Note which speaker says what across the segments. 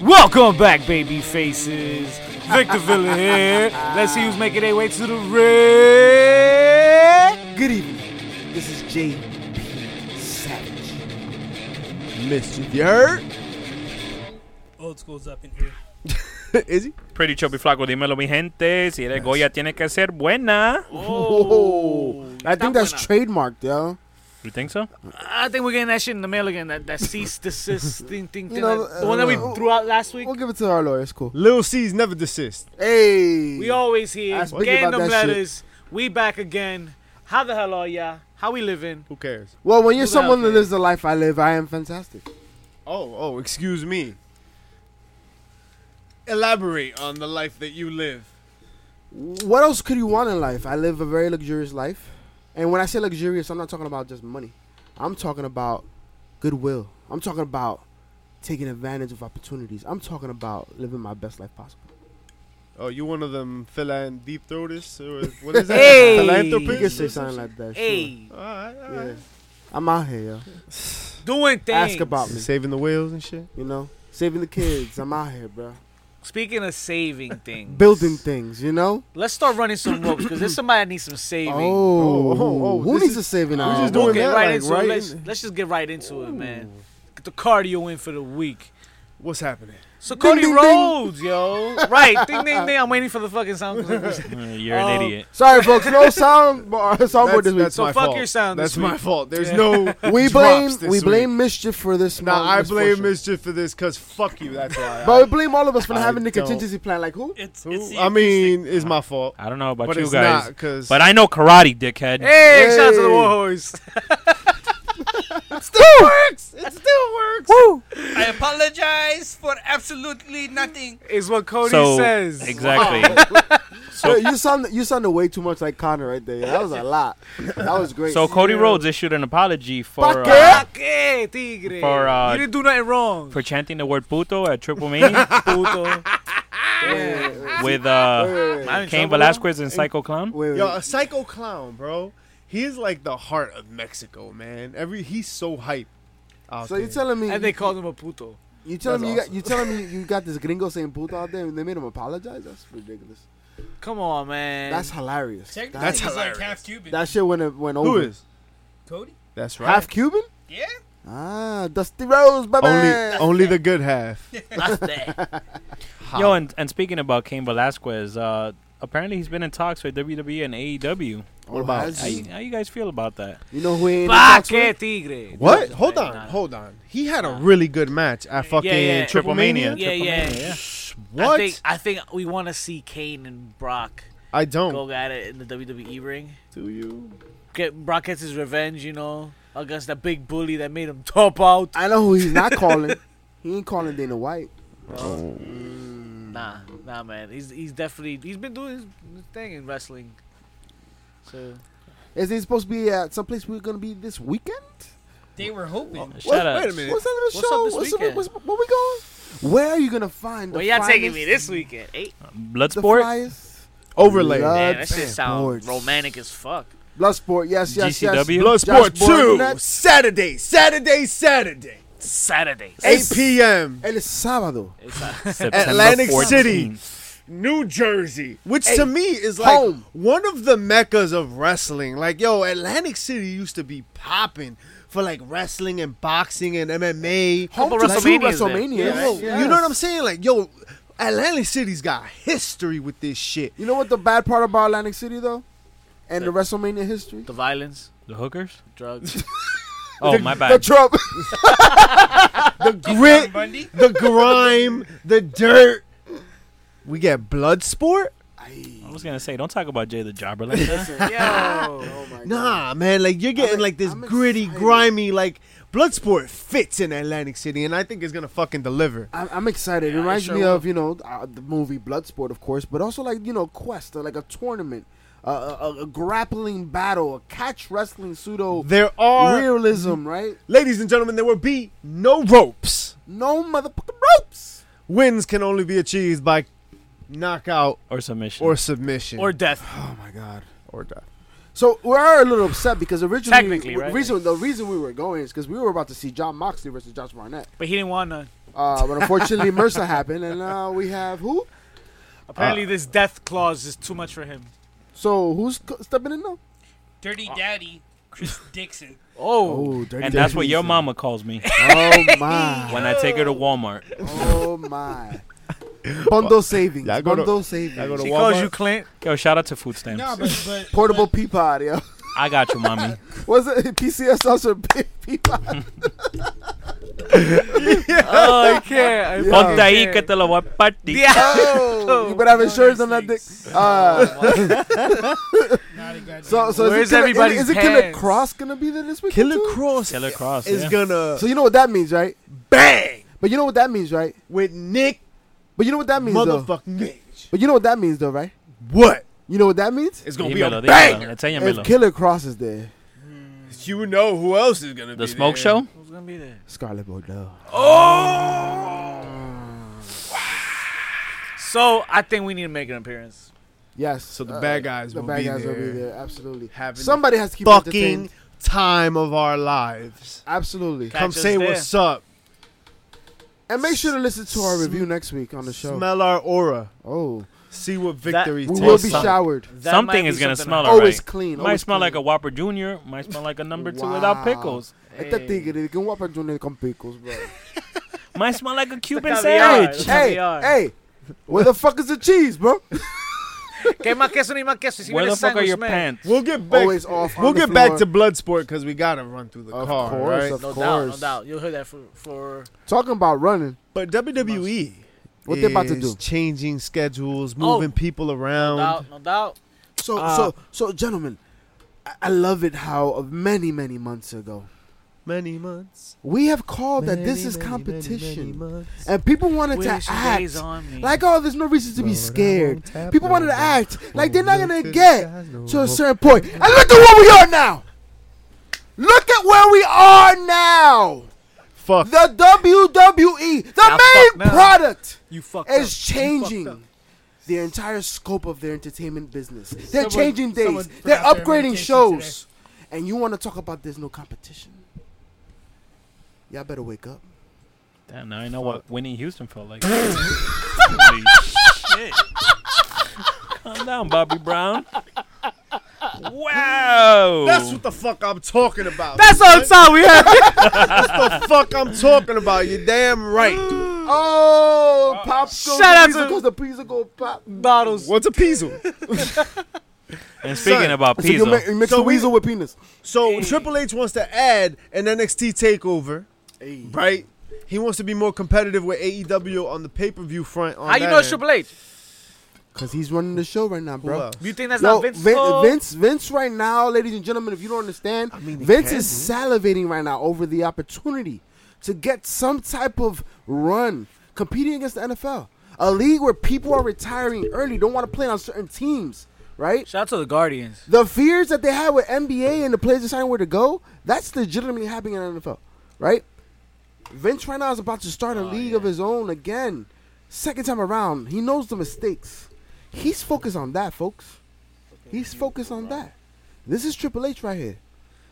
Speaker 1: Welcome back, baby faces. Victor Villa here. Let's see who's making their way to the red.
Speaker 2: Good evening. This is J.P. Savage. Mr. Yurt.
Speaker 3: Old school's up in here.
Speaker 2: is he?
Speaker 4: Pretty Chubby Flaco, dímelo mi gente, si eres Goya tiene que ser buena.
Speaker 2: Oh. I think that's
Speaker 1: buena.
Speaker 2: trademarked, yo.
Speaker 4: You think so?
Speaker 1: uh,
Speaker 4: Uh,
Speaker 1: I think we're getting that shit in the mail again. That that cease desist thing thing thing.
Speaker 2: You know,
Speaker 1: that- the one that we
Speaker 2: uh,
Speaker 1: threw out last week.
Speaker 2: We'll give it to our lawyer. It's cool.
Speaker 5: Lil C's never desist.
Speaker 2: Hey.
Speaker 1: We always
Speaker 2: I
Speaker 1: here.
Speaker 2: speak
Speaker 1: Getting
Speaker 2: about
Speaker 1: them
Speaker 2: that shit.
Speaker 1: letters. We back again. How the hell are ya? How we living?
Speaker 5: Who cares?
Speaker 2: well, when you're
Speaker 1: Without
Speaker 2: someone that
Speaker 1: it.
Speaker 2: lives the life I live, I am fantastic.
Speaker 5: Oh, oh, excuse me. Elaborate on the life that you live.
Speaker 2: What else could you want in life? I live a very luxurious life. And when I say luxurious, I'm not talking about just money. I'm talking about goodwill. I'm talking about taking advantage of opportunities. I'm talking about living my best life possible.
Speaker 5: Oh, you one of them philan deep throatists or what is that?
Speaker 1: Hey!
Speaker 2: You
Speaker 5: Philanthropists?
Speaker 2: can say something like that. sure.
Speaker 1: Hey,
Speaker 5: All right, all
Speaker 2: Yeah.
Speaker 5: right.
Speaker 2: I'm out here, yo.
Speaker 1: doing things.
Speaker 2: Ask about me.
Speaker 5: Saving the whales and shit.
Speaker 2: You know, saving the kids. I'm out here, bro.
Speaker 1: Speaking of saving things,
Speaker 2: Building things. You know.
Speaker 1: Let's start running some ropes because there's somebody that needs some saving.
Speaker 2: Oh,
Speaker 5: oh, oh,
Speaker 2: who
Speaker 5: this
Speaker 2: needs
Speaker 5: is-
Speaker 2: a saving
Speaker 5: we're
Speaker 2: now?
Speaker 5: just
Speaker 1: We'll
Speaker 5: doing
Speaker 1: get
Speaker 5: that,
Speaker 1: right
Speaker 5: like,
Speaker 1: into it.
Speaker 5: right
Speaker 1: Let's,
Speaker 5: in-
Speaker 1: let's just get right into it, man. Get the cardio in for the week.
Speaker 5: What's happening?
Speaker 1: So Cody
Speaker 2: ding, ding.
Speaker 1: Rhodes, yo, right? Ding ding ding! I'm waiting for the fucking sound.
Speaker 4: you're
Speaker 1: an
Speaker 4: an
Speaker 1: Um,
Speaker 4: idiot.
Speaker 2: Sorry, folks. No sound bar, soundboard this week.
Speaker 1: So
Speaker 5: my
Speaker 1: fuck
Speaker 5: fault.
Speaker 1: your sound
Speaker 5: That's
Speaker 1: this
Speaker 5: my
Speaker 1: week.
Speaker 5: fault. There's
Speaker 1: Yeah.
Speaker 5: no.
Speaker 2: We
Speaker 5: drops
Speaker 2: blame
Speaker 5: this
Speaker 2: we
Speaker 5: week. Oh,
Speaker 2: blame mischief for this.
Speaker 5: Nah,
Speaker 2: mon-
Speaker 5: I
Speaker 2: this
Speaker 5: blame
Speaker 2: portion.
Speaker 5: mischief for this because fuck you. That's why.
Speaker 2: But we blame all of us for not
Speaker 5: I
Speaker 2: having the
Speaker 5: don't-
Speaker 2: contingency plan. Like who?
Speaker 6: It's,
Speaker 5: Who-
Speaker 6: it's the
Speaker 5: I mean,
Speaker 6: acoustic-
Speaker 5: it's my fault.
Speaker 4: I don't know about
Speaker 5: But
Speaker 4: you
Speaker 5: it's
Speaker 4: guys,
Speaker 5: not because.
Speaker 4: but I know karate, dickhead.
Speaker 1: Hey, shout out to the
Speaker 2: Hey.
Speaker 1: Warhorse.
Speaker 6: I apologize for absolutely nothing.
Speaker 1: Is what Cody
Speaker 4: so
Speaker 1: says.
Speaker 4: exactly.
Speaker 2: Yo, you sound you sounded way too much like Connor right there. That was a lot. That was great.
Speaker 4: so Cody Rhodes issued an apology for uh,
Speaker 1: Fuck it, tigre.
Speaker 4: For, uh,
Speaker 1: you didn't do nothing wrong.
Speaker 4: for chanting the word puto at Triple Mania
Speaker 1: puto.
Speaker 4: with
Speaker 2: Wait,
Speaker 4: uh,
Speaker 2: wait, wait.
Speaker 1: I'm in
Speaker 4: Cain
Speaker 1: trouble
Speaker 4: Velasquez and Psycho Clown.
Speaker 2: Wait, wait.
Speaker 5: Yo, a psycho clown, bro. He is like the heart of Mexico, man. Every he's so hype. out
Speaker 2: So you
Speaker 5: there.
Speaker 2: telling me
Speaker 1: now. And they called him a puto.
Speaker 2: you telling me
Speaker 5: That's
Speaker 2: you got, you telling me you got this gringo saying puto out there and they made him apologize? That's ridiculous.
Speaker 1: Come on, man.
Speaker 2: That's hilarious.
Speaker 6: Technically,
Speaker 2: That-
Speaker 5: That's
Speaker 6: he's
Speaker 5: hilarious.
Speaker 6: like half Cuban.
Speaker 2: that shit went went over.
Speaker 5: who is?
Speaker 6: Cody?
Speaker 5: That's right.
Speaker 2: half Cuban?
Speaker 6: Yeah.
Speaker 2: Ah, Dusty Rose, baby.
Speaker 5: only oh, only the good half.
Speaker 6: That's that.
Speaker 4: Yo, and, and speaking about Cain Velasquez, uh, apparently he's been in talks with WWE and AEW.
Speaker 2: What
Speaker 5: about-
Speaker 4: How you, how you guys feel about that?
Speaker 2: Oh, You know who ain't in
Speaker 1: Fuck
Speaker 2: talks with
Speaker 1: it,
Speaker 2: it?
Speaker 1: tigre.
Speaker 5: What? Hold on, hold on. He had a really good match at fucking
Speaker 1: yeah.
Speaker 5: Triple Mania.
Speaker 1: Yeah, yeah. yeah. I
Speaker 5: What? I,
Speaker 1: think, I think we want to see Kane and Brock
Speaker 5: don't.
Speaker 1: go at it in the WWE ring.
Speaker 5: Do you?
Speaker 1: Get Brock gets his revenge, you know, against that big bully that made him top out.
Speaker 2: I know who he's not calling. he ain't calling Dana White.
Speaker 1: Nah, nah, man. He's he's definitely he's been doing his, his thing in wrestling. So
Speaker 2: Is he supposed to be at some place we're gonna be this weekend?
Speaker 6: They were hoping.
Speaker 4: Shout
Speaker 2: What-
Speaker 4: out.
Speaker 5: Wait a minute.
Speaker 2: What's that
Speaker 1: What's up
Speaker 2: show?
Speaker 1: this
Speaker 2: what's
Speaker 1: weekend?
Speaker 2: what's, where we going? Where are you gonna find?
Speaker 1: where
Speaker 2: the
Speaker 1: y'all taking
Speaker 2: finest-
Speaker 1: me this weekend? Eh?
Speaker 2: The
Speaker 4: Bloodsport,
Speaker 2: flyest?
Speaker 5: Overlay.
Speaker 2: Love-
Speaker 1: Man, that shit sounds
Speaker 2: sports.
Speaker 1: romantic as fuck.
Speaker 2: Bloodsport. Yes, yes,
Speaker 4: GCW?
Speaker 2: yes.
Speaker 5: Bloodsport
Speaker 2: Josh Boyd,
Speaker 5: two
Speaker 2: that-
Speaker 5: Saturday, Saturday, Saturday,
Speaker 1: Saturday.
Speaker 5: eight p.m.
Speaker 2: El sábado.
Speaker 4: September
Speaker 5: Atlantic
Speaker 4: 14th.
Speaker 5: City. New Jersey, which
Speaker 2: Hey,
Speaker 5: to me is like
Speaker 2: home.
Speaker 5: one of the meccas of wrestling. Like, yo, Atlantic City used to be popping for like wrestling and boxing and MMA.
Speaker 2: Home to
Speaker 1: Couple
Speaker 2: two
Speaker 1: WrestleManias there.
Speaker 2: WrestleManias.
Speaker 5: Yo, You know what I'm saying? Like, yo, Atlantic City's got history with this shit.
Speaker 2: You know what the bad part about Atlantic City though, and the, WrestleMania history.
Speaker 1: The violence,
Speaker 4: The hookers?
Speaker 1: drugs.
Speaker 4: Oh, my
Speaker 2: The
Speaker 4: bad.
Speaker 2: Trump.
Speaker 5: The grit,
Speaker 6: Bundy?
Speaker 5: the grime, the dirt. We get blood sport?
Speaker 4: I was gonna say, don't talk about Jay the Jobber like that.
Speaker 1: Yo.
Speaker 2: oh my
Speaker 5: Nah, man. Like you're getting
Speaker 2: I'm-
Speaker 5: like this
Speaker 2: I'm
Speaker 5: gritty,
Speaker 2: excited.
Speaker 5: grimy, like blood sport fits in Atlantic City, and I think it's gonna fucking deliver.
Speaker 2: I'm, I'm excited. it
Speaker 1: I
Speaker 2: reminds
Speaker 1: sure
Speaker 2: me
Speaker 1: will.
Speaker 2: of you know uh, the movie Bloodsport, of course, but also like you know Quest, or like a tournament, uh, a, a, a grappling battle, a catch wrestling pseudo
Speaker 5: There are,
Speaker 2: realism, right?
Speaker 5: ladies and gentlemen, there will be no ropes.
Speaker 2: No motherfucking ropes.
Speaker 5: Wins can only be achieved by knockout
Speaker 4: Or submission.
Speaker 5: or submission
Speaker 1: or death.
Speaker 2: Oh my god.
Speaker 5: or death.
Speaker 2: So we are a little upset because originally,
Speaker 1: Technically,
Speaker 2: w-
Speaker 1: right?
Speaker 2: reason, the reason we were going is because we were about to see John Moxley versus Josh Barnett.
Speaker 1: But he didn't want none.
Speaker 2: Uh, but unfortunately, MRSA happened, and now we have who?
Speaker 1: Apparently, this death clause is too much for him. Uh,
Speaker 2: So who's co- stepping in now?
Speaker 3: Dirty Daddy, Chris Dixon.
Speaker 1: Oh,
Speaker 2: dirty
Speaker 4: And that's what your
Speaker 2: Dixon.
Speaker 4: mama calls me
Speaker 2: Oh my!
Speaker 4: when I take her to Walmart.
Speaker 2: Oh my! Bundle savings.
Speaker 5: Y'all go to-
Speaker 2: Bundle savings.
Speaker 5: y'all go to
Speaker 1: she
Speaker 5: Walmart.
Speaker 1: calls you Clint.
Speaker 4: Yo, shout out to food stamps.
Speaker 3: No, but, but
Speaker 2: Portable Peapod, yo.
Speaker 4: I got you, mommy.
Speaker 2: Was it PCS also Pe- Peapod?
Speaker 1: Oh, I can't. I
Speaker 2: Yeah.
Speaker 1: fucking
Speaker 4: Ponte ahí que
Speaker 1: can't.
Speaker 4: te lo voy a partir.
Speaker 2: Oh, you better have insurance on that dick. Uh,
Speaker 3: but not a goddamn-
Speaker 2: so, so
Speaker 1: Where's
Speaker 2: is, it Killer,
Speaker 1: everybody's
Speaker 2: is it Killer
Speaker 1: pants?
Speaker 2: Cross gonna be there this week?
Speaker 5: Killer
Speaker 2: too?
Speaker 5: Cross
Speaker 4: Killer Cross.
Speaker 5: is
Speaker 4: yeah.
Speaker 5: gonna
Speaker 2: So you know what that means, right?
Speaker 5: bang
Speaker 2: But you know what that means, right?
Speaker 5: with Nick
Speaker 2: But you know what that means, uh, though.
Speaker 5: motherfucking Cage.
Speaker 2: But you know what that means, though, right?
Speaker 5: What?
Speaker 2: You know what that means?
Speaker 5: It's gonna
Speaker 4: Dímelo,
Speaker 5: be a bang.
Speaker 4: dímelo.
Speaker 2: If
Speaker 4: Enséñamelo.
Speaker 2: Killer Cross is there,
Speaker 5: You know who else is gonna be
Speaker 4: The smoke
Speaker 5: there.
Speaker 4: show?
Speaker 1: Who's gonna be there?
Speaker 2: Scarlet Bordeaux.
Speaker 4: Oh!
Speaker 1: So I think we need to make an appearance.
Speaker 2: Yes.
Speaker 5: So the
Speaker 2: uh,
Speaker 5: bad guys
Speaker 2: the
Speaker 5: will
Speaker 2: bad
Speaker 5: be
Speaker 2: guys
Speaker 5: there.
Speaker 2: will be there. Absolutely.
Speaker 5: Having the
Speaker 2: Somebody has to keep
Speaker 5: fucking
Speaker 2: entertained.
Speaker 5: time of our lives.
Speaker 2: Absolutely.
Speaker 1: Catch
Speaker 5: Come
Speaker 1: us
Speaker 5: say
Speaker 1: there.
Speaker 5: what's up.
Speaker 2: And make sure to listen to our review next week on the show.
Speaker 5: Smell our aura.
Speaker 2: Oh,
Speaker 5: See what
Speaker 1: That-
Speaker 5: victory
Speaker 2: we
Speaker 5: takes.
Speaker 2: will be
Speaker 4: some-
Speaker 2: showered.
Speaker 1: That
Speaker 4: Something
Speaker 1: might
Speaker 4: is
Speaker 1: be
Speaker 4: gonna
Speaker 1: something
Speaker 4: smell
Speaker 1: else.
Speaker 4: alright.
Speaker 2: Always clean.
Speaker 4: Might smell like a Whopper Junior. Might smell like a number two
Speaker 2: Wow.
Speaker 4: without pickles.
Speaker 2: Esta tigre que un guapa junior con picos, bro.
Speaker 4: Might smell like a Cuban
Speaker 1: caviar.
Speaker 4: sandwich.
Speaker 2: hey,
Speaker 1: Caviar.
Speaker 2: hey, where the fuck is the cheese, bro?
Speaker 1: Que más queso ni más queso. Si
Speaker 4: Where
Speaker 1: viene
Speaker 4: the fuck are
Speaker 1: sandwich,
Speaker 4: your
Speaker 1: man.
Speaker 4: pants?
Speaker 5: We'll get back.
Speaker 2: Always off. on
Speaker 5: We'll
Speaker 2: the
Speaker 5: get back
Speaker 2: floor.
Speaker 5: to Bloodsport because we gotta run through the
Speaker 2: Of
Speaker 5: car,
Speaker 2: course,
Speaker 5: right?
Speaker 2: of
Speaker 1: No doubt, no
Speaker 2: course.
Speaker 1: doubt. You'll hear that for for
Speaker 2: talking about running.
Speaker 5: But WWE,
Speaker 2: What they about to do?
Speaker 5: is Changing
Speaker 1: Oh.
Speaker 5: schedules, moving people
Speaker 1: no
Speaker 5: around.
Speaker 1: doubt, no doubt.
Speaker 2: So,
Speaker 1: Uh,
Speaker 2: so, so, gentlemen, I, I love it how uh, many, many months ago
Speaker 5: Many months.
Speaker 2: we have called Oh, that this
Speaker 5: Many,
Speaker 2: is
Speaker 5: many, many, many
Speaker 2: competition,
Speaker 5: months.
Speaker 2: and people wanted
Speaker 1: Wish
Speaker 2: to
Speaker 1: days
Speaker 2: act
Speaker 1: on me.
Speaker 2: like, oh, there's no reason to be
Speaker 5: But I
Speaker 2: scared.
Speaker 5: won't tap
Speaker 2: People
Speaker 5: no
Speaker 2: wanted to
Speaker 5: more.
Speaker 2: act like they're not
Speaker 5: Won't
Speaker 2: gonna
Speaker 5: Oh, look to the
Speaker 2: get
Speaker 5: skies no
Speaker 2: to a
Speaker 5: more.
Speaker 2: certain point. And look at where we are now. Look at where we are now.
Speaker 5: Fuck.
Speaker 2: The WWE, the
Speaker 1: Now fuck
Speaker 2: main
Speaker 1: now.
Speaker 2: product,
Speaker 1: you fucked up. You
Speaker 2: is
Speaker 1: fucked up.
Speaker 2: changing the entire scope of their entertainment business. They're
Speaker 3: Someone-
Speaker 2: changing
Speaker 3: someone
Speaker 2: days. They're
Speaker 3: forgot their
Speaker 2: upgrading
Speaker 3: medication
Speaker 2: shows. And you want to talk about there's no competition? Y'all better wake up.
Speaker 4: Damn, now I know what Winnie Houston felt like. Holy shit. Calm down, Bobby Brown. Wow.
Speaker 5: That's what the fuck I'm talking about.
Speaker 1: That's all the time we have.
Speaker 5: That's the fuck I'm talking about. You're damn right.
Speaker 2: Oh, pop goes
Speaker 1: shout
Speaker 2: the
Speaker 1: out
Speaker 2: pizza
Speaker 1: to-
Speaker 2: goes the pizza go pop.
Speaker 1: Bottles.
Speaker 5: What's a pizzle?
Speaker 4: and speaking
Speaker 5: Son,
Speaker 4: about
Speaker 2: So you, ma-
Speaker 4: Pizzo,
Speaker 2: you mix
Speaker 5: So
Speaker 2: a
Speaker 5: we-
Speaker 2: weasel with penis.
Speaker 5: So Triple H wants to add an NXT takeover, right? He wants to be more competitive with AEW on the pay per view front. On
Speaker 1: How you
Speaker 5: that
Speaker 1: know it's
Speaker 5: end.
Speaker 1: Triple H?
Speaker 2: Cause he's running the show right now,
Speaker 5: Who
Speaker 2: bro.
Speaker 5: else?
Speaker 1: You think that's
Speaker 2: Yo,
Speaker 1: not Vince?
Speaker 2: Vin-
Speaker 1: Oh.
Speaker 2: Vince, Vince, right now, ladies and gentlemen, if you don't understand,
Speaker 5: I mean, he
Speaker 2: Vince
Speaker 5: can
Speaker 2: is
Speaker 5: do.
Speaker 2: salivating right now over the opportunity to get some type of run competing against the NFL, a league where people are retiring early, don't want to play on certain teams, right?
Speaker 1: Shout out to the Guardians.
Speaker 2: The fears that they had with NBA and the players deciding where to go, that's legitimately happening in the NFL, right? Vince right now is about to start a
Speaker 5: Oh,
Speaker 2: league of his own again, second time around. He knows the mistakes. He's focused on that, folks. He's focused on that. This is Triple H right here.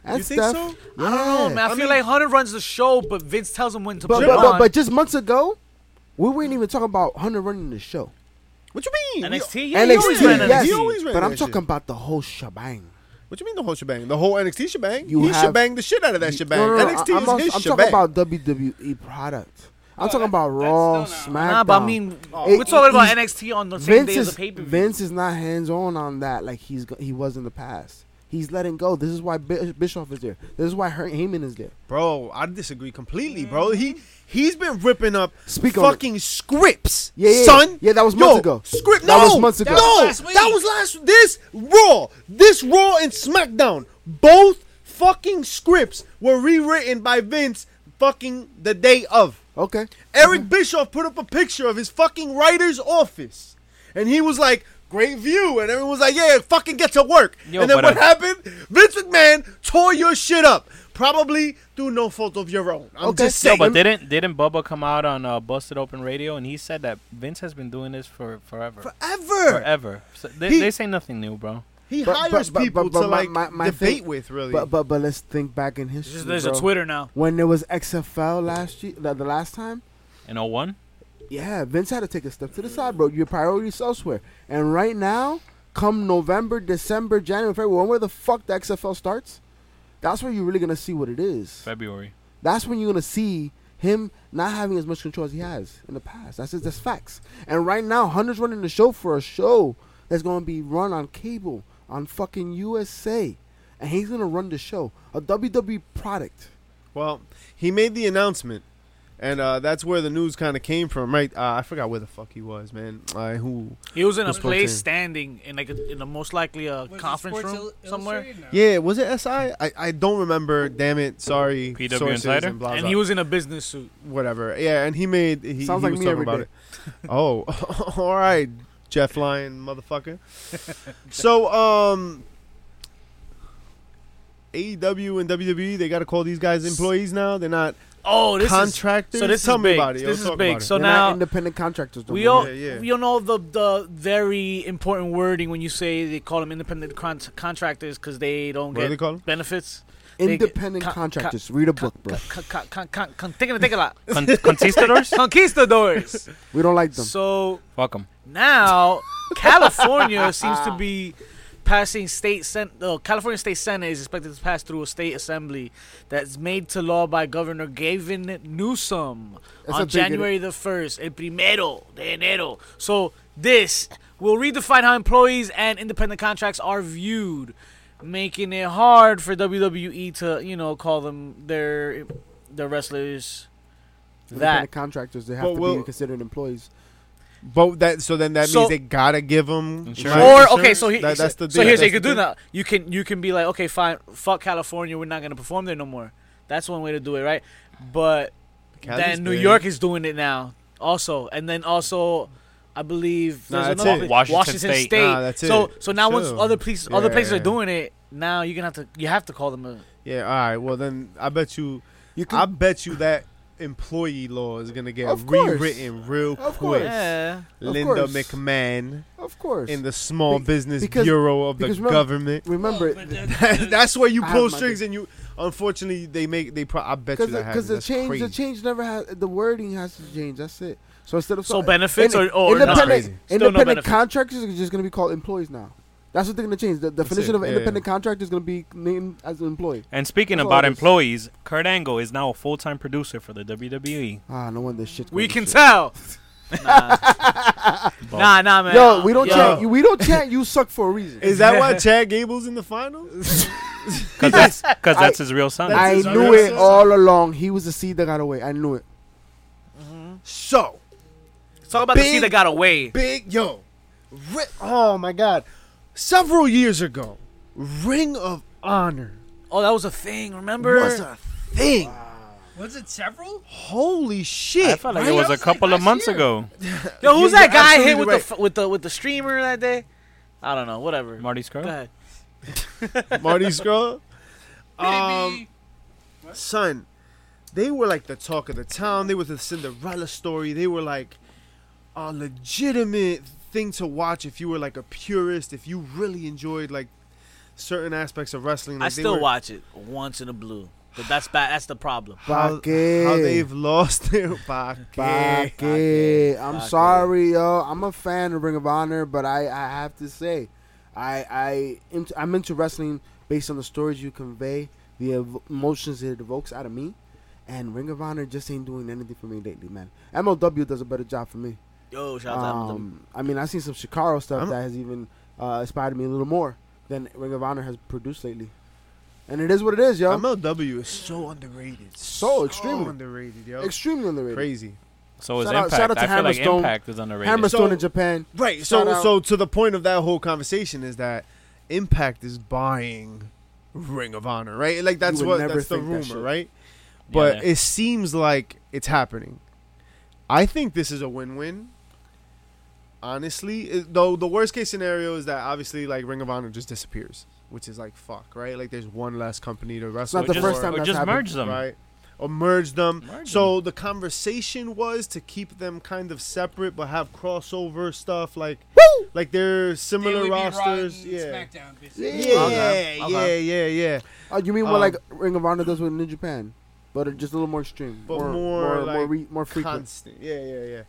Speaker 2: And
Speaker 5: You think
Speaker 2: Steph-
Speaker 5: so?
Speaker 1: I don't know,
Speaker 2: Yeah.
Speaker 1: man. I, feel
Speaker 5: mean-
Speaker 1: like Hunter runs the show, but Vince tells him when to
Speaker 2: But,
Speaker 1: put
Speaker 2: but,
Speaker 1: it on.
Speaker 2: but, but just months ago, we weren't even talking about Hunter running the show.
Speaker 5: What you mean?
Speaker 1: NXT,
Speaker 5: We-
Speaker 1: yeah, he always ran
Speaker 2: yes.
Speaker 5: He always ran
Speaker 2: but I'm
Speaker 5: that
Speaker 2: talking
Speaker 5: shit.
Speaker 2: about the whole shebang.
Speaker 5: What you mean the whole shebang? The whole NXT shebang?
Speaker 2: You
Speaker 5: he
Speaker 2: have-
Speaker 5: shebang the shit out of that shebang.
Speaker 2: No, no, no,
Speaker 5: NXT
Speaker 2: I-
Speaker 5: is
Speaker 2: I'm, also-
Speaker 5: his
Speaker 2: I'm
Speaker 5: shebang.
Speaker 2: talking about WWE product. I'm talking
Speaker 6: that-
Speaker 2: about
Speaker 6: that's
Speaker 2: Raw,
Speaker 6: still
Speaker 2: SmackDown.
Speaker 1: Nah, but I mean,
Speaker 2: It-
Speaker 1: we're talking about
Speaker 2: he's-
Speaker 1: NXT on the same
Speaker 2: Vince
Speaker 1: day as a
Speaker 2: is
Speaker 1: pay per view.
Speaker 2: Vince is not hands on on that like he's go- he was in the past. He's letting go. This is why Bi- Bischoff is there. This is why Her- Heyman is there.
Speaker 5: bro, I disagree completely, bro. He he's been ripping up
Speaker 2: Mm-hmm. Speak on it.
Speaker 5: fucking scripts,
Speaker 2: Yeah, yeah,
Speaker 5: son.
Speaker 2: yeah, that was
Speaker 5: Yo,
Speaker 2: months ago.
Speaker 5: Script,
Speaker 2: That
Speaker 5: no,
Speaker 2: was months ago.
Speaker 5: No, that was
Speaker 6: That was last week.
Speaker 5: last. This Raw, this Raw and SmackDown, both fucking scripts were rewritten by Vince fucking the day of.
Speaker 2: Okay.
Speaker 5: Eric Bischoff put up a picture of his fucking writer's office. And he was like, great view. And everyone was like, yeah, fucking get to work.
Speaker 4: Yo,
Speaker 5: and then
Speaker 4: but,
Speaker 5: what
Speaker 4: uh,
Speaker 5: happened? Vince McMahon tore your shit up. Probably through no fault of your own. I'm
Speaker 2: Okay.
Speaker 5: just
Speaker 4: no,
Speaker 5: saying.
Speaker 4: but didn't didn't Bubba come out on uh, Busted Open Radio and he said that Vince has been doing this for forever,
Speaker 5: Forever.
Speaker 4: forever. So they,
Speaker 5: He-
Speaker 4: they say nothing new, bro.
Speaker 5: He
Speaker 2: But- but-
Speaker 5: hires
Speaker 2: but-
Speaker 5: people
Speaker 2: but- but
Speaker 5: to
Speaker 2: my-
Speaker 5: like
Speaker 2: my- my
Speaker 5: debate
Speaker 2: thing-
Speaker 5: with, really.
Speaker 2: But but but let's think back in
Speaker 1: There's,
Speaker 2: history.
Speaker 1: there's a
Speaker 2: bro.
Speaker 1: Twitter now.
Speaker 2: when there was XFL last year, the, the last time,
Speaker 4: in 01?
Speaker 2: Yeah, Vince had to take a step to the side, bro. Your priorities elsewhere. And right now, come November, December, January, February, where the fuck the XFL starts, that's where you're really gonna see what it is.
Speaker 4: February.
Speaker 2: That's when you're gonna see him not having as much control as he has in the past. That's just, that's facts. And right now, Hunter's running the show for a show that's gonna be run on cable on fucking USA, and he's gonna run the show, a WWE product.
Speaker 5: Well, he made the announcement, and uh, that's where the news kind of came from, right? Uh, I forgot where the fuck he was, man. Uh, who?
Speaker 1: He was in a
Speaker 5: Who's
Speaker 1: place
Speaker 5: posting?
Speaker 1: standing in like a, in a most likely a
Speaker 3: Was it
Speaker 1: conference
Speaker 3: Sports
Speaker 1: room
Speaker 3: Ill-
Speaker 1: somewhere,
Speaker 3: Illustrated? No.
Speaker 5: Yeah, was it SI? I, I don't remember. Damn it. Sorry.
Speaker 4: PW
Speaker 5: sources
Speaker 4: Insider?
Speaker 5: And, blah,
Speaker 1: and
Speaker 5: blah.
Speaker 1: he was in a business suit.
Speaker 5: whatever. Yeah, and he made. He,
Speaker 2: Sounds
Speaker 5: he
Speaker 2: like
Speaker 5: was
Speaker 2: me
Speaker 5: talking
Speaker 2: every
Speaker 5: about
Speaker 2: day.
Speaker 5: it. Oh, all right, Jeff Lyon, motherfucker. so, um, AEW and WWE, they got to call these guys employees now. They're not
Speaker 1: Oh, this is
Speaker 5: contractors.
Speaker 1: so this
Speaker 5: Tell
Speaker 1: is
Speaker 5: me
Speaker 1: big.
Speaker 5: about it. yo.
Speaker 1: This is
Speaker 5: Talk
Speaker 1: big.
Speaker 5: about it.
Speaker 1: So
Speaker 2: They're
Speaker 1: now
Speaker 2: not independent contractors. no
Speaker 1: we
Speaker 2: more.
Speaker 1: all
Speaker 5: Yeah, yeah.
Speaker 1: we all know the the very important wording when you say they call them independent con- contractors because they don't
Speaker 5: what do they
Speaker 1: get
Speaker 5: call 'em?
Speaker 1: benefits. They get-
Speaker 2: independent
Speaker 1: con- con-
Speaker 2: contractors. Read a book, bro.
Speaker 1: Con- con- con- con- con- Thinking of thinking a lot.
Speaker 4: Con- conquistadors?
Speaker 1: Conquistadors.
Speaker 2: We don't like them.
Speaker 1: so
Speaker 4: Fuck 'em.
Speaker 1: now California seems to be passing state sen- uh, California State Senate is expected to pass through a state assembly that's made to law by Governor Gavin Newsom
Speaker 2: That's
Speaker 1: on
Speaker 2: a big-
Speaker 1: January the 1st, el primero de enero. So this will redefine how employees and independent contracts are viewed, making it hard for WWE to, you know, call them their their wrestlers that
Speaker 2: independent contractors. They have
Speaker 5: But
Speaker 2: to
Speaker 5: we'll-
Speaker 2: be considered employees.
Speaker 5: But that so then that
Speaker 1: So-
Speaker 5: means they gotta give them
Speaker 4: Insurance.
Speaker 1: Or okay, so, he,
Speaker 5: That- that's the
Speaker 1: so
Speaker 5: deal.
Speaker 1: here's what you
Speaker 5: That's
Speaker 1: could
Speaker 5: the
Speaker 1: do
Speaker 5: deal.
Speaker 1: now. You can you can be like, okay, fine, fuck California, we're not gonna perform there no more. That's one way to do it, right? But
Speaker 5: Cali's
Speaker 1: then New
Speaker 5: big.
Speaker 1: York is doing it now, also, and then also, I believe
Speaker 5: Nah,
Speaker 1: there's
Speaker 5: that's
Speaker 1: another
Speaker 5: it.
Speaker 1: place-
Speaker 4: Washington State.
Speaker 5: Nah, that's
Speaker 1: so
Speaker 5: it.
Speaker 1: so now once
Speaker 5: Chill.
Speaker 1: other places other places
Speaker 5: Yeah.
Speaker 1: are doing it, now you're gonna have to you have to call them. A,
Speaker 5: Yeah. All right. Well, then I bet you.
Speaker 2: You
Speaker 5: I
Speaker 2: could,
Speaker 5: bet you that employee law is gonna get
Speaker 2: Of course.
Speaker 5: rewritten real
Speaker 2: Of
Speaker 5: quick.
Speaker 2: course.
Speaker 1: yeah.
Speaker 2: Of
Speaker 5: Linda
Speaker 2: course.
Speaker 5: McMahon
Speaker 2: of course.
Speaker 5: in the Small
Speaker 2: Be-
Speaker 5: Business
Speaker 2: because-
Speaker 5: Bureau of the
Speaker 2: because remember-
Speaker 5: government.
Speaker 2: Remember,
Speaker 1: Oh,
Speaker 3: Well, but the- the-
Speaker 5: That's where you
Speaker 2: I
Speaker 5: pull
Speaker 2: have my
Speaker 5: strings and you. Unfortunately, they make they. Pro- I bet you
Speaker 2: because
Speaker 5: that
Speaker 2: because
Speaker 5: happens.
Speaker 2: the
Speaker 5: That's
Speaker 2: change
Speaker 5: crazy.
Speaker 2: the change never has the wording has to change. That's it. So instead of
Speaker 1: So benefits or- or not?
Speaker 5: Crazy.
Speaker 2: independent
Speaker 1: Still no
Speaker 2: independent
Speaker 1: benefits.
Speaker 2: contractors are just gonna be called employees now. That's what they're gonna change. The definition
Speaker 5: it,
Speaker 2: of an
Speaker 5: yeah.
Speaker 2: independent contractor is gonna be named as an employee.
Speaker 4: And speaking
Speaker 2: That's all
Speaker 4: about
Speaker 2: it is.
Speaker 4: employees, Kurt Angle is now a full time producer for the E. WWE.
Speaker 2: Ah, no wonder shit.
Speaker 1: we can
Speaker 2: tell.
Speaker 1: tell. Nah. nah, nah, man.
Speaker 2: Yo, we don't
Speaker 1: Yo.
Speaker 2: chant. We don't chant. You suck for a reason.
Speaker 5: Is that why Chad Gable's in the finals?
Speaker 4: Because that's, 'cause that's his real son.
Speaker 5: That's
Speaker 2: I
Speaker 5: his
Speaker 2: knew
Speaker 5: real
Speaker 2: it
Speaker 5: son.
Speaker 2: all along. He was the seed that got away. I knew it.
Speaker 5: so
Speaker 1: Talk about the
Speaker 5: Big-
Speaker 1: seed that got away.
Speaker 5: big yo, ri- oh my god! Several years ago, Ring of Honor
Speaker 1: Oh, that was a thing. Remember?
Speaker 5: was a thing.
Speaker 3: was it several?
Speaker 5: Holy
Speaker 4: I
Speaker 5: shit!
Speaker 4: felt like
Speaker 5: right?
Speaker 4: it was a
Speaker 3: That was
Speaker 4: couple
Speaker 3: like
Speaker 4: of
Speaker 3: last
Speaker 4: months
Speaker 3: year.
Speaker 4: ago.
Speaker 1: Yo, who's
Speaker 5: You're-
Speaker 1: that guy
Speaker 5: you're
Speaker 1: hit
Speaker 5: absolutely
Speaker 1: with
Speaker 5: right.
Speaker 1: the f- with the with the streamer that day? I don't know. Whatever.
Speaker 4: Marty
Speaker 1: Go
Speaker 4: Scurll?
Speaker 1: ahead.
Speaker 5: Marty Scurll.
Speaker 3: Maybe.
Speaker 5: son, they were like the talk of the town. They were the Cinderella story. They were like a legitimate thing to watch if you were like a purist, if you really enjoyed like certain aspects of wrestling. Like,
Speaker 1: I
Speaker 5: they
Speaker 1: still
Speaker 5: were-
Speaker 1: watch it once in a blue, but that's bad. That's the problem.
Speaker 5: how, how
Speaker 2: Baque.
Speaker 5: they've lost their back.
Speaker 2: Back
Speaker 1: Baque.
Speaker 2: it. I'm
Speaker 1: Baque.
Speaker 2: sorry, yo. I'm a fan of Ring of Honor, but I, I have to say, I I int- I'm into wrestling based on the stories you convey, the ev- emotions it evokes out of me, and Ring of Honor just ain't doing anything for me lately, man. MLW does a better job for me.
Speaker 1: Yo, shout out to them.
Speaker 2: Um, I mean, I've seen some Shikaro stuff
Speaker 5: I'm-
Speaker 2: that has even uh, inspired me a little more than Ring of Honor has produced lately, and it is what it is, yo.
Speaker 5: MLW is so underrated.
Speaker 2: So extremely.
Speaker 5: underrated, yo.
Speaker 2: Extremely underrated.
Speaker 5: Crazy.
Speaker 4: So is
Speaker 2: Shout out-
Speaker 4: Impact.
Speaker 2: shout out to
Speaker 4: I feel like
Speaker 2: Hammerstone.
Speaker 4: Impact is underrated.
Speaker 2: Hammerstone
Speaker 5: So-
Speaker 2: in Japan.
Speaker 5: Right.
Speaker 2: Shout
Speaker 5: So
Speaker 2: out.
Speaker 5: so to the point of that whole conversation is that Impact is buying Ring of Honor, right? Like that's
Speaker 2: would
Speaker 5: what
Speaker 2: never
Speaker 5: that's the
Speaker 2: think that
Speaker 5: rumor,
Speaker 2: shit.
Speaker 5: right?
Speaker 4: Yeah,
Speaker 5: But
Speaker 4: yeah.
Speaker 5: it seems like it's happening. I think this is a win-win. Honestly, It- though the worst case scenario is that obviously like Ring of Honor just disappears, which is like fuck, right? Like there's one less company to wrestle.
Speaker 2: not
Speaker 4: Or
Speaker 2: the
Speaker 4: just-
Speaker 2: first time
Speaker 4: or
Speaker 2: that's
Speaker 4: just
Speaker 2: happened.
Speaker 4: merge them.
Speaker 5: Right. Or merge them.
Speaker 4: Merge
Speaker 5: so the conversation was to keep them kind of separate but have crossover stuff like like they're
Speaker 3: They would
Speaker 5: similar
Speaker 3: be Raw
Speaker 5: rosters.
Speaker 3: and
Speaker 5: Yeah.
Speaker 3: SmackDown,
Speaker 5: Yeah,
Speaker 3: basically.
Speaker 5: yeah,
Speaker 1: Okay, okay.
Speaker 5: yeah, yeah, yeah.
Speaker 2: Uh, you mean
Speaker 5: Um,
Speaker 2: what like Ring of Honor does with New Japan? but just a little more extreme,
Speaker 5: But
Speaker 2: more
Speaker 5: more,
Speaker 2: more more,
Speaker 5: like,
Speaker 2: re- more frequent,
Speaker 5: constant. Yeah, yeah, yeah.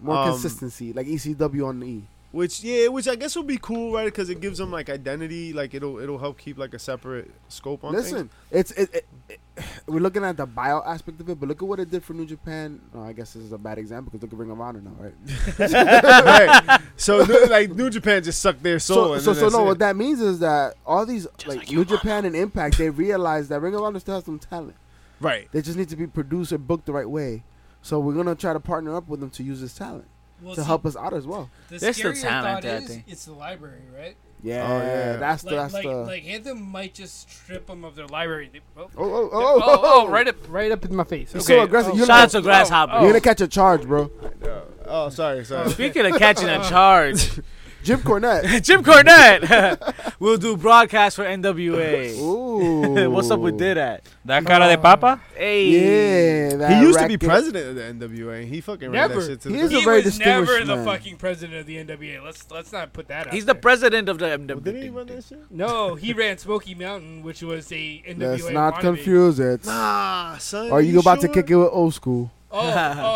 Speaker 2: more
Speaker 5: um,
Speaker 2: consistency, like ECW on the E.
Speaker 5: Which yeah, which I guess would be cool, right? Because it gives them like identity. Like it'll it'll help keep like a separate scope on. things.
Speaker 2: Listen, it's it, it, it- we're looking at the bio aspect of it, but look at what it did for New Japan. Oh, I guess this is a bad example because look at Ring of Honor now, right?
Speaker 5: right. So New- like New Japan just sucked their soul.
Speaker 2: So,
Speaker 5: and
Speaker 2: so,
Speaker 5: then
Speaker 2: so
Speaker 5: that's
Speaker 2: no,
Speaker 5: it.
Speaker 2: what that means is that all these like,
Speaker 1: like
Speaker 2: New Japan and Impact, they realize that Ring of Honor still has some talent.
Speaker 5: right.
Speaker 2: They just need to be produced or booked the right way. So we're gonna try to partner up with them to use this talent
Speaker 3: Well,
Speaker 2: to
Speaker 3: see,
Speaker 2: help us out as well.
Speaker 5: Oh,
Speaker 3: The
Speaker 1: There's still
Speaker 3: scarier
Speaker 1: talent
Speaker 3: thought
Speaker 1: there, I
Speaker 3: is,
Speaker 1: think.
Speaker 3: it's the library, right?
Speaker 2: Yeah,
Speaker 5: yeah.
Speaker 2: that's the
Speaker 3: Like,
Speaker 2: that's
Speaker 3: like,
Speaker 2: the.
Speaker 3: like Anthem might just strip them of their library. They, oh,
Speaker 2: oh, oh, oh,
Speaker 7: Oh,
Speaker 2: oh,
Speaker 7: oh, oh, right up, right up in my face.
Speaker 2: He's
Speaker 7: okay.
Speaker 2: so aggressive. You're,
Speaker 1: Shout out
Speaker 2: gonna,
Speaker 1: to Grasshopper.
Speaker 4: Oh,
Speaker 2: you're gonna catch a charge, bro.
Speaker 5: Oh, sorry, sorry.
Speaker 1: Speaking of catching a charge,
Speaker 2: Jim Cornette.
Speaker 1: Jim Cornette will do broadcast for NWA.
Speaker 2: Ooh,
Speaker 1: What's up with did at?
Speaker 4: That cara de papa?
Speaker 1: Hey,
Speaker 2: Yeah, that
Speaker 5: He used to be
Speaker 2: racket.
Speaker 5: president of the NWA. He fucking ran
Speaker 7: Never.
Speaker 5: that shit to
Speaker 2: He
Speaker 5: the
Speaker 2: is He's a
Speaker 3: he
Speaker 2: very
Speaker 3: was never
Speaker 2: distinguished
Speaker 3: the
Speaker 2: man.
Speaker 3: fucking president of the NBA. Let's let's not put that out.
Speaker 1: he's the
Speaker 3: there.
Speaker 1: president of the
Speaker 5: Didn't he run
Speaker 1: NWA.
Speaker 5: that shit?
Speaker 3: No, he ran Smoky Mountain, which was a NWA.
Speaker 2: Let's not
Speaker 3: wannabe.
Speaker 2: confuse it.
Speaker 5: Nah, son.
Speaker 2: Are you, about to
Speaker 5: sure?
Speaker 2: kick it with old school?
Speaker 3: Oh,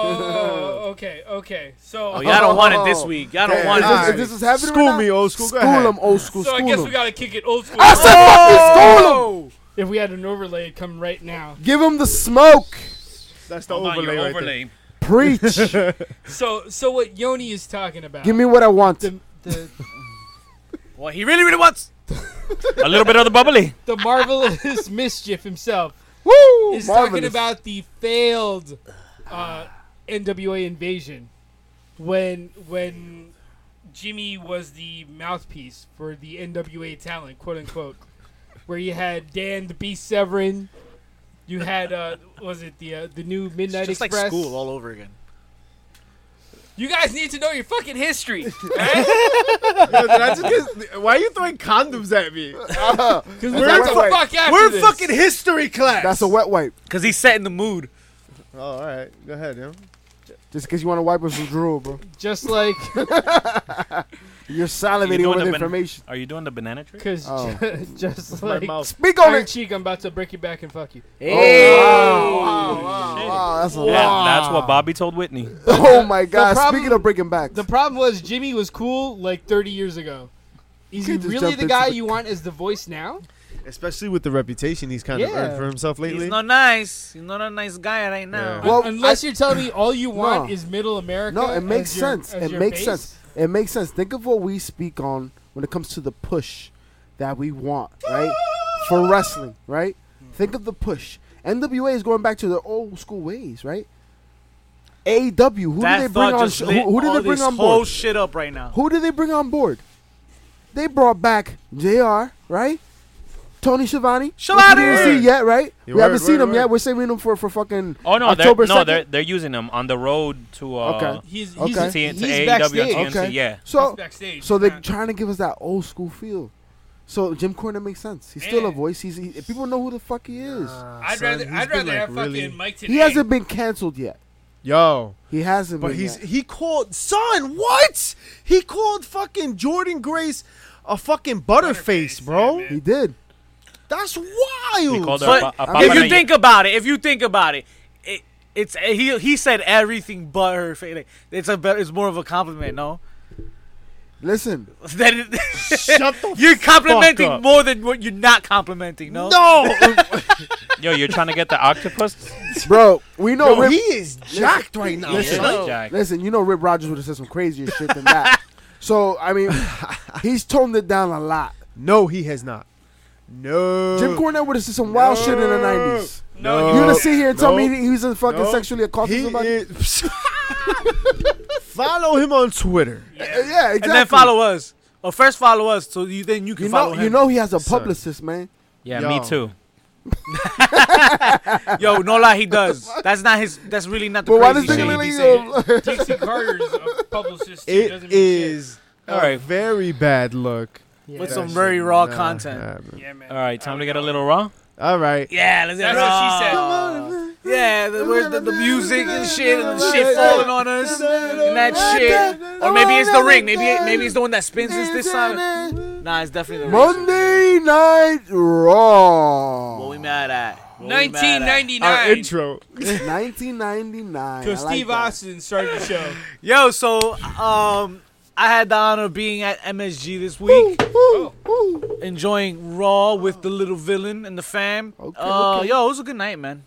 Speaker 3: oh, okay, okay. So,
Speaker 1: Oh, y'all don't want it this week. Y'all don't
Speaker 5: Yeah,
Speaker 1: want it.
Speaker 2: Is
Speaker 1: This
Speaker 2: this,
Speaker 5: alright.
Speaker 2: is this what's happening
Speaker 5: School
Speaker 2: right
Speaker 5: me,
Speaker 2: now?
Speaker 5: old school. Go
Speaker 2: School
Speaker 5: ahead.
Speaker 2: them, old school.
Speaker 3: so I
Speaker 2: school
Speaker 3: guess
Speaker 2: them.
Speaker 3: we gotta kick it old school.
Speaker 2: I said fucking school 'em!
Speaker 5: Oh.
Speaker 3: if we had an overlay come right now.
Speaker 2: Give him the smoke.
Speaker 5: That's the overlay. Right there.
Speaker 2: Preach.
Speaker 3: So, so what Yoni is talking about?
Speaker 2: Give me what I want.
Speaker 3: the the,
Speaker 1: Well, he really, really wants.
Speaker 4: A little bit of the bubbly.
Speaker 3: the marvelous mischief himself
Speaker 2: Woo!
Speaker 3: is talking
Speaker 2: Marvelous.
Speaker 3: about the failed uh, NWA invasion when when Jimmy was the mouthpiece for the NWA talent, quote unquote, where you had Dan the Beast Severin, you had uh, was it the uh, the new Midnight
Speaker 1: It's just like
Speaker 3: Express?
Speaker 1: school all over again.
Speaker 3: You guys need to know your fucking history
Speaker 5: Yo, did I just get- why are you throwing condoms at me?
Speaker 3: because
Speaker 5: We're
Speaker 3: we're about to
Speaker 5: fucking-
Speaker 3: fuck after
Speaker 5: We're
Speaker 3: this.
Speaker 5: fucking history class.
Speaker 2: That's a wet wipe.
Speaker 1: Cause he's setting the mood.
Speaker 5: Oh, all right. Go ahead, yo.
Speaker 2: Just in case you want to wipe us some drool, bro.
Speaker 3: just like
Speaker 2: You're
Speaker 4: You
Speaker 2: salivating
Speaker 4: doing
Speaker 2: over
Speaker 4: the
Speaker 2: the
Speaker 4: ban-
Speaker 2: information.
Speaker 4: Are you doing the banana tree?
Speaker 3: because
Speaker 2: Oh.
Speaker 3: just
Speaker 5: My
Speaker 3: like
Speaker 5: mouth.
Speaker 2: Speak on
Speaker 3: Iron
Speaker 2: it.
Speaker 3: Cheek, I'm about to break your back and fuck you.
Speaker 1: Hey.
Speaker 2: Wow, Oh, wow, wow, wow. That's a
Speaker 4: Yeah,
Speaker 2: lot.
Speaker 4: that's what Bobby told Whitney.
Speaker 2: Oh my God!
Speaker 3: problem-
Speaker 2: Speaking of breaking back,
Speaker 3: The problem was Jimmy was cool like 30 years ago. Is he
Speaker 2: Kid just
Speaker 3: really
Speaker 2: jumped
Speaker 3: the
Speaker 2: into
Speaker 3: guy
Speaker 2: the-
Speaker 3: you want as the voice now?
Speaker 5: Especially with the reputation he's kind of
Speaker 3: Yeah.
Speaker 5: earned for himself lately.
Speaker 1: He's not nice. He's not a nice guy right now.
Speaker 5: Yeah.
Speaker 2: Well,
Speaker 3: Un- Unless you're telling me all you want
Speaker 2: No.
Speaker 3: is Middle America.
Speaker 2: No, it makes
Speaker 3: as your-
Speaker 2: sense.
Speaker 3: as
Speaker 2: It
Speaker 3: your
Speaker 2: makes
Speaker 3: base?
Speaker 2: sense. it makes sense. Think of what we speak on when it comes to the push that we want, right? For wrestling, right? Think of the push. NWA is going back to their old school ways, right? AEW, who
Speaker 1: that
Speaker 2: did they
Speaker 1: thought
Speaker 2: bring on?
Speaker 1: just
Speaker 2: sh- Who,
Speaker 1: lit
Speaker 2: who did
Speaker 1: all
Speaker 2: they bring
Speaker 1: this
Speaker 2: on
Speaker 1: whole
Speaker 2: board?
Speaker 1: shit up right now.
Speaker 2: Who did they bring on board? They brought back Jr. Right? Tony Schiavone. which We
Speaker 1: Schiavone!
Speaker 2: didn't see yet, right?
Speaker 5: You
Speaker 2: we haven't
Speaker 5: word,
Speaker 2: seen
Speaker 5: word,
Speaker 2: him yet.
Speaker 5: word.
Speaker 2: We're saving him for for fucking
Speaker 4: Oh no,
Speaker 2: October
Speaker 4: they're, no,
Speaker 2: 2nd?
Speaker 4: they're they're using them on the road to uh,
Speaker 2: Okay.
Speaker 3: He's, he's,
Speaker 2: Okay.
Speaker 4: to, T-
Speaker 3: he's
Speaker 4: to
Speaker 1: E
Speaker 4: AEW
Speaker 3: backstage.
Speaker 4: and TMC.
Speaker 2: Okay.
Speaker 4: Yeah,
Speaker 2: So
Speaker 3: He's backstage.
Speaker 2: So they're
Speaker 3: Yeah.
Speaker 2: trying to give us that old school feel. So Jim Cornette makes sense. He's still a
Speaker 3: Man.
Speaker 2: voice. He's he, people know who the fuck he is.
Speaker 3: I'd
Speaker 5: Son,
Speaker 3: rather,
Speaker 5: he's
Speaker 3: I'd
Speaker 5: been,
Speaker 3: rather
Speaker 5: like,
Speaker 3: have
Speaker 5: really-
Speaker 3: fucking Mike today.
Speaker 2: he hasn't been canceled yet.
Speaker 5: Yo,
Speaker 2: He hasn't.
Speaker 5: but
Speaker 2: been
Speaker 5: he's
Speaker 2: yet.
Speaker 5: he called son. What? He called fucking Jordan Grace a fucking butterface,
Speaker 3: Butterface,
Speaker 5: bro.
Speaker 3: yeah, man.
Speaker 2: he did.
Speaker 5: That's
Speaker 4: we
Speaker 5: wild.
Speaker 4: called her
Speaker 1: But
Speaker 4: a, pa- a
Speaker 2: if
Speaker 4: papa
Speaker 1: if you
Speaker 4: Mia.
Speaker 1: think about it, if you think about it, it it's he he said everything but her face. Like, it's a better, it's more of a compliment, no?
Speaker 2: Listen,
Speaker 1: Then it-
Speaker 5: Shut the
Speaker 1: you're complimenting
Speaker 5: up.
Speaker 1: more than what you're not complimenting, no?
Speaker 5: no,
Speaker 4: yo, you're trying to get the octopus.
Speaker 2: bro. We know
Speaker 5: Yo,
Speaker 2: Rip.
Speaker 5: he is jacked right now.
Speaker 2: Listen.
Speaker 5: son.
Speaker 4: Yeah, Jack.
Speaker 2: listen, you know Rip Rogers would have said some crazier shit than that. So I mean, he's toned it down a lot.
Speaker 5: No, he has not. No.
Speaker 2: Jim Cornette would have said some wild shit in the
Speaker 5: No.
Speaker 2: nineties.
Speaker 5: No,
Speaker 2: you gonna sit here and tell
Speaker 5: no,
Speaker 2: me he was a fucking
Speaker 5: no.
Speaker 2: sexually
Speaker 5: uh, he
Speaker 2: accosting somebody?
Speaker 5: is- Follow him on Twitter.
Speaker 2: Uh, yeah, exactly.
Speaker 1: And then follow us. Or first follow us, so you then you can
Speaker 2: You
Speaker 1: follow
Speaker 2: know,
Speaker 1: him.
Speaker 2: you know he has a
Speaker 5: Son.
Speaker 2: publicist, man.
Speaker 4: Yeah,
Speaker 5: Yo.
Speaker 4: me too.
Speaker 1: Yo, no lie, he does. That's not his. That's really not the
Speaker 2: But why does
Speaker 1: crazy
Speaker 2: nigga
Speaker 1: shit.
Speaker 2: look
Speaker 1: he
Speaker 2: like
Speaker 1: be
Speaker 2: he
Speaker 1: saying.
Speaker 2: go-
Speaker 3: Dixie Carter's a publicist. too. He
Speaker 5: It
Speaker 3: doesn't mean shit.
Speaker 5: is
Speaker 4: All
Speaker 5: a
Speaker 4: right.
Speaker 5: very bad look.
Speaker 3: Yeah.
Speaker 1: With
Speaker 5: That
Speaker 1: some
Speaker 5: should
Speaker 1: very raw
Speaker 5: not
Speaker 1: content.
Speaker 5: happen.
Speaker 3: Yeah, man.
Speaker 4: All right, time to get a little raw.
Speaker 5: All right.
Speaker 1: Yeah, let's get
Speaker 3: That's what she said.
Speaker 1: raw. Yeah, the, where's the, the music and shit and the shit falling on us and that shit. Or maybe it's the ring. Maybe maybe it's the one that spins us this time. Nah, it's definitely the ring.
Speaker 2: Monday Night Raw.
Speaker 1: What we mad at? What we mad at?
Speaker 6: 1999.
Speaker 3: Our intro.
Speaker 2: 1999. I
Speaker 3: Because
Speaker 2: like
Speaker 3: Steve
Speaker 2: that.
Speaker 3: Austin started the show.
Speaker 1: Yo, so um, I had the honor of being at MSG this week, enjoying Raw with the little villain and the fam.
Speaker 2: Okay,
Speaker 1: uh,
Speaker 2: okay.
Speaker 1: Yo, it was a good night, man.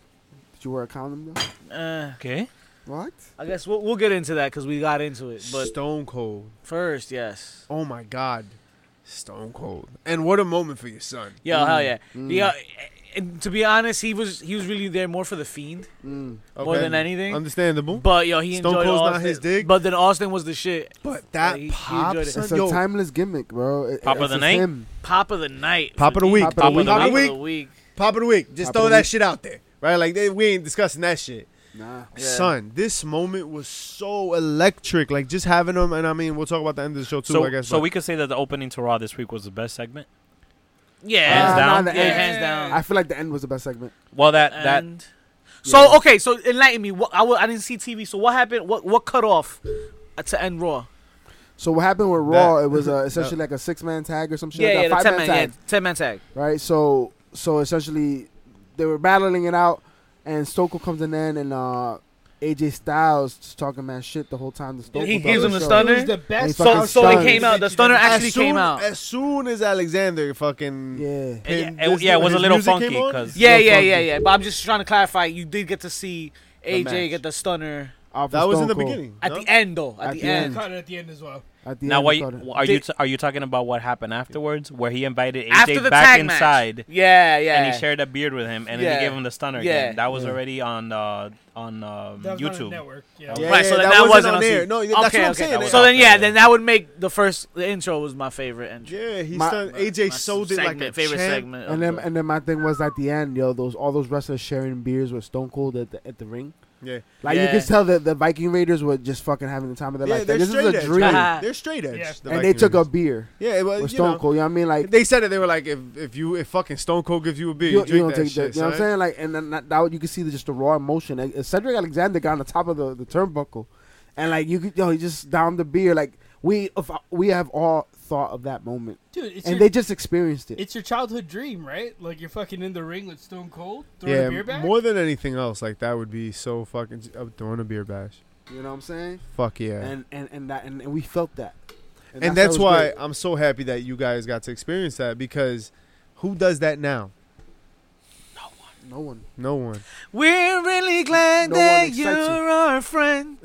Speaker 2: Did you wear a condom though?
Speaker 1: Uh,
Speaker 4: Okay.
Speaker 2: What?
Speaker 1: I guess we'll, we'll get into that because we got into it. But
Speaker 5: Stone Cold.
Speaker 1: first, yes.
Speaker 5: Oh my God, Stone Cold. And what a moment for your son.
Speaker 1: Yo, hell yeah. Yeah, and to be honest, he was he was really there more for the fiend
Speaker 2: Mm.
Speaker 1: more
Speaker 5: Okay.
Speaker 1: than anything.
Speaker 5: Understandable.
Speaker 1: But yo, he
Speaker 5: Stone
Speaker 1: enjoyed
Speaker 5: Cold's not
Speaker 1: Austin.
Speaker 5: his dig?
Speaker 1: But then Austin was the shit.
Speaker 5: But that
Speaker 1: He- he
Speaker 5: pop,
Speaker 1: enjoyed it.
Speaker 5: son,
Speaker 2: It's a
Speaker 5: yo,
Speaker 2: timeless gimmick, bro. It-
Speaker 4: Pop of
Speaker 2: it's
Speaker 4: the
Speaker 2: just
Speaker 4: night?
Speaker 2: him.
Speaker 1: Pop of the night.
Speaker 5: Pop
Speaker 1: for
Speaker 5: of the
Speaker 1: me.
Speaker 5: week.
Speaker 2: Pop of the
Speaker 1: Pop of
Speaker 5: week.
Speaker 1: the week.
Speaker 5: pop of the week. Just
Speaker 2: Pop of
Speaker 5: throw
Speaker 2: the
Speaker 5: that
Speaker 2: week.
Speaker 5: shit out there, right? Like they, we ain't discussing that shit.
Speaker 2: Nah.
Speaker 1: Yeah.
Speaker 5: Son, this moment was so electric. Like just having him, and I mean, we'll talk about the end of the show too.
Speaker 4: so
Speaker 5: I guess.
Speaker 4: so
Speaker 5: but-
Speaker 4: we could say that the opening to Raw this week was the best segment.
Speaker 1: Yeah,
Speaker 4: Hands
Speaker 2: Uh,
Speaker 4: down?
Speaker 2: nah, the
Speaker 1: Yeah,
Speaker 2: end-
Speaker 1: hands down.
Speaker 2: I feel like the end was the best segment.
Speaker 4: Well, that that
Speaker 1: And so
Speaker 2: Yeah.
Speaker 1: okay, so enlighten me. What I w- I didn't see TV. So what happened? What what cut off uh, to end Raw?
Speaker 2: So what happened with Raw? It was uh, essentially like a six man tag or some shit. like
Speaker 1: ten
Speaker 2: that. Five-man
Speaker 1: man,
Speaker 2: tag.
Speaker 1: yeah, ten man tag.
Speaker 2: right? So so essentially, they were battling it out, and Stone Cold comes in then, and uh, AJ Styles just talking man shit the whole time. The Stone
Speaker 1: He
Speaker 2: Cold
Speaker 1: gives
Speaker 2: does
Speaker 1: him the
Speaker 2: show.
Speaker 1: stunner.
Speaker 3: It was the
Speaker 2: And he
Speaker 3: best.
Speaker 2: fucking
Speaker 1: So so it
Speaker 2: stunned.
Speaker 1: came out. The stunner actually
Speaker 5: as soon,
Speaker 1: came out.
Speaker 5: as soon as Alexander fucking.
Speaker 2: Yeah,
Speaker 5: pinned
Speaker 4: Yeah, it-
Speaker 5: this
Speaker 4: yeah, it
Speaker 5: dude,
Speaker 4: was a
Speaker 5: his
Speaker 4: little
Speaker 5: music came
Speaker 4: funky,
Speaker 5: on,
Speaker 4: 'cause-
Speaker 1: Yeah, yeah,
Speaker 5: funky.
Speaker 1: yeah, yeah. But I'm just trying to clarify. You did get to see AJ
Speaker 5: match.
Speaker 1: get the stunner
Speaker 2: off
Speaker 5: That
Speaker 2: of
Speaker 5: was
Speaker 2: Stone
Speaker 5: in the
Speaker 2: Cold
Speaker 5: beginning.
Speaker 1: at
Speaker 5: no?
Speaker 1: the end, though. At,
Speaker 2: At
Speaker 1: the,
Speaker 2: the
Speaker 1: end.
Speaker 2: end.
Speaker 3: Caught it at the end as well.
Speaker 2: At the
Speaker 4: now
Speaker 2: end,
Speaker 4: what
Speaker 2: he
Speaker 4: you-
Speaker 2: started.
Speaker 4: are you
Speaker 1: Did-
Speaker 4: t- are you talking about what happened afterwards, where he invited AJ
Speaker 1: after the
Speaker 4: back
Speaker 1: tag
Speaker 4: inside
Speaker 1: match. Yeah, yeah.
Speaker 4: and he shared a beard with him, and then
Speaker 1: Yeah.
Speaker 4: he gave him the stunner
Speaker 1: Yeah.
Speaker 4: again. That was
Speaker 2: Yeah.
Speaker 4: already on uh, on um,
Speaker 3: That was on the
Speaker 4: YouTube.
Speaker 3: network. Yeah.
Speaker 5: Yeah,
Speaker 1: Right, so
Speaker 5: yeah,
Speaker 1: then that
Speaker 5: that wasn't
Speaker 1: wasn't
Speaker 5: on
Speaker 1: on
Speaker 5: there.
Speaker 1: TV.
Speaker 5: No, that's
Speaker 1: okay,
Speaker 5: what I'm
Speaker 1: okay.
Speaker 5: saying.
Speaker 1: So then,
Speaker 4: after,
Speaker 1: yeah,
Speaker 4: yeah.
Speaker 1: then that would make the first. The intro was my favorite intro.
Speaker 5: Yeah, he
Speaker 2: My-
Speaker 5: started, AJ sold it like
Speaker 1: segment,
Speaker 5: a
Speaker 1: favorite
Speaker 5: champ.
Speaker 1: segment. of
Speaker 2: And then,
Speaker 1: the-
Speaker 2: and then my thing was at the end, yo, those all those wrestlers sharing beers with Stone Cold at the, at the ring.
Speaker 5: Yeah,
Speaker 2: Like
Speaker 1: Yeah.
Speaker 2: you could tell that the Viking Raiders were just fucking having the time of their
Speaker 5: yeah,
Speaker 2: life.
Speaker 5: they're
Speaker 2: Like, this is
Speaker 5: straight
Speaker 2: a
Speaker 5: edge.
Speaker 2: dream,
Speaker 1: Yeah.
Speaker 2: and
Speaker 5: They're straight edge.
Speaker 3: Yeah.
Speaker 5: the
Speaker 2: they took a
Speaker 5: Vikings.
Speaker 2: beer
Speaker 5: Yeah, well,
Speaker 2: with
Speaker 5: you know,
Speaker 2: Stone Cold. You know what I mean? Like
Speaker 5: They said it. They were like, if if you if fucking Stone Cold gives you a beer, you, drink that
Speaker 2: take
Speaker 5: shit.
Speaker 2: You know what I'm
Speaker 5: son.
Speaker 2: saying? Like, and then that, that you can see the, just the raw emotion. Like, Cedric Alexander got on the top of the, the turnbuckle, and like you could, yo, he just down the beer. Like we, if, we have all thought of that moment,
Speaker 3: Dude, it's
Speaker 2: and
Speaker 3: your,
Speaker 2: they just experienced it.
Speaker 3: it's your childhood dream, right? Like you're fucking in the ring with Stone Cold, throwing a beer
Speaker 5: Yeah,
Speaker 3: back.
Speaker 5: more than anything else, like that would be so fucking uh, throwing a beer bash.
Speaker 2: You know what I'm saying?
Speaker 5: Fuck yeah.
Speaker 2: And and and that and, and we felt that,
Speaker 5: and
Speaker 2: that
Speaker 5: that's,
Speaker 2: was
Speaker 5: why
Speaker 2: great.
Speaker 5: I'm so happy that you guys got to experience that because who does that now?
Speaker 2: no one.
Speaker 5: No one.
Speaker 1: We're really glad
Speaker 2: No one
Speaker 1: that
Speaker 2: excites
Speaker 1: you're
Speaker 2: you.
Speaker 1: our friend.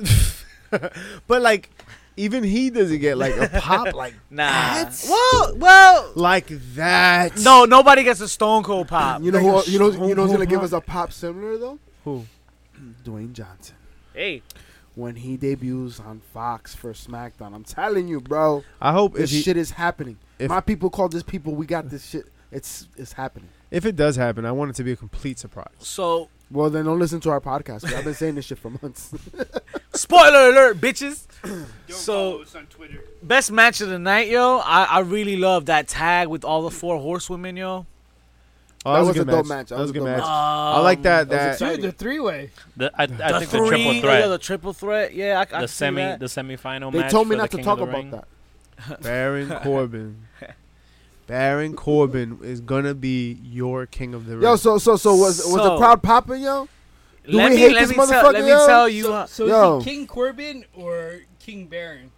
Speaker 5: But like, even he doesn't get like a pop like
Speaker 1: Nah. Well, well.
Speaker 5: like that.
Speaker 1: No, nobody gets a Stone Cold pop.
Speaker 2: You know
Speaker 5: Like
Speaker 2: who?
Speaker 5: a
Speaker 2: You know
Speaker 5: Stone
Speaker 2: you know who's
Speaker 5: Cold
Speaker 2: gonna give
Speaker 5: Rock.
Speaker 2: us a pop similar though?
Speaker 5: Who?
Speaker 2: Dwayne Johnson
Speaker 1: Hey,
Speaker 2: when he debuts on Fox for SmackDown. I'm telling you, bro,
Speaker 5: I hope if
Speaker 2: this
Speaker 5: he,
Speaker 2: shit is happening.
Speaker 5: if-
Speaker 2: My people call this people. We got this shit. It's it's happening.
Speaker 5: if it does happen, I want it to be a complete surprise.
Speaker 1: so
Speaker 2: Well, then don't listen to our podcast. 'cause I've been saying this shit for months.
Speaker 1: spoiler alert, bitches.
Speaker 7: Don't
Speaker 1: So-
Speaker 7: follow us on Twitter.
Speaker 1: Best match of the night, yo. I, I really love that tag with all the four horsewomen, yo.
Speaker 5: Oh,
Speaker 2: That
Speaker 5: was
Speaker 2: was a
Speaker 5: good
Speaker 2: dope match.
Speaker 5: That was a good match.
Speaker 1: Um,
Speaker 5: I like that.
Speaker 2: that was
Speaker 5: That,
Speaker 3: Dude, the three way.
Speaker 4: The, I, I
Speaker 1: The
Speaker 4: think
Speaker 1: three, oh,
Speaker 4: the triple
Speaker 1: Yeah,
Speaker 4: threat,
Speaker 1: the triple threat. Yeah, I, I
Speaker 4: the
Speaker 1: can see
Speaker 4: semi,
Speaker 1: that.
Speaker 4: the semifinal
Speaker 2: they
Speaker 4: match.
Speaker 2: told me
Speaker 4: for the
Speaker 2: not to
Speaker 4: King
Speaker 2: talk
Speaker 4: of the
Speaker 2: about
Speaker 4: Ring.
Speaker 2: that.
Speaker 5: Baron Corbin. Baron Corbin is gonna be your king of the ring.
Speaker 2: Yo, so so so was was
Speaker 1: So-
Speaker 2: the crowd popping, yo? Do
Speaker 1: let
Speaker 2: we
Speaker 1: me
Speaker 2: hate
Speaker 1: let
Speaker 2: this
Speaker 1: me tell,
Speaker 2: motherfucker,
Speaker 1: let me
Speaker 2: yo?
Speaker 1: tell you. uh,
Speaker 3: So
Speaker 2: Yo.
Speaker 3: is he King Corbin or King Baron?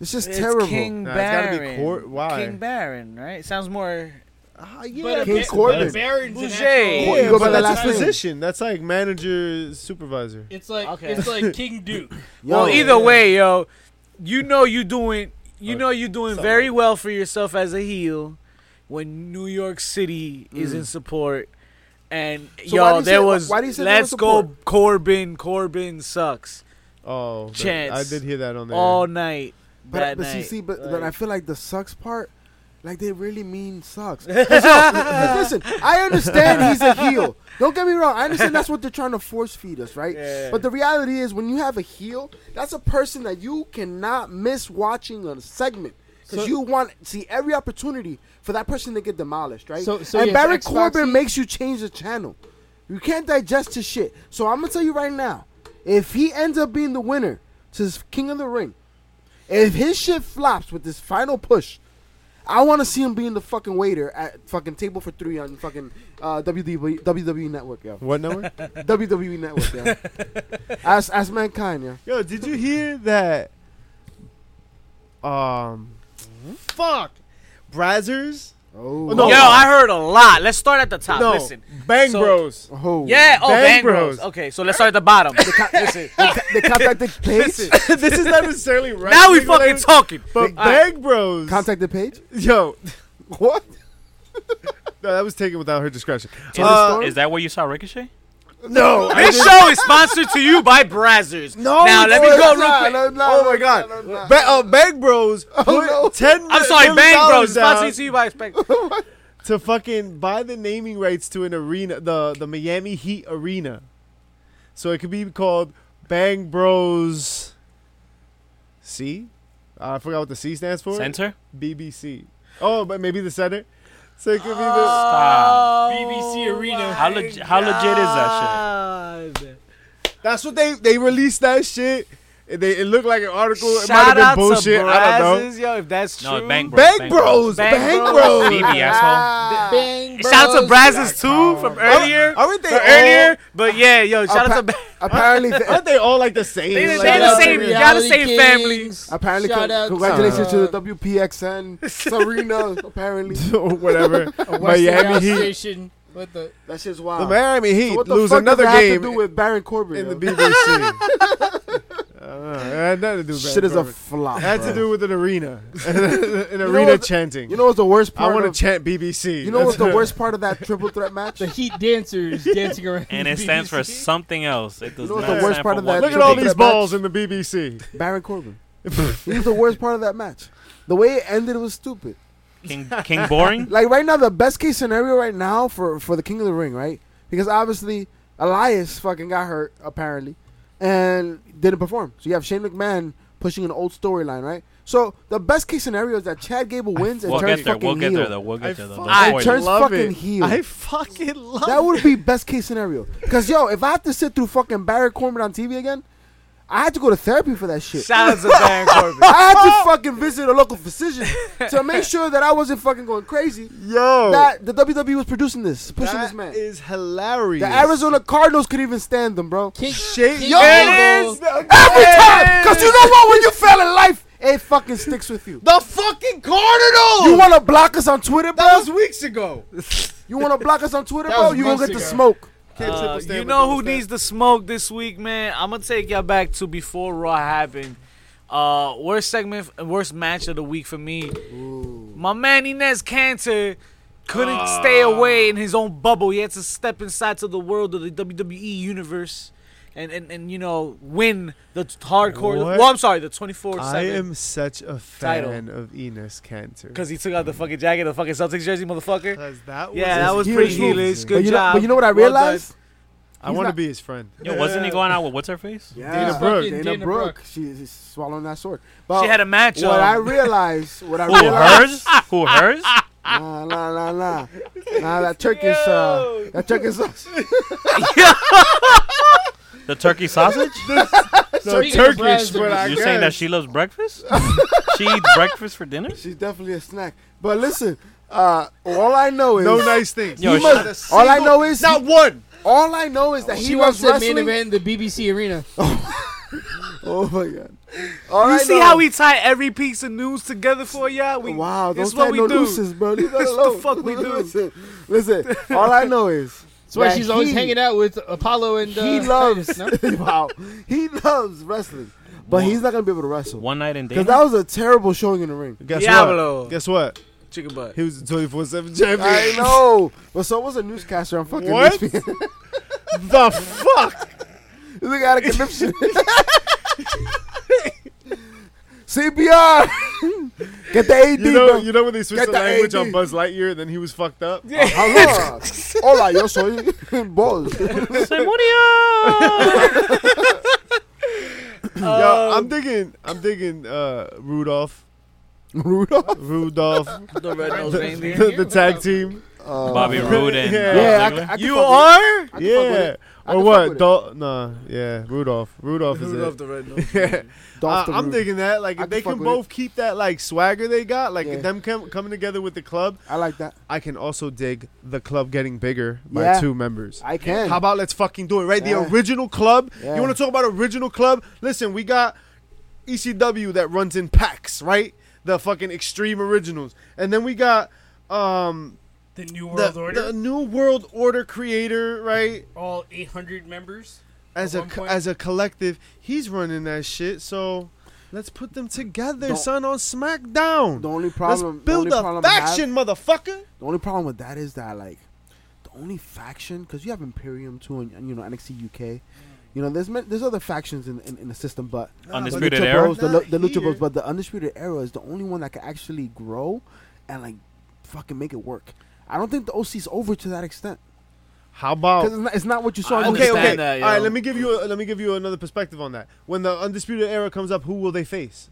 Speaker 2: It's just
Speaker 1: it's
Speaker 2: terrible.
Speaker 1: King
Speaker 5: Nah, it's gotta
Speaker 1: Baron.
Speaker 5: be Cor- why?
Speaker 1: King Baron, right? Sounds more.
Speaker 5: Ah, yeah,
Speaker 3: But a
Speaker 2: King
Speaker 3: Ba-
Speaker 2: Corbin.
Speaker 3: but Baron's an
Speaker 1: Bouger.
Speaker 3: actual-
Speaker 5: Yeah,
Speaker 2: You go by
Speaker 5: but
Speaker 2: the
Speaker 5: that's
Speaker 2: last name.
Speaker 5: position. That's like manager, supervisor.
Speaker 3: It's like
Speaker 1: Okay.
Speaker 3: it's like King Duke.
Speaker 2: Yo,
Speaker 1: well, either
Speaker 3: yeah.
Speaker 1: way, yo, you know you doing you
Speaker 2: Uh,
Speaker 5: Okay.
Speaker 1: know you doing
Speaker 5: Something
Speaker 1: very
Speaker 5: like
Speaker 1: well for yourself as a heel when New York City is in support. And
Speaker 2: Mm. So why do
Speaker 1: yo,
Speaker 2: you
Speaker 1: there
Speaker 2: say-
Speaker 1: was
Speaker 2: why do you say they were
Speaker 1: let's go
Speaker 2: support?
Speaker 1: Corbin. Corbin sucks
Speaker 5: Oh, that-
Speaker 1: Chance.
Speaker 5: I did hear that on there.
Speaker 1: all night.
Speaker 2: but
Speaker 1: that
Speaker 2: but see,
Speaker 1: night.
Speaker 2: see, but
Speaker 1: Like-
Speaker 2: but I feel like the sucks part. Like they really mean sucks. 'Cause, yo, 'cause listen, I understand he's a heel. Don't get me wrong. I understand that's what they're trying to force feed us, right?
Speaker 1: Yeah.
Speaker 2: But the reality is, when you have a heel, that's a person that you cannot miss watching a segment because
Speaker 3: So-
Speaker 2: you want see every opportunity for that person to get demolished, right?
Speaker 3: So- so
Speaker 2: and
Speaker 3: yes,
Speaker 2: Barry
Speaker 3: Xbox
Speaker 2: Corbin
Speaker 3: heat-
Speaker 2: makes you change the channel. You can't digest his shit. So I'm gonna tell you right now, if he ends up being the winner to this King of the Ring, if his shit flops with this final push, I want to see him being the fucking waiter at fucking table for three on fucking uh, WWE, WWE E Network, yo.
Speaker 5: What number?
Speaker 2: WWE Network, yo. as as mankind, yo.
Speaker 5: Yo, did you hear that? Um, fuck, Brazzers.
Speaker 2: Oh,
Speaker 5: No.
Speaker 1: Yo, I heard a lot. Let's start at the top.
Speaker 5: No,
Speaker 1: Listen.
Speaker 5: Bang
Speaker 1: So-
Speaker 5: Bros.
Speaker 2: oh.
Speaker 1: Yeah, oh,
Speaker 5: Bang
Speaker 1: Bang Bros.
Speaker 5: Bros.
Speaker 1: Okay, so let's start at the bottom. Listen,
Speaker 2: They contacted Paige.
Speaker 5: this is not necessarily right.
Speaker 1: now we fucking talking.
Speaker 5: But
Speaker 1: All right.
Speaker 5: Bang Bros.
Speaker 2: Contacted Paige.
Speaker 5: Yo,
Speaker 2: What?
Speaker 5: no, that was taken without her discretion.
Speaker 4: Is,
Speaker 5: Uh,
Speaker 4: is that where you saw Ricochet?
Speaker 5: no, I
Speaker 1: This
Speaker 5: didn't-
Speaker 1: show is sponsored to you by Brazzers.
Speaker 5: No,
Speaker 1: now
Speaker 5: it's
Speaker 1: let me
Speaker 5: not.
Speaker 1: go
Speaker 5: It's
Speaker 1: real
Speaker 5: not.
Speaker 1: quick.
Speaker 2: No, no,
Speaker 5: Oh
Speaker 2: no,
Speaker 5: my God,
Speaker 2: no, no, no.
Speaker 5: ba- uh, Bang Bros. put
Speaker 2: no.
Speaker 5: ten.
Speaker 1: I'm sorry,
Speaker 5: million
Speaker 1: Bang Bros.
Speaker 5: dollars
Speaker 1: is
Speaker 5: down
Speaker 1: Sponsored to you by Spec.
Speaker 5: to fucking buy the naming rights to an arena, the the Miami Heat arena, so it could be called Bang Bros. C. Uh, I forgot what the C stands for.
Speaker 4: Center?
Speaker 5: BBC. Oh, but maybe the center. So it could be the.
Speaker 1: Uh,
Speaker 5: Ah,
Speaker 4: Stop.
Speaker 3: BBC Arena.
Speaker 4: How, leg- how legit is that shit?
Speaker 5: That's what they they released that shit. It- They, it looked like an article. it might have
Speaker 1: Shout
Speaker 5: been
Speaker 1: out
Speaker 5: bullshit.
Speaker 1: to
Speaker 5: I don't know.
Speaker 1: Brazzers, yo, if that's true.
Speaker 4: No, Bang Bros.
Speaker 5: Bang Bros.
Speaker 1: Bang
Speaker 5: Bang
Speaker 1: Bros.
Speaker 5: Bros.
Speaker 4: BB, asshole.
Speaker 3: Bang,
Speaker 1: Shout out to
Speaker 3: bros.
Speaker 1: Brazzers too from earlier.
Speaker 5: Aren't they
Speaker 1: From
Speaker 5: all,
Speaker 1: earlier, but yeah, yo, shout out to. Bang-
Speaker 2: Apparently, the,
Speaker 5: Aren't they all like the same?
Speaker 1: They-
Speaker 5: Like,
Speaker 1: they're the
Speaker 5: uh,
Speaker 1: same-
Speaker 5: yeah.
Speaker 1: y'all the same
Speaker 3: Reality
Speaker 1: family.
Speaker 3: Kings.
Speaker 2: apparently,
Speaker 3: Shout
Speaker 2: con-
Speaker 3: out
Speaker 2: congratulations to the WPXN Serena. apparently,
Speaker 5: or whatever.
Speaker 3: A
Speaker 5: Miami
Speaker 3: Miami
Speaker 5: Heat.
Speaker 3: Station with the
Speaker 2: that shit's wild.
Speaker 5: The Miami Heat
Speaker 2: So what the
Speaker 5: lose
Speaker 2: fuck
Speaker 5: another
Speaker 2: does that have
Speaker 5: game
Speaker 2: to do with Baron Corbin?
Speaker 5: in the
Speaker 2: yo?
Speaker 5: BBC. I don't know. It had nothing to do with
Speaker 2: shit is a
Speaker 5: Corbin.
Speaker 2: flop.
Speaker 5: It had
Speaker 2: bro.
Speaker 5: to do with an arena, an
Speaker 2: know
Speaker 5: arena
Speaker 2: what the-
Speaker 5: chanting.
Speaker 2: You know what's the worst
Speaker 5: I
Speaker 2: part?
Speaker 5: want
Speaker 2: of-
Speaker 5: to chant BBC.
Speaker 2: You know what's
Speaker 5: That's
Speaker 2: the
Speaker 5: what-
Speaker 2: worst part of that triple threat match?
Speaker 3: the Heat dancers dancing around.
Speaker 4: And
Speaker 3: the
Speaker 4: it stands for
Speaker 3: BBC.
Speaker 4: something else. It does
Speaker 2: know what's
Speaker 4: not
Speaker 2: the worst
Speaker 4: stand
Speaker 2: part
Speaker 4: for
Speaker 2: of
Speaker 4: one
Speaker 2: that?
Speaker 5: Look
Speaker 4: thing.
Speaker 5: at all these
Speaker 2: That
Speaker 5: balls in the BBC.
Speaker 2: Baron Corbin. He's the worst part of that match. The way it ended was stupid.
Speaker 4: King, King Boring?
Speaker 2: Like right now, the best case scenario right now for for the King of the Ring, right? Because obviously Elias fucking got hurt apparently, and didn't perform. So you have Shane McMahon pushing an old storyline, right? So the best case scenario is that Chad Gable wins and
Speaker 4: We'll
Speaker 2: turns
Speaker 4: get there.
Speaker 2: fucking
Speaker 4: We'll get
Speaker 2: heel.
Speaker 4: there, though. We'll
Speaker 5: I
Speaker 4: get there, though.
Speaker 5: fucking
Speaker 4: Don't
Speaker 1: I
Speaker 4: worry.
Speaker 2: turn- Turns
Speaker 5: love
Speaker 2: fucking
Speaker 5: it.
Speaker 2: heel.
Speaker 5: I fucking love
Speaker 2: That would be best case scenario. Cause yo, if I have to sit through fucking Barry Corbin on TV again, I had to go to therapy for that shit.
Speaker 1: Shout out to Baron Corbin.
Speaker 2: I had to fucking visit a local physician to make sure that I wasn't fucking going crazy.
Speaker 5: Yo,
Speaker 2: That the WWE was producing this, pushing
Speaker 5: that
Speaker 2: this man.
Speaker 5: is hilarious.
Speaker 2: the Arizona Cardinals could even stand them, bro.
Speaker 3: King,
Speaker 5: Shit,
Speaker 3: King
Speaker 5: yo,
Speaker 3: Gable.
Speaker 2: Every time, cause you know what? When you fail in life, it fucking sticks with you.
Speaker 5: the fucking Cardinals.
Speaker 2: You wanna block us on Twitter,
Speaker 5: that
Speaker 2: bro?
Speaker 5: was weeks ago.
Speaker 2: You wanna block us on Twitter,
Speaker 3: That
Speaker 2: bro?
Speaker 3: was
Speaker 2: You gonna
Speaker 3: months
Speaker 2: get the
Speaker 3: ago.
Speaker 2: smoke.
Speaker 5: Can't
Speaker 1: Uh,
Speaker 5: triple stand
Speaker 1: you
Speaker 5: with
Speaker 1: know
Speaker 5: double
Speaker 1: who
Speaker 5: stand.
Speaker 1: needs the smoke this week, man? I'm gonna take y'all back to before Raw happened. Uh, worst segment, worst match of the week for me. My man Inez Cantor couldn't stay
Speaker 5: Ah.
Speaker 1: away in his own bubble. He had to step inside to the world of the WWE universe. And, and, and you know win the t- hardcore.
Speaker 5: What?
Speaker 1: Well, I'm sorry, the 24
Speaker 5: I
Speaker 1: 7
Speaker 5: am such a
Speaker 1: Title.
Speaker 5: fan of Enos Cantor.
Speaker 1: because he took out the fucking jacket, the fucking Celtics jersey, motherfucker.
Speaker 5: Because that
Speaker 1: Yeah, that was
Speaker 5: his
Speaker 1: pretty
Speaker 5: move.
Speaker 1: heelish. Good
Speaker 2: But you, know,
Speaker 1: job.
Speaker 2: but you know what I
Speaker 1: Well done.
Speaker 2: realized?
Speaker 5: I
Speaker 2: He's
Speaker 5: want to
Speaker 2: not-
Speaker 5: be his friend.
Speaker 4: Yo, wasn't he going out with what's her face?
Speaker 2: Yeah.
Speaker 5: Dana Brooke.
Speaker 3: Fucking
Speaker 2: Dana,
Speaker 3: Dana
Speaker 2: Brooke.
Speaker 3: Brooke.
Speaker 2: She, she's swallowing that sword. But
Speaker 1: she had a match.
Speaker 2: what
Speaker 1: on.
Speaker 2: I realized, what I
Speaker 4: Who
Speaker 2: realized,
Speaker 4: hers? Who hers?
Speaker 2: nah, nah, nah, nah, nah, that Turkish, uh, that Turkish sauce,
Speaker 4: The turkey sausage?
Speaker 5: So
Speaker 3: Speaking of
Speaker 5: Turkish,
Speaker 3: Brazzers.
Speaker 5: but I
Speaker 4: You're
Speaker 5: guess.
Speaker 4: saying that she loves breakfast? she eats breakfast for dinner?
Speaker 2: she's definitely a snack. But listen, uh, all I know is,
Speaker 5: no nice things.
Speaker 4: Yo,
Speaker 2: he
Speaker 4: she-
Speaker 2: must-
Speaker 5: Not a
Speaker 2: all I
Speaker 5: single-
Speaker 2: know is,
Speaker 5: not one.
Speaker 2: all I know is that he
Speaker 3: She
Speaker 2: loves
Speaker 3: wants to main
Speaker 2: wrestling.
Speaker 3: event the BBC Arena.
Speaker 2: Oh my god! All
Speaker 1: You
Speaker 2: I
Speaker 1: see
Speaker 2: know-
Speaker 1: how we tie every piece of news together for y'all? We,
Speaker 2: Wow,
Speaker 1: this
Speaker 2: those
Speaker 1: is what
Speaker 2: tie
Speaker 1: we
Speaker 2: no
Speaker 1: do.
Speaker 2: nooses, bro. Leave that
Speaker 1: This the
Speaker 2: alone.
Speaker 1: fuck we do.
Speaker 2: listen, listen, all I know is
Speaker 3: That's why
Speaker 2: that
Speaker 3: she's always
Speaker 2: he-
Speaker 3: hanging out with Apollo and. Uh,
Speaker 2: He loves
Speaker 3: No?
Speaker 2: wow. He loves wrestling, but he's not gonna be able to wrestle.
Speaker 4: One night in
Speaker 2: Because
Speaker 4: Dana?
Speaker 2: that was a terrible showing in the ring.
Speaker 5: Guess
Speaker 1: Diablo.
Speaker 5: what? Guess what?
Speaker 1: Chicken butt.
Speaker 5: He was the 24 7 champion.
Speaker 2: I know. But so was a newscaster on fucking E
Speaker 5: What?
Speaker 2: ESPN.
Speaker 5: the fuck?
Speaker 2: this nigga had a conniption. CPR. Get the AD,
Speaker 5: You know,
Speaker 2: bro.
Speaker 5: you know when they switched
Speaker 2: Get
Speaker 5: the
Speaker 2: the
Speaker 5: language
Speaker 2: AD.
Speaker 5: on Buzz Lightyear and then he was fucked up?
Speaker 2: Hello. Hola, yo soy Balls.
Speaker 4: Se murió!
Speaker 5: Yo, I'm digging, I'm digging uh, Rudolph.
Speaker 2: Rudolph.
Speaker 5: Rudolph,
Speaker 1: the red nose
Speaker 5: the, the tag team.
Speaker 2: uh,
Speaker 4: Bobby Roode and
Speaker 5: Yeah.
Speaker 4: uh,
Speaker 2: Yeah, I
Speaker 4: Ziggler?
Speaker 2: c- I, could
Speaker 5: You
Speaker 2: fuck with it.
Speaker 5: are?
Speaker 2: I could fuck with
Speaker 5: yeah.
Speaker 2: it. I
Speaker 5: Or
Speaker 2: could fuck
Speaker 5: what?
Speaker 2: with
Speaker 5: Dol- nah, yeah, Rudolph. Rudolph is
Speaker 1: Rudolph
Speaker 5: it.
Speaker 1: the Red
Speaker 5: Yeah.
Speaker 2: Dolph
Speaker 5: I,
Speaker 2: the
Speaker 5: am
Speaker 2: Rude.
Speaker 5: thinking that like
Speaker 2: I
Speaker 5: if
Speaker 2: can
Speaker 5: they
Speaker 2: fuck
Speaker 5: can
Speaker 2: with
Speaker 5: both keep that like swagger they got, like
Speaker 2: Yeah.
Speaker 5: them com- coming together with the club.
Speaker 2: I like that.
Speaker 5: I can also dig the club getting bigger by
Speaker 2: Yeah.
Speaker 5: two members.
Speaker 2: I can.
Speaker 5: How about let's fucking do it, right?
Speaker 2: Yeah.
Speaker 5: The original club.
Speaker 2: Yeah.
Speaker 5: You want to talk about original club? Listen, we got ECW that runs in packs, right? The fucking extreme originals, and then we got um
Speaker 3: The New
Speaker 5: the,
Speaker 3: World Order,
Speaker 5: the new world order creator, right?
Speaker 3: all 800 members.
Speaker 5: As
Speaker 3: At
Speaker 5: a
Speaker 3: one
Speaker 5: co-
Speaker 3: point-
Speaker 5: as a collective, he's running that shit. So let's put them together,
Speaker 2: Don't-
Speaker 5: son, on SmackDown.
Speaker 2: the only problem?
Speaker 5: let's
Speaker 2: the
Speaker 5: build
Speaker 2: only
Speaker 5: a
Speaker 2: problem I have-
Speaker 5: faction, motherfucker.
Speaker 2: The only problem with that is that like the only faction because you have Imperium too and, and, you know NXT UK. You know, there's ma- there's other factions in, in, in the system, but
Speaker 4: Undisputed
Speaker 2: the Lucha
Speaker 4: Era?
Speaker 2: Bros, the, Lu- the
Speaker 5: Not
Speaker 2: Lucha Bros,
Speaker 5: here.
Speaker 2: but the Undisputed Era is the only one that can actually grow and like fucking make it work. I don't think the OC's over to that extent
Speaker 5: How about
Speaker 2: because it's, not, it's not what you saw.
Speaker 1: I
Speaker 2: in the
Speaker 5: okay,
Speaker 1: understand
Speaker 5: okay.
Speaker 1: that,
Speaker 5: All right,
Speaker 1: yo.
Speaker 5: let me give you a, let me give you another perspective on that. When the undisputed era comes up, who will they face?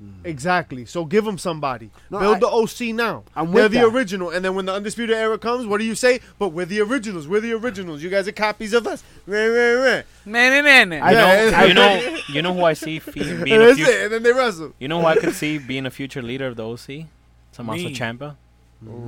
Speaker 4: Mm.
Speaker 5: Exactly. So give them somebody.
Speaker 2: No,
Speaker 5: Build
Speaker 2: I-
Speaker 5: the OC now.
Speaker 2: I'm
Speaker 5: They're
Speaker 2: with
Speaker 5: the
Speaker 2: that.
Speaker 5: original, and then when the undisputed era comes, what do you say? But we're the originals. We're the originals. You guys are copies of us. Right, right, right.
Speaker 1: Man, man, man.
Speaker 2: I
Speaker 5: Yeah,
Speaker 2: know.
Speaker 5: it's-
Speaker 2: I
Speaker 4: you know, you know who I see fe- being
Speaker 5: And
Speaker 4: a
Speaker 5: that's
Speaker 4: future.
Speaker 5: it. And then they wrestle.
Speaker 4: You know who I could see being a future leader of the OC? Tommaso
Speaker 1: Me.
Speaker 4: Champa,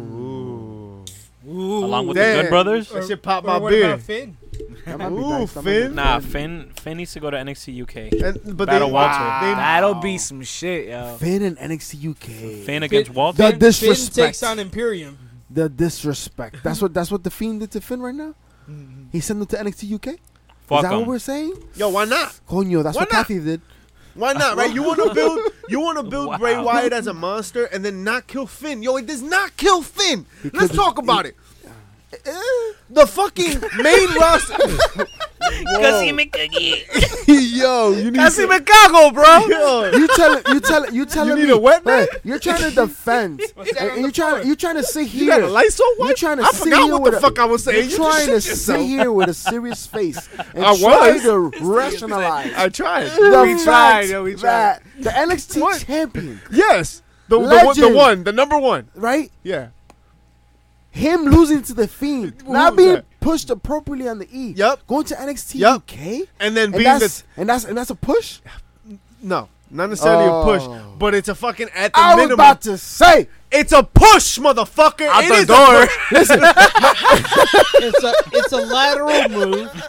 Speaker 5: Ooh.
Speaker 1: Ooh.
Speaker 4: along with the
Speaker 5: Damn.
Speaker 4: Good Brothers.
Speaker 5: That
Speaker 3: Or-
Speaker 5: shit popped
Speaker 3: or
Speaker 5: my
Speaker 3: what
Speaker 5: beard.
Speaker 3: about Finn?
Speaker 2: that might be
Speaker 5: Ooh,
Speaker 2: nice, that might be
Speaker 5: Finn.
Speaker 4: Nah,
Speaker 2: nice.
Speaker 4: Finn. Finn needs to go to NXT UK.
Speaker 5: And, but
Speaker 4: Battle
Speaker 5: they,
Speaker 4: Walter.
Speaker 5: they-
Speaker 1: That'll be some shit, yo.
Speaker 2: Finn and NXT UK.
Speaker 4: Finn against Walter.
Speaker 2: The
Speaker 3: Finn-
Speaker 2: disrespect.
Speaker 3: Finn takes on Imperium.
Speaker 2: The disrespect. That's what that's what the fiend did to Finn right now. He sent him to NXT UK.
Speaker 4: Fuck
Speaker 2: Is that
Speaker 4: 'em.
Speaker 2: what we're saying?
Speaker 5: Yo, why not?
Speaker 2: Coño, that's
Speaker 5: Why
Speaker 2: what
Speaker 5: not?
Speaker 2: Kathy did.
Speaker 5: Why not, right? You want to build, you want to build Bray
Speaker 4: Wow.
Speaker 5: Wyatt as a monster and then not kill Finn. Yo, it does not kill Finn.
Speaker 2: He
Speaker 5: Let's
Speaker 2: could've-
Speaker 5: talk about
Speaker 2: he-
Speaker 5: it. Eh? The fucking main roster.
Speaker 4: Cause make cookie.
Speaker 5: Yo, you need.
Speaker 1: That's in Chicago, bro.
Speaker 5: Yo,
Speaker 2: You tell you tell you telling
Speaker 5: need
Speaker 2: me
Speaker 5: a wet
Speaker 2: hey,
Speaker 5: night?
Speaker 2: you're trying to defend. and,
Speaker 3: that on
Speaker 2: and
Speaker 3: the
Speaker 2: you trying
Speaker 3: floor?
Speaker 2: you trying to sit
Speaker 5: you
Speaker 2: here.
Speaker 5: got a Lysol
Speaker 2: you're
Speaker 5: wipe?
Speaker 2: trying to
Speaker 5: I
Speaker 2: sit
Speaker 5: forgot
Speaker 2: here
Speaker 5: what
Speaker 2: with
Speaker 5: the
Speaker 2: a-
Speaker 5: fuck I was saying.
Speaker 2: You're
Speaker 5: You
Speaker 2: trying to
Speaker 5: just shit
Speaker 2: sit
Speaker 5: yourself.
Speaker 2: here with a serious face and
Speaker 5: I
Speaker 2: try
Speaker 5: was.
Speaker 2: to rationalize
Speaker 5: I tried.
Speaker 2: the
Speaker 1: We
Speaker 2: fact
Speaker 1: tried, yo, we
Speaker 2: that the NXT
Speaker 5: What?
Speaker 2: champion,
Speaker 5: Yes, the, the, one- the
Speaker 2: Legend.
Speaker 5: one, the number one.
Speaker 2: right?
Speaker 5: Yeah.
Speaker 2: Him losing to the Fiend,
Speaker 5: Who
Speaker 2: not
Speaker 5: was
Speaker 2: being
Speaker 5: that?
Speaker 2: pushed appropriately on the E.
Speaker 5: Yep.
Speaker 2: Going to NXT
Speaker 5: Yep.
Speaker 2: UK,
Speaker 5: And then
Speaker 2: and
Speaker 5: being the
Speaker 2: that's, and that's and that's a push.
Speaker 5: no, not necessarily
Speaker 2: Oh.
Speaker 5: a push, but it's a fucking at the
Speaker 2: I was
Speaker 5: minimum.
Speaker 2: about to say.
Speaker 5: it's a push, motherfucker.
Speaker 2: Out
Speaker 5: It
Speaker 2: the
Speaker 5: is a
Speaker 2: door.
Speaker 5: push.
Speaker 8: It's a it's a lateral move.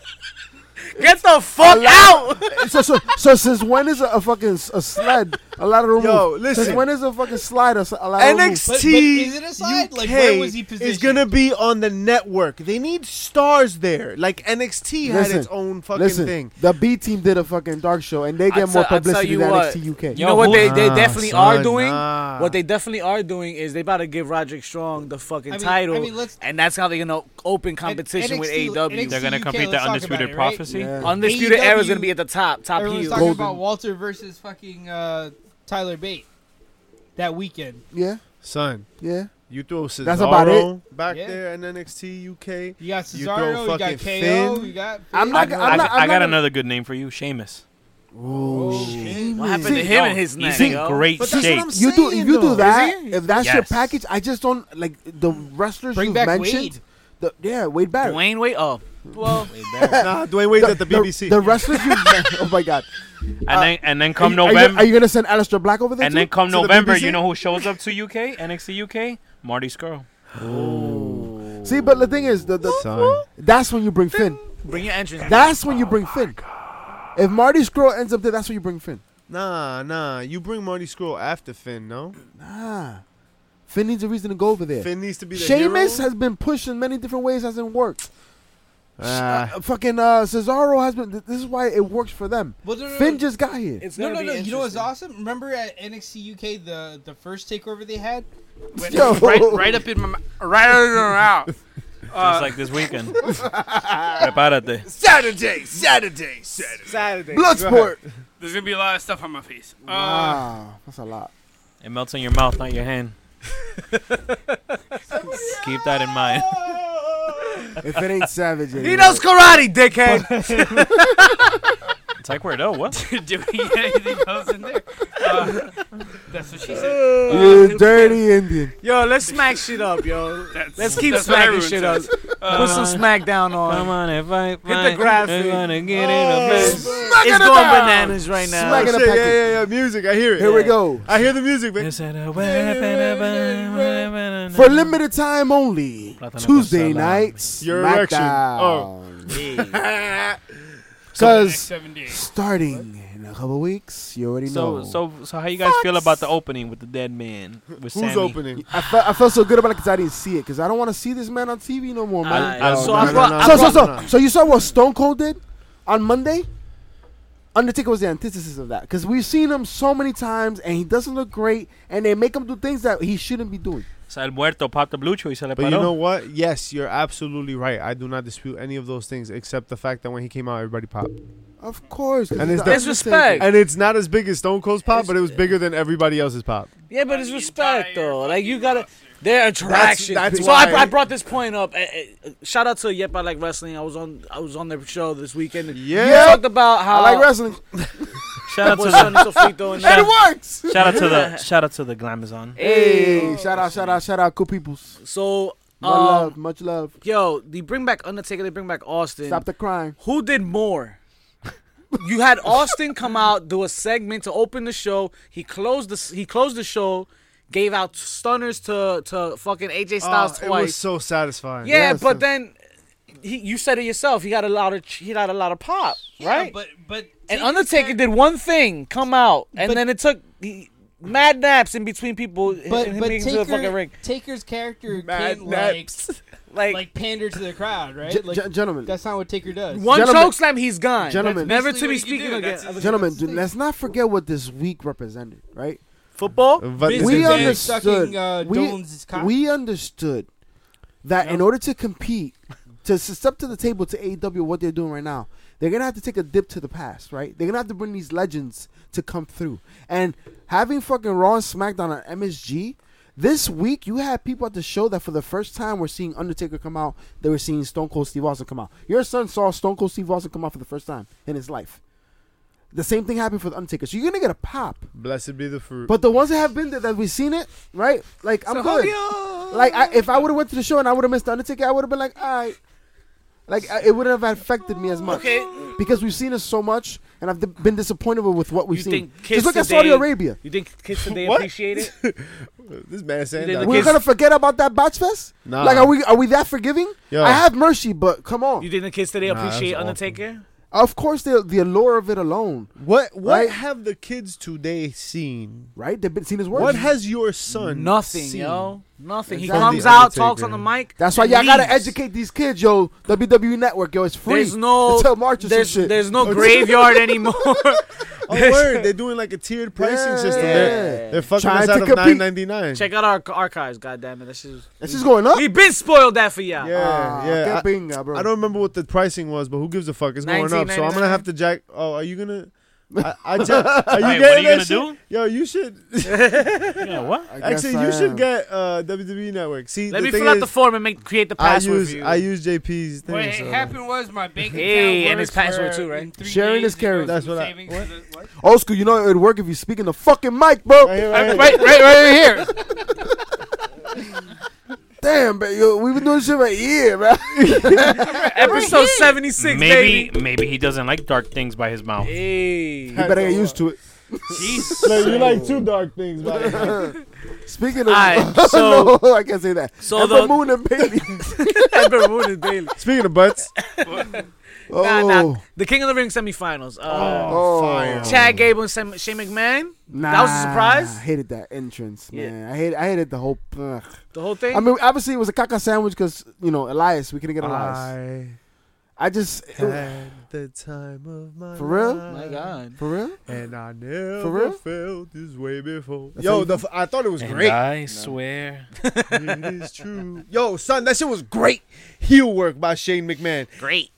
Speaker 1: Get the fuck out.
Speaker 2: so, so, so since when is a, a fucking s- a sled a lateral
Speaker 5: Yo,
Speaker 2: move?
Speaker 5: listen.
Speaker 2: Since when is a fucking slide a, s- a lateral
Speaker 5: NXT
Speaker 8: But- but is it a side?
Speaker 5: UK
Speaker 8: Like, where was he
Speaker 5: is
Speaker 8: positioned?
Speaker 5: gonna be on the network. They need stars there. Like NXT had
Speaker 2: Listen,
Speaker 5: its own
Speaker 2: move?
Speaker 5: fucking
Speaker 2: Listen,
Speaker 5: thing.
Speaker 2: the B team did a fucking dark show, and they
Speaker 1: I
Speaker 2: get
Speaker 1: tell-
Speaker 2: more
Speaker 1: I tell
Speaker 2: publicity
Speaker 1: you
Speaker 2: than
Speaker 1: what.
Speaker 2: NXT UK.
Speaker 1: You know what
Speaker 4: who-
Speaker 1: they, they
Speaker 5: Nah,
Speaker 1: definitely
Speaker 5: son,
Speaker 1: are doing?
Speaker 5: nah.
Speaker 1: What they definitely are doing is they about to give Roderick Strong the fucking
Speaker 8: I mean- I
Speaker 1: title,
Speaker 8: mean, let's-
Speaker 1: and that's how they're gonna open competition
Speaker 8: NXT
Speaker 1: with AW.
Speaker 4: They're gonna
Speaker 8: UK,
Speaker 4: complete the
Speaker 8: let's talk
Speaker 4: undisputed
Speaker 8: about it, right?
Speaker 4: prophecy.
Speaker 2: Yeah.
Speaker 1: Undisputed Era is
Speaker 8: AEW
Speaker 1: gonna be at the top, top
Speaker 8: Everyone's
Speaker 1: heel.
Speaker 8: talking
Speaker 2: Golden.
Speaker 8: about Walter versus fucking uh, Tyler Bate that weekend.
Speaker 2: Yeah,
Speaker 5: Son,
Speaker 2: yeah.
Speaker 5: you throw Cesaro
Speaker 2: That's about
Speaker 5: back
Speaker 8: Yeah.
Speaker 5: there in NXT UK.
Speaker 8: You got
Speaker 5: You throw
Speaker 8: Cesaro, you,
Speaker 5: fucking
Speaker 8: got KO,
Speaker 5: Finn.
Speaker 8: you got.
Speaker 2: I'm not. I'm
Speaker 4: I,
Speaker 2: not, I'm
Speaker 4: I got
Speaker 2: not
Speaker 4: another good name for you, Seamus.
Speaker 8: Oh,
Speaker 1: What happened to him and his neck?
Speaker 4: He's in
Speaker 1: yo?
Speaker 4: great
Speaker 5: But that's
Speaker 4: shape.
Speaker 5: what I'm
Speaker 2: You
Speaker 5: saying.
Speaker 2: do if you
Speaker 5: though.
Speaker 2: do that.
Speaker 5: Is he?
Speaker 2: If that's your
Speaker 4: Yes.
Speaker 2: package, I just don't like the wrestlers
Speaker 8: Bring
Speaker 2: you
Speaker 8: back
Speaker 2: mentioned.
Speaker 8: Wade.
Speaker 2: The, yeah, Wade Barrett.
Speaker 1: Dwayne Wade. Oh, well,
Speaker 5: Nah, Dwayne Wade's at the BBC.
Speaker 2: The, wrestlers you. oh my god.
Speaker 4: and then and then come
Speaker 2: Are you-
Speaker 4: November,
Speaker 2: Are you gonna send Aleister Black over there?
Speaker 4: and then
Speaker 2: too?
Speaker 4: come
Speaker 5: to the
Speaker 4: November,
Speaker 5: BBC?
Speaker 4: you know who shows up to UK, NXT UK, Marty Skrull.
Speaker 2: See, but the thing is, the, the
Speaker 5: Son.
Speaker 2: that's when you bring Finn.
Speaker 1: bring your entrance.
Speaker 2: That's when you bring Finn. If Marty Scroll ends up there, that's when you bring Finn.
Speaker 5: Nah, nah. You bring Marty Skrull after Finn, no?
Speaker 2: Nah. Finn needs a reason to go over there.
Speaker 5: Finn needs to be the
Speaker 2: Sheamus
Speaker 5: hero.
Speaker 2: has been pushed in many different ways, hasn't worked.
Speaker 5: Ah.
Speaker 2: Uh, fucking uh, Cesaro has been. th- This is why it works for them.
Speaker 8: Well, no, no, no,
Speaker 2: Finn just got here.
Speaker 1: It's
Speaker 8: No,
Speaker 1: gonna
Speaker 8: no,
Speaker 1: be
Speaker 8: no. You know what's
Speaker 1: interesting.
Speaker 8: awesome? Remember at NXT UK the the first takeover they had.
Speaker 6: When-
Speaker 2: Yo.
Speaker 6: Right, right up in my, mou- right up in my mouth.
Speaker 4: Just like this weekend. Prepárate.
Speaker 6: Saturday, Saturday, Saturday.
Speaker 1: Saturday.
Speaker 2: Bloodsport.
Speaker 6: There's gonna be a lot of stuff on my face. Uh,
Speaker 2: Wow, that's a lot.
Speaker 4: It melts in your mouth, not your hand. Keep that in mind.
Speaker 2: If it ain't Savage,
Speaker 1: He knows karate, dickhead.
Speaker 4: It's like we're what?
Speaker 6: Do we get anything else in there?
Speaker 7: Uh,
Speaker 3: That's what she said.
Speaker 2: You dirty Indian.
Speaker 1: Uh, Yo, let's smack shit up, yo.
Speaker 6: That's-
Speaker 1: Let's keep
Speaker 6: that's what
Speaker 1: smacking
Speaker 6: everyone
Speaker 1: shit up.
Speaker 6: says.
Speaker 1: Put some smackdown Uh,
Speaker 4: Come
Speaker 1: on.
Speaker 4: on, if I hit
Speaker 1: the Oh. graphic.
Speaker 4: I'm gonna get in a mess.
Speaker 1: It's going bananas right
Speaker 5: Oh,
Speaker 1: now.
Speaker 2: Smack it
Speaker 5: shit,
Speaker 2: up,
Speaker 5: yeah,
Speaker 2: Paco.
Speaker 5: yeah, yeah, music. I hear it.
Speaker 2: Here we go.
Speaker 5: I hear the music, man.
Speaker 4: Is that a weapon?
Speaker 2: For limited time only,
Speaker 4: Plátano
Speaker 2: Tuesday
Speaker 4: con salami.
Speaker 2: nights,
Speaker 5: Your erection.
Speaker 6: Oh.
Speaker 2: SmackDown.
Speaker 3: The next
Speaker 2: Because
Speaker 3: seven days.
Speaker 2: starting in a couple weeks, you already
Speaker 4: So,
Speaker 2: know.
Speaker 4: so, so, how you guys feel about the opening with the dead man? With
Speaker 5: Who's
Speaker 4: Sammy?
Speaker 5: opening?
Speaker 2: I felt, I felt so good about it because I didn't see it because I don't want to see this man on TV no more, man.
Speaker 4: I-
Speaker 1: So
Speaker 5: no,
Speaker 1: I
Speaker 5: no,
Speaker 1: brought-
Speaker 5: no,
Speaker 1: I
Speaker 5: no,
Speaker 2: so, so,
Speaker 5: no,
Speaker 2: so,
Speaker 5: no, no.
Speaker 2: so you saw what Stone Cold did on Monday? Undertaker was the antithesis of that because we've seen him so many times and he doesn't look great and they make him do things that he shouldn't be doing.
Speaker 4: So el muerto popped the blue chew y se le
Speaker 5: But you know
Speaker 4: paró.
Speaker 5: what? Yes, you're absolutely right. I do not dispute any of those things except the fact that when he came out, everybody popped.
Speaker 2: Of course. 'cause
Speaker 5: And
Speaker 2: he's
Speaker 5: it's
Speaker 2: the
Speaker 1: It's respect.
Speaker 5: And it's not as big as Stone Cold's pop, but it was bigger than everybody else's pop.
Speaker 1: Yeah, but it's
Speaker 3: The
Speaker 1: respect
Speaker 3: entire
Speaker 1: though. Like you gotta, their attraction.
Speaker 5: that's
Speaker 1: so I,
Speaker 5: why-
Speaker 1: I brought this point up. Eh, eh, eh, Shout out to Yep I Like Wrestling. I was on I was on their show this weekend. and
Speaker 5: Yeah.
Speaker 1: we talked about how
Speaker 2: I like wrestling.
Speaker 4: Shout out to
Speaker 1: Boy,
Speaker 4: the
Speaker 1: Sonny Sofrito and
Speaker 4: shout,
Speaker 1: that.
Speaker 4: out-
Speaker 2: Works.
Speaker 4: shout out to the shout out to the Glamazon.
Speaker 2: Hey, shout out, shout out, shout out, cool peoples.
Speaker 1: So,
Speaker 2: Much
Speaker 1: um,
Speaker 2: love, much love.
Speaker 1: yo, they bring back Undertaker. They bring back Austin.
Speaker 2: Stop the crying.
Speaker 1: Who did more? you had Austin come out, do a segment to open the show. He closed the s- he closed the show, gave out stunners to to fucking AJ Styles
Speaker 5: Oh,
Speaker 1: twice.
Speaker 5: It was so satisfying.
Speaker 1: yeah,
Speaker 2: Uh, yes.
Speaker 1: but then he, you said it yourself. He got a lot of ch- he got a lot of pop, right?
Speaker 8: But but
Speaker 1: and Undertaker did one thing, come out, and
Speaker 8: But-
Speaker 1: then it took he, mad naps in between people.
Speaker 8: But
Speaker 1: him
Speaker 8: but
Speaker 1: being to the fucking
Speaker 8: Taker,
Speaker 1: ring.
Speaker 8: Taker's character
Speaker 5: Mad
Speaker 8: can like
Speaker 1: Like,
Speaker 8: like pander to the crowd,
Speaker 2: Ge-
Speaker 8: right? Like
Speaker 2: ge- gentlemen,
Speaker 8: that's not what Taker does.
Speaker 1: one
Speaker 2: Gentlemen-
Speaker 1: choke slam, he's gone.
Speaker 2: Gentlemen.
Speaker 1: never to
Speaker 6: Basically
Speaker 1: be
Speaker 6: what he can
Speaker 1: speaking
Speaker 6: do,
Speaker 1: again.
Speaker 6: that's his-
Speaker 2: gentlemen, dude, let's not forget what this week represented, right?
Speaker 1: Football.
Speaker 5: But
Speaker 8: Vince
Speaker 2: we
Speaker 8: McMahon
Speaker 5: understand.
Speaker 2: understood.
Speaker 8: sucking, uh,
Speaker 2: We-
Speaker 8: Dolan's cock.
Speaker 2: We understood that in order to compete, to s- step to the table to AEW, what they're doing right now, they're gonna have to take a dip to the past, right? They're gonna have to bring these legends to come through, and having fucking Raw and SmackDown on MSG. This week, you had people at the show that for the first time were seeing Undertaker come out. They were seeing Stone Cold Steve Austin come out. Your son saw Stone Cold Steve Austin come out for the first time in his life. The same thing happened for the Undertaker. So you're gonna get a pop.
Speaker 5: Blessed be the fruit.
Speaker 2: But the ones that have been there that we've seen it, right? Like I'm good. Like I, if I would have went to the show and I would have missed the Undertaker, I would have been like, all right. Like I, it wouldn't have affected me as much
Speaker 1: Okay.
Speaker 2: because we've seen it so much, and I've d- been disappointed with what we've
Speaker 1: You
Speaker 2: seen.
Speaker 1: think Kiss
Speaker 2: Just look at
Speaker 1: today-
Speaker 2: Saudi Arabia.
Speaker 1: You think kids today
Speaker 5: What?
Speaker 1: appreciate it?
Speaker 5: this man saying
Speaker 1: You
Speaker 5: that.
Speaker 1: did
Speaker 2: We're
Speaker 1: Kiss-
Speaker 2: gonna forget about that botch fest.
Speaker 5: Nah.
Speaker 2: Like are we are we that forgiving?
Speaker 5: Yo.
Speaker 2: I have mercy, but come on.
Speaker 1: You think the kids today
Speaker 5: Nah, that's
Speaker 1: appreciate
Speaker 5: awful.
Speaker 1: Undertaker?
Speaker 2: of course, the the allure of it alone,
Speaker 5: What what
Speaker 2: Right?
Speaker 5: have the kids today seen?
Speaker 2: right? They've been seen his words.
Speaker 5: What has your son?
Speaker 1: Nothing,
Speaker 5: seen?
Speaker 1: yo. Nothing. He
Speaker 2: Exactly.
Speaker 1: comes
Speaker 5: The
Speaker 1: out, talks on
Speaker 5: Undertaker.
Speaker 1: the mic.
Speaker 2: That's why
Speaker 1: and
Speaker 2: y'all gotta
Speaker 1: leaves.
Speaker 2: educate these kids, yo. WWE Network, yo, it's free.
Speaker 1: There's no
Speaker 2: until March or some
Speaker 1: there's,
Speaker 2: shit.
Speaker 1: there's no graveyard anymore.
Speaker 5: Oh, word. They're doing like a tiered pricing
Speaker 2: Yeah.
Speaker 5: system.
Speaker 1: Yeah.
Speaker 5: They're, they're fucking
Speaker 2: Trying
Speaker 5: us
Speaker 2: to
Speaker 5: out of
Speaker 2: compete.
Speaker 5: nine ninety nine.
Speaker 1: Check out our archives, goddammit. That's just
Speaker 2: This is going up.
Speaker 1: we been spoiled that for y'all.
Speaker 5: Yeah, yeah. I-
Speaker 2: bingo, bro.
Speaker 5: I don't remember what the pricing was, but who gives a fuck? It's going up, so I'm gonna have to jack. Oh, are you gonna? I, I jack. Are you
Speaker 4: Wait,
Speaker 5: getting
Speaker 4: what are you
Speaker 5: that
Speaker 4: gonna
Speaker 5: shit?
Speaker 4: do?
Speaker 5: Yo, you should.
Speaker 4: Yeah, what?
Speaker 2: I guess
Speaker 5: Actually,
Speaker 2: I
Speaker 5: you should
Speaker 2: am.
Speaker 5: get uh, WWE Network. See,
Speaker 1: Let
Speaker 5: the
Speaker 1: me
Speaker 5: thing
Speaker 1: fill out
Speaker 5: is,
Speaker 1: the form and make create the
Speaker 5: I
Speaker 1: password
Speaker 5: use
Speaker 1: for you.
Speaker 5: I use JP's thing.
Speaker 3: What
Speaker 5: so-
Speaker 3: happened was my bank account
Speaker 1: Hey, and
Speaker 3: words
Speaker 1: his password
Speaker 3: were
Speaker 1: too, right?
Speaker 3: in three
Speaker 2: Sharing
Speaker 3: days
Speaker 2: is caring.
Speaker 3: it
Speaker 5: That's
Speaker 3: goes from
Speaker 5: what I-
Speaker 3: savings to the- what?
Speaker 2: Old school, you know it'd work if you speak in the fucking mic, bro.
Speaker 5: Right here, right here.
Speaker 1: right, right here.
Speaker 2: Damn, bro, yo, we've been doing this shit for a year, bro.
Speaker 1: Episode seventy six,
Speaker 4: Maybe
Speaker 1: baby.
Speaker 4: maybe he doesn't like dark things by his mouth.
Speaker 1: Hey.
Speaker 2: You better get used to it.
Speaker 5: Look, you like two dark things, buddy.
Speaker 2: Speaking of,
Speaker 1: Alright, so-
Speaker 2: no, I can't say that.
Speaker 1: So
Speaker 2: Ember
Speaker 1: the-
Speaker 2: Moon and Bailey.
Speaker 1: Ember Moon and Bailey.
Speaker 5: Speaking of butts,
Speaker 2: oh,
Speaker 1: Nah, nah. The King of the Ring semifinals. Uh,
Speaker 2: oh,
Speaker 1: Chad Gable and Sam- Shane McMahon.
Speaker 2: Nah,
Speaker 1: That was a surprise?
Speaker 2: I hated that entrance,
Speaker 1: Yeah.
Speaker 2: man. I hate, I hated the whole. ugh.
Speaker 1: The whole thing.
Speaker 2: I mean, obviously it was a caca sandwich because you know Elias. We couldn't get Elias.
Speaker 5: I
Speaker 2: I just,
Speaker 5: had the time of my
Speaker 2: For real?
Speaker 5: life.
Speaker 1: my God.
Speaker 2: for real.
Speaker 5: And I never
Speaker 2: real?
Speaker 5: felt this way before.
Speaker 2: That's how
Speaker 5: Yo,
Speaker 2: you
Speaker 5: the f- I thought it was
Speaker 4: And
Speaker 5: great.
Speaker 4: I swear.
Speaker 5: it is true. Yo, son, that shit was great. Heel work by Shane McMahon.
Speaker 1: Great.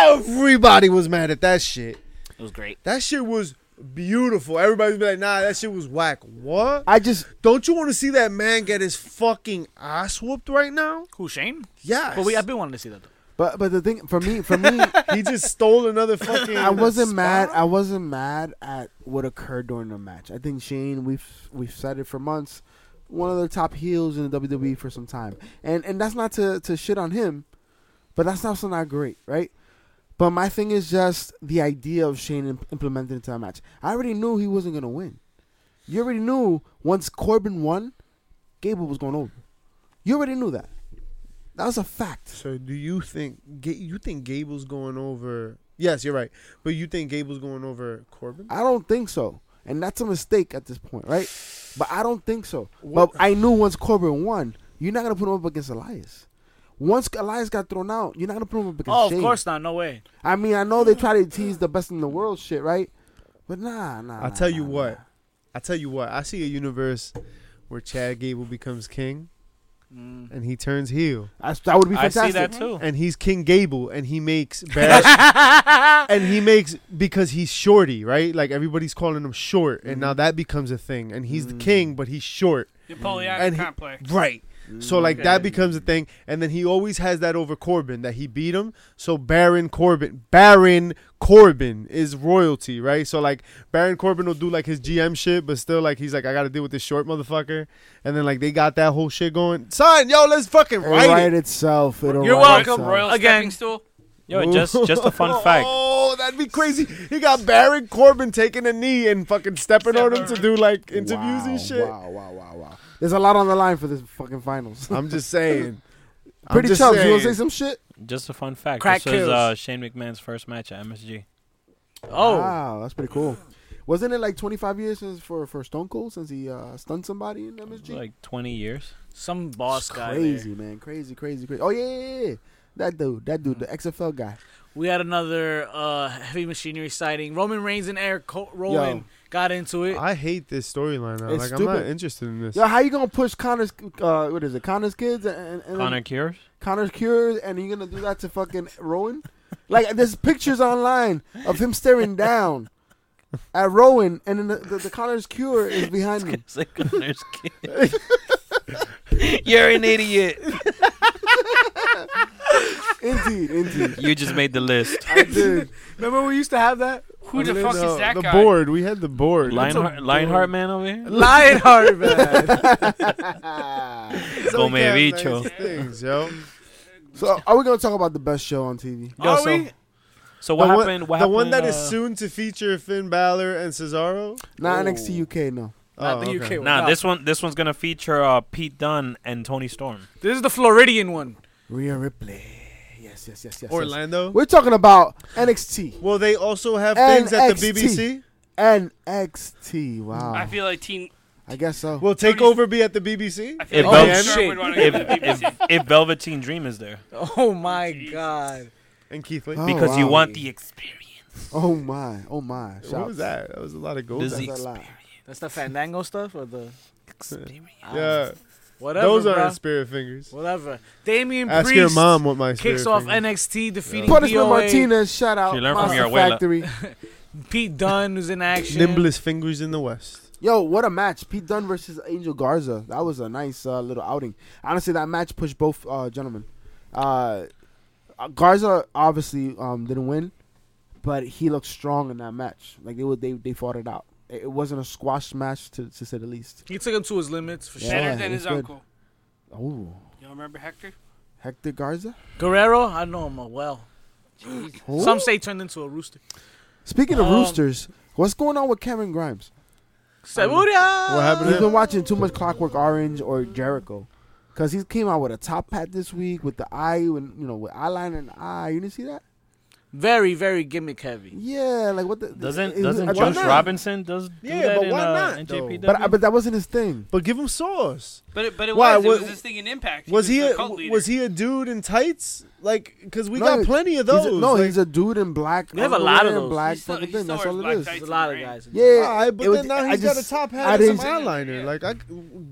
Speaker 5: Everybody was mad at that shit.
Speaker 1: It was great.
Speaker 5: That shit was beautiful. Everybody was like, nah, that shit was whack. What?
Speaker 2: I just,
Speaker 5: Don't you want to see that man get his fucking ass whooped right now?
Speaker 1: Cool, Shane.
Speaker 5: Yes.
Speaker 1: But we, I've been wanting to see that. Though.
Speaker 2: But but the thing for me for me
Speaker 5: He just stole another fucking.
Speaker 2: I wasn't
Speaker 5: spot?
Speaker 2: mad. I wasn't mad at what occurred during the match. I think Shane, we've we've said it for months, one of the top heels in the WWE for some time, and and that's not to to shit on him, but that's also not great, right? But my thing is just the idea of Shane im- implemented into that match. I already knew he wasn't gonna win. You already knew once Corbin won, Gable was going over. You already knew that. That was a fact.
Speaker 5: So do you think Ga- you think Gable's going over? Yes, you're right. But you think Gable's going over Corbin?
Speaker 2: I don't think so. And that's a mistake at this point, right? But I don't think so. But I knew once Corbin won, you're not gonna put him up against Elias. Once Elias got thrown out, you're not gonna put him up against.
Speaker 1: Oh, of
Speaker 2: Shane.
Speaker 1: course not. No way.
Speaker 2: I mean, I know they try to tease the best in the world shit, right? But nah, nah.
Speaker 5: I'll
Speaker 2: nah,
Speaker 5: tell you
Speaker 2: nah,
Speaker 5: what.
Speaker 2: nah.
Speaker 5: I tell you what. I see a universe where Chad Gable becomes king,
Speaker 1: Mm.
Speaker 5: and he turns heel,
Speaker 2: That's, that would be
Speaker 4: I
Speaker 2: fantastic.
Speaker 4: see that too.
Speaker 5: and he's King Gable, and he makes Bash, and he makes because he's shorty, right? Like everybody's calling him short, and now that becomes a thing, and he's
Speaker 2: Mm.
Speaker 5: the king, but he's short,
Speaker 6: The Poliana
Speaker 5: And he-
Speaker 6: complex.
Speaker 5: right? So like
Speaker 6: Okay.
Speaker 5: that becomes a thing, and then he always has that over Corbin that he beat him. So Baron Corbin, Baron Corbin is royalty, right? So like Baron Corbin will do like his GM shit, but still like he's like I got to deal with this short motherfucker, and then like they got that whole shit going. Son, yo, let's fucking
Speaker 2: It'll
Speaker 5: write
Speaker 2: write
Speaker 5: it.
Speaker 2: itself. It'll
Speaker 1: You're
Speaker 2: write
Speaker 1: welcome,
Speaker 2: itself.
Speaker 6: Royal stepping
Speaker 1: Again.
Speaker 6: stool.
Speaker 4: Yo, just just a fun fact.
Speaker 5: Oh, that'd be crazy. He got Baron Corbin taking a knee and fucking stepping on him to do like interviews
Speaker 2: Wow,
Speaker 5: and shit.
Speaker 2: Wow, wow, wow, wow. There's a lot on the line for this fucking finals.
Speaker 5: I'm just saying. I'm
Speaker 2: Pretty
Speaker 5: just
Speaker 2: tough. You wanna
Speaker 5: saying.
Speaker 2: say some shit?
Speaker 4: Just a fun fact.
Speaker 1: Crack
Speaker 4: this was uh,
Speaker 1: kills.
Speaker 4: Shane McMahon's first match at MSG.
Speaker 1: Oh,
Speaker 5: Ah.
Speaker 2: wow, that's pretty cool. Wasn't it like 25 years since for, for Stone Cold since he uh, stunned somebody in
Speaker 4: It was
Speaker 2: MSG?
Speaker 4: like 20 years.
Speaker 1: some boss
Speaker 2: It's
Speaker 1: guy. there.
Speaker 2: crazy man, crazy, crazy, crazy. Oh yeah, yeah, yeah. that dude, that dude, the
Speaker 1: Mm-hmm.
Speaker 2: XFL guy.
Speaker 1: We had another uh, heavy machinery sighting. Roman Reigns and Eric Co- Rowan
Speaker 2: Yo.
Speaker 1: got into it.
Speaker 5: I hate this storyline. now.
Speaker 2: It's
Speaker 5: Like I'm
Speaker 2: stupid.
Speaker 5: not interested in this.
Speaker 2: Yo, how you gonna push Connor's? Uh, what is it? Connor's kids and, and
Speaker 4: Connor Cures.
Speaker 2: Connor's cures, and you gonna do that to fucking Rowan? Like there's pictures online of him staring down at Rowan, and then the, the, the Connor's cure is behind him.
Speaker 4: It's like Connor's kid.
Speaker 6: You're an idiot.
Speaker 2: Indeed, indeed.
Speaker 4: You just made the list.
Speaker 2: I did.
Speaker 1: Remember we used to have that
Speaker 6: Who the
Speaker 5: No,
Speaker 6: fuck
Speaker 5: no,
Speaker 6: is that
Speaker 5: the
Speaker 6: guy?
Speaker 5: board. We had the board.
Speaker 4: Lionheart, Lionheart man over here.
Speaker 1: Lionheart man.
Speaker 5: It's
Speaker 4: Come
Speaker 5: okay,
Speaker 4: here,
Speaker 5: nice
Speaker 4: bicho.
Speaker 5: Things, yo.
Speaker 2: So are we gonna talk about the best show on TV?
Speaker 4: Yo,
Speaker 1: Are
Speaker 4: so,
Speaker 1: we?
Speaker 4: so what
Speaker 5: the one,
Speaker 4: happened? What
Speaker 5: the
Speaker 4: happened
Speaker 5: one
Speaker 4: in,
Speaker 5: that is
Speaker 4: uh,
Speaker 5: soon to feature Finn Balor and Cesaro.
Speaker 2: Not
Speaker 1: Oh.
Speaker 2: NXT UK, no.
Speaker 1: Not the
Speaker 5: Oh,
Speaker 1: UK
Speaker 5: okay.
Speaker 1: one.
Speaker 4: Nah,
Speaker 1: Nah.
Speaker 4: this one this one's gonna feature uh, Pete Dunne and Tony Storm.
Speaker 1: This is the Floridian one.
Speaker 2: Rhea Ripley. Yes, yes, yes, yes. yes.
Speaker 5: Orlando.
Speaker 2: We're talking about NXT.
Speaker 5: Well, they also have things at the
Speaker 2: NXT.
Speaker 5: BBC.
Speaker 2: NXT. Wow.
Speaker 6: I
Speaker 2: I,
Speaker 6: feel like Teen.
Speaker 2: guess so.
Speaker 5: Will Takeover be at the BBC?
Speaker 6: I feel
Speaker 4: If
Speaker 6: like
Speaker 4: Bel-
Speaker 6: Teen Sherwood
Speaker 1: shit.
Speaker 6: wanna go
Speaker 4: Oh, If,
Speaker 6: to the BBC.
Speaker 4: if, if Velveteen Dream is there,
Speaker 1: Oh my god.
Speaker 5: And Keith Lee.
Speaker 2: Oh,
Speaker 4: because you
Speaker 2: wow.
Speaker 4: want the experience.
Speaker 2: Oh my. Oh my. Shouts.
Speaker 5: what was that? That was a lot of gold.
Speaker 4: Does
Speaker 2: That's
Speaker 4: he-
Speaker 2: a lot.
Speaker 1: That's the Fandango stuff or the
Speaker 5: yeah,
Speaker 1: whatever.
Speaker 5: those
Speaker 1: bruh.
Speaker 5: aren't spirit fingers.
Speaker 1: whatever. Damian
Speaker 5: Ask
Speaker 1: Priest
Speaker 5: your mom what my spirit
Speaker 1: kicks off
Speaker 5: fingers.
Speaker 1: NXT defeating
Speaker 2: Punishment
Speaker 1: BOA.
Speaker 2: Martinez. Shout out.
Speaker 4: She learned from
Speaker 2: Monster
Speaker 4: your abuela.
Speaker 2: Factory.
Speaker 1: Pete Dunne who's in action.
Speaker 5: Nimblest fingers in the West.
Speaker 2: Yo, what a match. Pete Dunne versus Angel Garza. That was a nice uh, little outing. Honestly, that match pushed both uh, gentlemen. Uh, uh, Garza obviously um, didn't win, but he looked strong in that match. Like they were, they they fought it out. It it wasn't a squash match to, to say the least.
Speaker 1: He took him to his limits for
Speaker 2: Yeah.
Speaker 1: sure.
Speaker 6: Better than
Speaker 2: it's
Speaker 6: his
Speaker 2: good.
Speaker 6: uncle.
Speaker 2: Oh,
Speaker 6: Y'all remember Hector?
Speaker 2: Hector Garza.
Speaker 1: Guerrero, I know him uh, well. Some say turned into a rooster.
Speaker 2: Speaking of
Speaker 1: Um,
Speaker 2: roosters, what's going on with Cameron Grimes?
Speaker 1: Saburia!
Speaker 5: What happened?
Speaker 2: He's
Speaker 5: to
Speaker 2: been
Speaker 5: him?
Speaker 2: watching too much Clockwork Orange or Jericho, cause he came out with a top hat this week with the eye and you know with eyeliner and eye. You didn't see that?
Speaker 1: Very, very gimmick heavy.
Speaker 2: Yeah, like what the
Speaker 4: Doesn't
Speaker 2: it-
Speaker 4: doesn't
Speaker 2: I-
Speaker 4: Josh
Speaker 5: not?
Speaker 4: Robinson does do
Speaker 5: Yeah,
Speaker 4: that
Speaker 5: but
Speaker 4: in,
Speaker 5: why
Speaker 4: uh,
Speaker 5: not,
Speaker 4: in
Speaker 5: though?
Speaker 4: JPW?
Speaker 2: But I- but that wasn't his thing.
Speaker 5: But give him sauce.
Speaker 6: But it, but it
Speaker 5: Why,
Speaker 6: was.
Speaker 5: wa-
Speaker 6: it was this thing in Impact.
Speaker 5: Was he
Speaker 6: the
Speaker 5: a,
Speaker 6: cult leader.
Speaker 5: was he a dude in tights? Like, cause we
Speaker 2: No,
Speaker 5: got plenty of
Speaker 2: He's a-
Speaker 5: those.
Speaker 2: no,
Speaker 5: like,
Speaker 2: he's a dude in black.
Speaker 1: They have a
Speaker 2: underwear
Speaker 1: lot of
Speaker 2: and
Speaker 1: those.
Speaker 2: Black
Speaker 6: He still-
Speaker 2: fucking
Speaker 6: he
Speaker 2: thing.
Speaker 6: still
Speaker 2: That's
Speaker 6: wears
Speaker 2: all
Speaker 6: black
Speaker 2: it is.
Speaker 6: tights.
Speaker 1: There's a lot of guys.
Speaker 2: Yeah,
Speaker 5: All right,
Speaker 2: it
Speaker 5: ah, but
Speaker 2: was-
Speaker 5: then now
Speaker 2: I
Speaker 5: he's got a
Speaker 2: just-
Speaker 5: top
Speaker 2: I
Speaker 5: hat and
Speaker 2: didn't-
Speaker 5: some eyeliner. Like, I,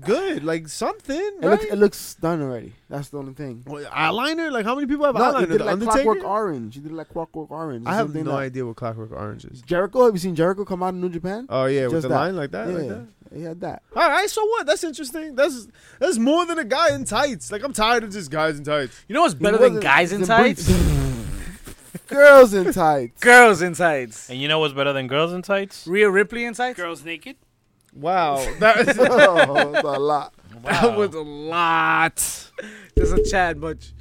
Speaker 5: good, like something.
Speaker 2: It looks,
Speaker 5: right?
Speaker 2: it looks done already. That's the only thing.
Speaker 5: Well, eyeliner? Like, how many people have
Speaker 2: No, he
Speaker 5: eyeliner?
Speaker 2: did
Speaker 5: The
Speaker 2: like
Speaker 5: Undertaker?
Speaker 2: Clockwork Orange. He did like Clockwork Orange. The
Speaker 5: I
Speaker 2: same
Speaker 5: have
Speaker 2: thing
Speaker 5: no
Speaker 2: that-
Speaker 5: idea what Clockwork Orange is.
Speaker 2: Jericho, have you seen Jericho come out in New Japan?
Speaker 5: Oh yeah, with
Speaker 2: Just
Speaker 5: the
Speaker 2: that.
Speaker 5: line like that,
Speaker 2: yeah,
Speaker 5: like that.
Speaker 2: He had that.
Speaker 5: All right, so what? That's interesting. That's that's more than a guy in tights. Like I'm tired of just guys in tights.
Speaker 1: You know what's better
Speaker 2: He
Speaker 1: than
Speaker 2: wasn't-
Speaker 1: guys in tights?
Speaker 2: briefs. Girls in tights.
Speaker 1: Girls in tights.
Speaker 4: And you know what's better than girls in tights?
Speaker 1: Rhea Ripley in tights?
Speaker 7: Girls naked.
Speaker 5: Wow, that is,
Speaker 2: oh, that's a lot.
Speaker 1: That was a lot. There's a Chad much.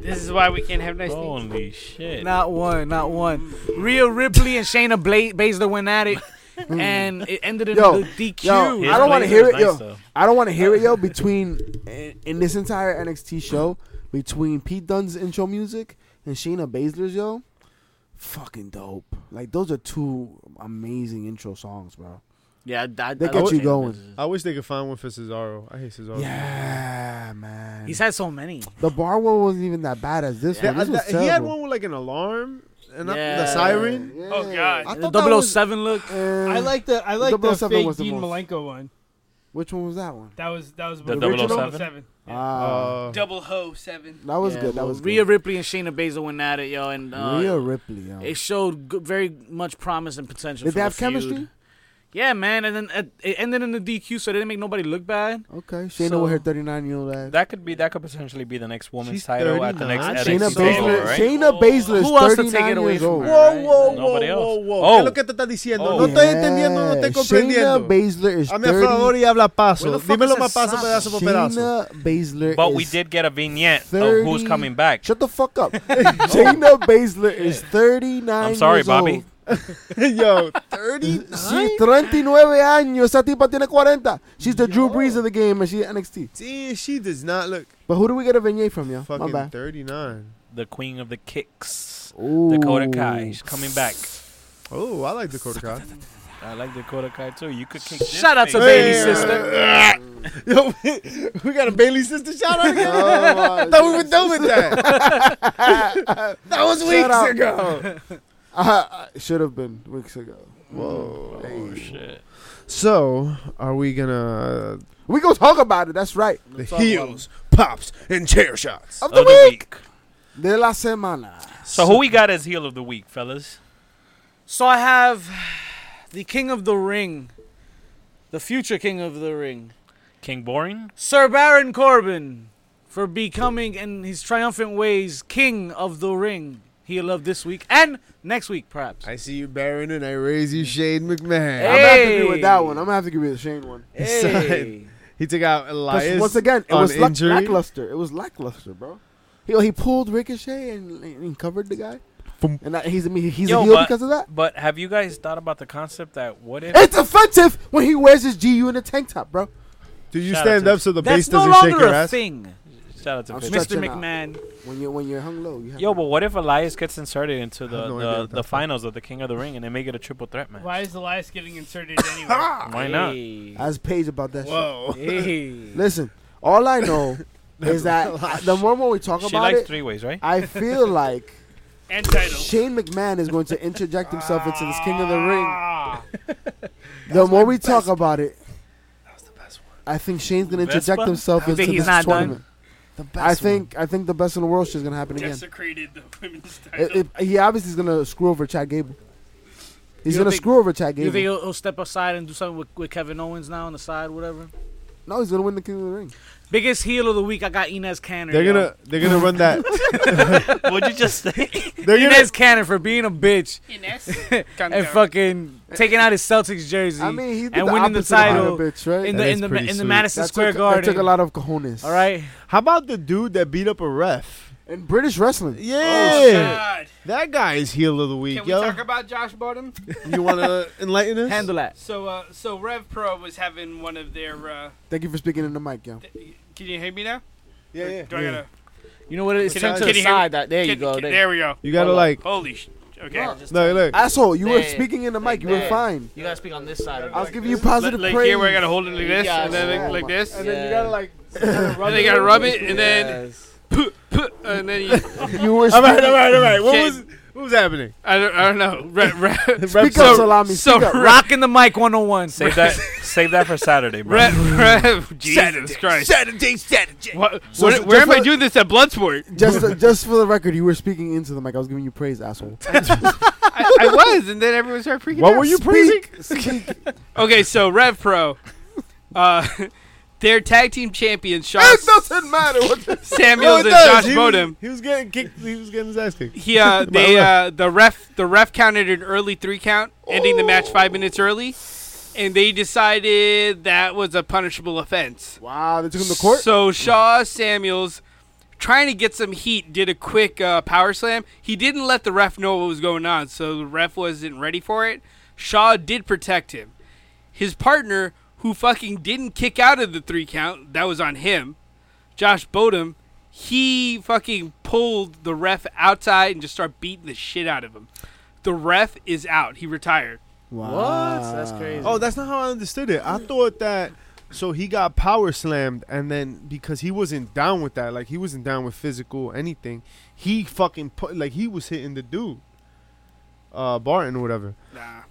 Speaker 7: This is why we can't have nice things.
Speaker 4: Holy shit.
Speaker 1: Not one, not one. Rhea Ripley and Shayna Bla- Baszler went at it, and it ended in
Speaker 2: Yo,
Speaker 1: the DQ.
Speaker 2: yo,
Speaker 4: His
Speaker 2: I don't wanna
Speaker 4: blazer
Speaker 2: hear
Speaker 4: is
Speaker 2: it, yo.
Speaker 4: though.
Speaker 2: I don't want to hear it, yo. Between in, in this entire NXT show, between Pete Dunne's intro music and Shayna Baszler's, yo, fucking dope. Like those are two amazing intro songs, bro.
Speaker 1: yeah, I, I,
Speaker 2: They
Speaker 1: I
Speaker 2: got
Speaker 1: love
Speaker 2: you
Speaker 1: Shayna
Speaker 2: going.
Speaker 1: Baszler.
Speaker 5: I wish they could find one for Cesaro. I hate Cesaro.
Speaker 2: Yeah, man.
Speaker 1: He's had so many.
Speaker 2: the bar one wasn't even that bad as this
Speaker 5: Yeah,
Speaker 2: one. This
Speaker 5: I-
Speaker 2: was
Speaker 5: uh, that- he had
Speaker 2: terrible.
Speaker 5: one with like an alarm and not-
Speaker 1: Yeah.
Speaker 5: the siren.
Speaker 7: Oh god.
Speaker 2: I
Speaker 1: The
Speaker 2: thought that was- Eh,
Speaker 1: 007 look.
Speaker 2: And
Speaker 3: I like the I like the
Speaker 2: 007
Speaker 3: fake
Speaker 2: was the
Speaker 3: Dean
Speaker 2: most-
Speaker 3: Malenko one.
Speaker 2: which one was that one?
Speaker 3: That was that was
Speaker 4: The
Speaker 3: one of
Speaker 4: 007?
Speaker 3: 007. Yeah.
Speaker 2: Ah,
Speaker 5: Uh,
Speaker 6: Double ho seven.
Speaker 2: that was
Speaker 1: Yeah,
Speaker 2: good. That
Speaker 1: well,
Speaker 2: was
Speaker 1: Rhea
Speaker 2: good.
Speaker 1: Ripley and Shayna Baszler went at it, yo, and uh,
Speaker 2: Rhea Ripley. Yo.
Speaker 1: it showed g- very much promise and potential.
Speaker 2: Did
Speaker 1: for
Speaker 2: they have
Speaker 1: the feud.
Speaker 2: chemistry?
Speaker 1: Yeah, man, and then uh, it ended in the DQ, so they didn't make nobody look bad.
Speaker 2: Okay, Shayna
Speaker 1: So-
Speaker 2: with her 39 year old ass.
Speaker 4: That could be that could potentially be the next woman's
Speaker 5: She's
Speaker 4: title at the
Speaker 5: 39.
Speaker 4: next
Speaker 2: Shayna
Speaker 4: NXT takeover,
Speaker 2: Baszler.
Speaker 4: right?
Speaker 2: Shayna Baszler is
Speaker 1: Who else to
Speaker 2: 39
Speaker 1: take it away
Speaker 2: years
Speaker 1: from
Speaker 2: old.
Speaker 1: her?
Speaker 5: Whoa, whoa, whoa,
Speaker 4: Nobody
Speaker 5: whoa,
Speaker 4: else.
Speaker 5: whoa!
Speaker 4: Oh.
Speaker 5: ¿Qué es lo que te está diciendo?
Speaker 4: Oh.
Speaker 5: No estoy entendiendo, no estoy
Speaker 2: Shayna
Speaker 5: comprendiendo.
Speaker 2: Baszler is
Speaker 5: Hazme el favor
Speaker 2: 30.
Speaker 5: y habla paso.
Speaker 1: Where the fuck
Speaker 5: Dímelo
Speaker 1: is
Speaker 5: más paso,
Speaker 1: Cesaro?
Speaker 5: pedazo por pedazo.
Speaker 2: Shayna Baszler.
Speaker 4: But
Speaker 2: is,
Speaker 4: we did get a vignette of who's
Speaker 2: 30
Speaker 4: coming back.
Speaker 2: Shut the fuck up. Shayna Baszler is 39.
Speaker 4: I'm sorry,
Speaker 2: years
Speaker 4: Bobby.
Speaker 5: Yo,
Speaker 2: Old. She's 39 años. Esa tipa tiene 40. She's the Drew Brees of the game, and she's NXT.
Speaker 5: see, she does not look
Speaker 2: But who do we get a vignette from, yo? My
Speaker 5: fucking
Speaker 2: bad.
Speaker 5: 39.
Speaker 4: The queen of the kicks,
Speaker 2: Ooh.
Speaker 4: Dakota Kai, is coming back.
Speaker 5: Oh, I like Dakota Kai.
Speaker 4: I like Dakota Kai too. You could kick. this
Speaker 1: Shout out to
Speaker 4: thing.
Speaker 1: Bailey
Speaker 5: Hey. uh,
Speaker 1: sister.
Speaker 5: Yo, we got a Bailey sister shout out again.
Speaker 2: Oh, my
Speaker 5: thought we were done with that. that was weeks
Speaker 2: Shout out.
Speaker 5: ago.
Speaker 2: I, I should have been weeks ago.
Speaker 5: Whoa.
Speaker 4: Oh shit!
Speaker 5: So, are we gonna
Speaker 2: We gonna talk about it. That's right.
Speaker 5: the heels, pops, and chair shots?
Speaker 2: Of the
Speaker 4: Of the
Speaker 2: week.
Speaker 4: week.
Speaker 2: De la semana.
Speaker 4: So who we got as heel of the week, fellas?
Speaker 1: So I have the King of the Ring, the future King of the Ring,
Speaker 4: King Boring.
Speaker 1: Sir Baron Corbin, for becoming in his triumphant ways King of the Ring. He loved this week and next week, perhaps.
Speaker 5: I see you, Baron, and I raise you, Shane McMahon.
Speaker 2: I'm gonna have to
Speaker 1: Hey.
Speaker 2: agree with that one. I'm gonna have to agree with the Shane one.
Speaker 1: Hey.
Speaker 5: He took out
Speaker 2: 'Cause
Speaker 5: Elias.
Speaker 2: once again, it
Speaker 5: Uh, on
Speaker 2: was lack-
Speaker 5: injury.
Speaker 2: lackluster. It was lackluster, bro. He, he pulled Ricochet and, and he covered the guy,
Speaker 5: Boom.
Speaker 2: and that, he's I mean, he's
Speaker 4: Yo,
Speaker 2: a heel
Speaker 4: but-
Speaker 2: because of that.
Speaker 4: But have you guys thought about the concept that what if
Speaker 2: It's offensive when he wears his GU in a tank top, bro.
Speaker 5: Do you
Speaker 4: Shout out
Speaker 5: stand
Speaker 4: to-
Speaker 5: up so the base
Speaker 1: That's no
Speaker 5: doesn't shake
Speaker 1: longer
Speaker 5: your
Speaker 1: a
Speaker 5: ass?
Speaker 1: thing,
Speaker 4: shout out to
Speaker 2: I'm
Speaker 4: Vince.
Speaker 2: stretching
Speaker 1: Mr.
Speaker 2: out.
Speaker 1: McMahon.
Speaker 2: When you when you're hung low, you have
Speaker 4: Yo, but what if Elias gets inserted into the
Speaker 5: have no idea
Speaker 4: the,
Speaker 5: what
Speaker 4: the
Speaker 5: that's about.
Speaker 4: finals of the King of the Ring and they make it a triple threat match?
Speaker 7: Why is Elias getting inserted anyway?
Speaker 4: Why not?
Speaker 1: Hey.
Speaker 2: ask Paige about that. Shit.
Speaker 5: Whoa.
Speaker 1: Hey.
Speaker 2: Listen, all I know is that the more and more we talk
Speaker 4: She
Speaker 2: about
Speaker 4: likes
Speaker 2: it,
Speaker 4: three ways, right?
Speaker 2: I feel like
Speaker 7: and title.
Speaker 2: Shane McMahon is going to interject himself into this King of the Ring.
Speaker 7: Ah,
Speaker 2: The more we talk about it, I think Shane's gonna interject
Speaker 4: Vespa?
Speaker 2: himself into
Speaker 1: think he's
Speaker 2: this
Speaker 1: not done.
Speaker 2: tournament. I think I think the best in the world shit's gonna happen again.
Speaker 7: desecrated the women's title.
Speaker 2: It, it- he obviously is gonna screw over Chad Gable. He's
Speaker 1: You
Speaker 2: gonna
Speaker 1: think-
Speaker 2: screw over Chad
Speaker 1: You
Speaker 2: Gable.
Speaker 1: think he'll, he'll step aside and do something with, with Kevin Owens now on the side, whatever?
Speaker 2: no, he's gonna win the King of the Ring.
Speaker 1: Biggest heel of the week, I got Inez Cannon.
Speaker 5: They're
Speaker 1: yo.
Speaker 5: gonna they're gonna run that.
Speaker 4: What'd you just say?
Speaker 5: They're gonna
Speaker 1: Inez Cannon for being a bitch
Speaker 7: Ines?
Speaker 1: and fucking taking out his Celtics jersey
Speaker 2: I mean, he did
Speaker 1: And
Speaker 2: the
Speaker 1: winning the
Speaker 2: opposite of Hunter
Speaker 1: title
Speaker 2: bitch, right?
Speaker 1: in
Speaker 5: That
Speaker 1: the
Speaker 5: is
Speaker 1: in the ma-
Speaker 5: pretty
Speaker 1: in the
Speaker 5: sweet.
Speaker 1: Madison
Speaker 2: That
Speaker 1: Square
Speaker 2: took,
Speaker 1: Garden.
Speaker 2: That took a lot of cojones.
Speaker 1: All right,
Speaker 5: How about the dude that beat up a ref?
Speaker 2: In British wrestling,
Speaker 5: Yeah,
Speaker 7: God.
Speaker 5: that guy is heel of the week,
Speaker 7: Can we
Speaker 5: yo.
Speaker 7: talk about Josh Bottom?
Speaker 5: you wanna enlighten us?
Speaker 1: handle that.
Speaker 7: So, uh, so Rev Pro was having one of their. Uh,
Speaker 2: thank you for speaking in the mic, yo.
Speaker 7: th- can you hear me now?
Speaker 5: Yeah, yeah.
Speaker 7: Do I gotta?
Speaker 1: You know what it is?
Speaker 7: Can
Speaker 1: Turn
Speaker 7: I-
Speaker 1: to
Speaker 7: can
Speaker 1: the
Speaker 7: you hear-
Speaker 1: side. That there you
Speaker 7: can-
Speaker 1: go.
Speaker 7: can-
Speaker 1: there.
Speaker 7: there we go.
Speaker 5: You gotta
Speaker 1: Hold up.
Speaker 5: like
Speaker 7: Holy sh. Okay.
Speaker 5: look, look.
Speaker 2: Asshole, you were
Speaker 1: There.
Speaker 2: speaking in the mic.
Speaker 1: Like
Speaker 2: You were
Speaker 1: there.
Speaker 2: fine.
Speaker 1: You gotta speak on this side.
Speaker 2: I was giving you
Speaker 7: Like,
Speaker 2: positive
Speaker 7: like
Speaker 2: praise.
Speaker 7: here, where I gotta hold it like this,
Speaker 1: Yeah,
Speaker 7: and then
Speaker 2: yeah,
Speaker 7: like, like
Speaker 2: my-
Speaker 7: this, and
Speaker 1: then you gotta,
Speaker 2: like
Speaker 7: then you gotta rub it, and then puh, puh, and then you.
Speaker 2: you were
Speaker 5: All
Speaker 2: speaking,
Speaker 5: right, all right, all right. What
Speaker 7: Shit.
Speaker 5: was what was happening?
Speaker 7: I don't, I don't know. Re- re-
Speaker 2: speak
Speaker 5: so-
Speaker 2: up, salami.
Speaker 7: so
Speaker 2: speak up.
Speaker 7: Rev-
Speaker 1: Rocking the mic 101.
Speaker 4: Save that. Save that for Saturday, bro.
Speaker 7: Rev, Rev, Jesus Christ. Saturday, Saturday. What,
Speaker 2: So
Speaker 7: where
Speaker 2: ju-
Speaker 7: where
Speaker 2: just
Speaker 7: am I
Speaker 2: for-
Speaker 7: doing this at Bloodsport?
Speaker 2: Just, just for the record, you were speaking into the mic. I was giving you praise, asshole.
Speaker 7: I, I was, and then everyone started freaking out.
Speaker 2: What were you praising?
Speaker 7: Okay, so Rev Pro, uh, their tag team champions, Shawn
Speaker 5: It doesn't matter what the No,
Speaker 7: Samuels
Speaker 5: it
Speaker 7: and
Speaker 5: does.
Speaker 7: Josh
Speaker 5: He was-
Speaker 7: Modem.
Speaker 5: He was getting kicked. He was getting his ass kicked.
Speaker 7: He, uh, they, uh, the ref, the ref counted an early three count, ending the match five minutes early, and they decided that was a punishable offense.
Speaker 2: Wow, they took him to court.
Speaker 7: So Shaw Samuels, trying to get some heat, did a quick uh, power slam. He didn't let the ref know what was going on, so the ref wasn't ready for it. Shaw did protect him. His partner, who fucking didn't kick out of the three count, that was on him. Josh Bodum, he fucking pulled the ref outside and just started beating the shit out of him. The ref is out. He retired.
Speaker 1: What? That's crazy.
Speaker 5: Oh, that's not how I understood it. I thought that so he got power slammed, and then because he wasn't down with that, like he wasn't down with physical anything, he fucking put like he was hitting the dude, uh, Barton or whatever.
Speaker 7: Nah.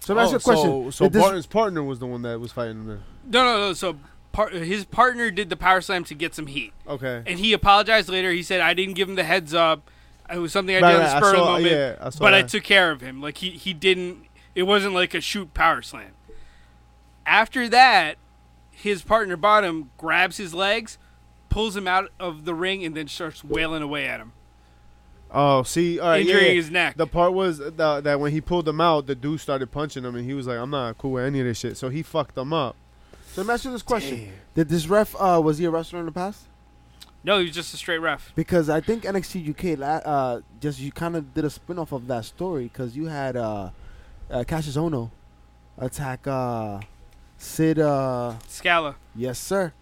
Speaker 2: So that's
Speaker 5: Oh,
Speaker 2: your question.
Speaker 5: So, so
Speaker 2: Did this-
Speaker 5: Barton's partner was the one that was fighting him. Then.
Speaker 7: No, no, no. So par- his partner did the power slam to get some heat.
Speaker 5: Okay.
Speaker 7: and he apologized later. He said I didn't give him the heads up. It was something I
Speaker 5: Right,
Speaker 7: did
Speaker 5: right, I
Speaker 7: on the spur
Speaker 5: saw-
Speaker 7: of the moment.
Speaker 5: yeah, I saw
Speaker 7: but I
Speaker 5: that.
Speaker 7: took care of him. Like he he didn't. It wasn't like a shoot power slam. After that, his partner Bottom grabs his legs, pulls him out of the ring, and then starts wailing away at him,
Speaker 5: Oh, see, all right, yeah,
Speaker 7: injuring
Speaker 5: yeah.
Speaker 7: his neck.
Speaker 5: The part was the, that when he pulled him out, the dude started punching him, and he was like, "I'm not cool with any of this shit." So he fucked him up.
Speaker 2: So let me ask you this question: Did this ref uh, was he a wrestler in the past?
Speaker 7: no, he was just a straight ref.
Speaker 2: Because I think NXT UK la- uh, just you kind of did a spin off of that story because you had uh, uh, Cassius Ono attack uh, Sid. Uh,
Speaker 7: Scala.
Speaker 2: yes, sir.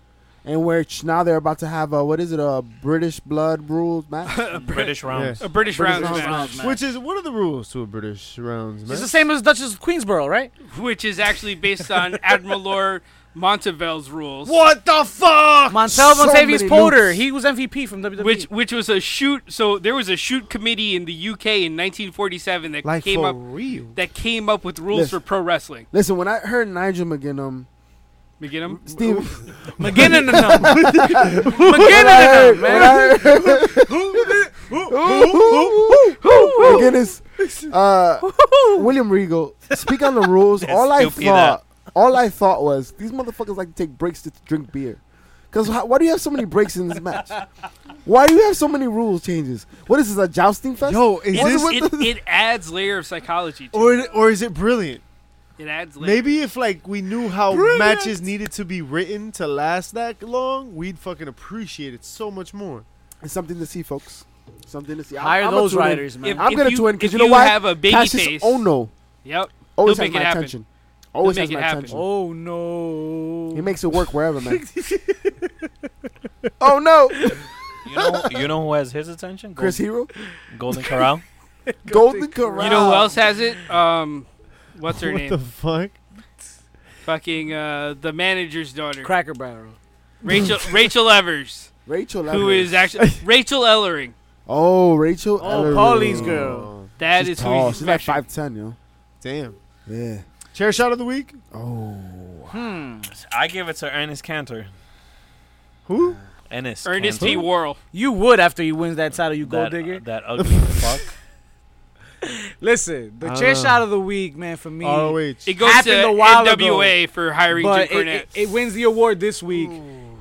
Speaker 2: And where ch- now they're about to have a what is it a British blood rules match?
Speaker 7: a
Speaker 4: British
Speaker 7: British,
Speaker 4: rounds.
Speaker 7: a British, rounds
Speaker 2: rounds
Speaker 7: match,
Speaker 1: Rounds, man.
Speaker 5: Which is what are the rules to a British rounds, man?
Speaker 1: it's the same as Duchess of Queensborough, right?
Speaker 7: which is actually based on Admiral Lord Montevel's rules.
Speaker 5: what the fuck?
Speaker 1: Montel
Speaker 2: So
Speaker 1: Montavious
Speaker 2: many
Speaker 1: Porter.
Speaker 2: loops.
Speaker 1: He was MVP from E. WWE.
Speaker 7: which which was a shoot. So there was a shoot committee in the UK in 1947 that
Speaker 5: Like
Speaker 7: came
Speaker 5: for
Speaker 7: up
Speaker 5: real?
Speaker 7: that came up with rules
Speaker 2: Listen.
Speaker 7: for pro wrestling.
Speaker 2: Listen, when I heard Nigel McGinnum,
Speaker 7: McGinnum,
Speaker 2: Steve,
Speaker 1: McGinnon and them.
Speaker 2: when I
Speaker 1: McGinnon
Speaker 2: heard,
Speaker 1: and them,
Speaker 2: when
Speaker 1: man.
Speaker 2: I heard McGinnis, uh, William Regal, speak on the rules. all I
Speaker 4: Stupid, uh.
Speaker 2: thought, all I thought was these motherfuckers like to take breaks to drink beer. Cause how, why do you have so many breaks in this match? Why do you have so many rules changes? What is this a jousting fest?
Speaker 5: Yo, is
Speaker 2: What-
Speaker 5: this
Speaker 2: what-
Speaker 7: it, it adds layer of psychology. To
Speaker 5: or or is it brilliant?
Speaker 7: it. it adds layer.
Speaker 5: Maybe if like we knew how matches needed to be written to last that long, we'd fucking appreciate it so much more.
Speaker 2: It's something to see, folks. Something to see. I-
Speaker 1: Hire
Speaker 2: I'ma
Speaker 1: those
Speaker 2: tune in.
Speaker 1: writers, man.
Speaker 7: If-
Speaker 2: I'm gonna
Speaker 7: you-
Speaker 2: tune in because
Speaker 7: if
Speaker 2: you know
Speaker 7: you
Speaker 2: why?
Speaker 7: have a baby
Speaker 2: Cassius
Speaker 7: face-
Speaker 2: Ono
Speaker 7: Yep.
Speaker 2: always
Speaker 7: He'll
Speaker 2: has
Speaker 7: make it
Speaker 2: my
Speaker 7: happen.
Speaker 2: attention. Always
Speaker 7: He'll
Speaker 2: has
Speaker 7: make
Speaker 2: my
Speaker 7: it happen.
Speaker 2: attention.
Speaker 1: oh no.
Speaker 2: He makes it work wherever, man. oh no,
Speaker 4: You know, you know who has his attention?
Speaker 2: Chris
Speaker 4: Gold-
Speaker 2: Hero,
Speaker 4: Golden Corral.
Speaker 2: Golden Corral.
Speaker 7: You know who else has it? Um, what's her
Speaker 5: what
Speaker 7: name?
Speaker 5: the fuck?
Speaker 7: Fucking uh, the manager's daughter,
Speaker 1: Cracker Barrel.
Speaker 7: Rachel Rachel Evers,
Speaker 2: Rachel.
Speaker 7: who
Speaker 2: Ellering.
Speaker 7: is actually Rachel Ellering.
Speaker 2: Oh, Rachel.
Speaker 1: Oh,
Speaker 2: Ellering.
Speaker 1: Paulie's girl.
Speaker 7: That is
Speaker 2: She's
Speaker 7: who
Speaker 2: tall.
Speaker 7: he's
Speaker 2: She's like
Speaker 7: smashing.
Speaker 2: five ten, yo.
Speaker 5: Oh, Damn.
Speaker 2: Yeah.
Speaker 5: Chair shot of the week?
Speaker 2: Oh.
Speaker 1: Hmm.
Speaker 4: I give it to Ernest Cantor.
Speaker 5: Who?
Speaker 4: Ennis.
Speaker 7: Ernest
Speaker 4: Cantor.
Speaker 7: T. Worrell.
Speaker 1: You would after he wins that title, you gold
Speaker 4: That,
Speaker 1: digger.
Speaker 4: uh, that ugly fuck.
Speaker 1: Listen, the
Speaker 5: I
Speaker 1: chair
Speaker 5: don't know.
Speaker 1: shot of the week, man, for me.
Speaker 5: ROH.
Speaker 7: It goes
Speaker 1: Happened
Speaker 7: to
Speaker 1: a while ago.
Speaker 7: NWA for hiring Jim
Speaker 1: but it,
Speaker 7: Cornette.
Speaker 1: it, it wins the award this week.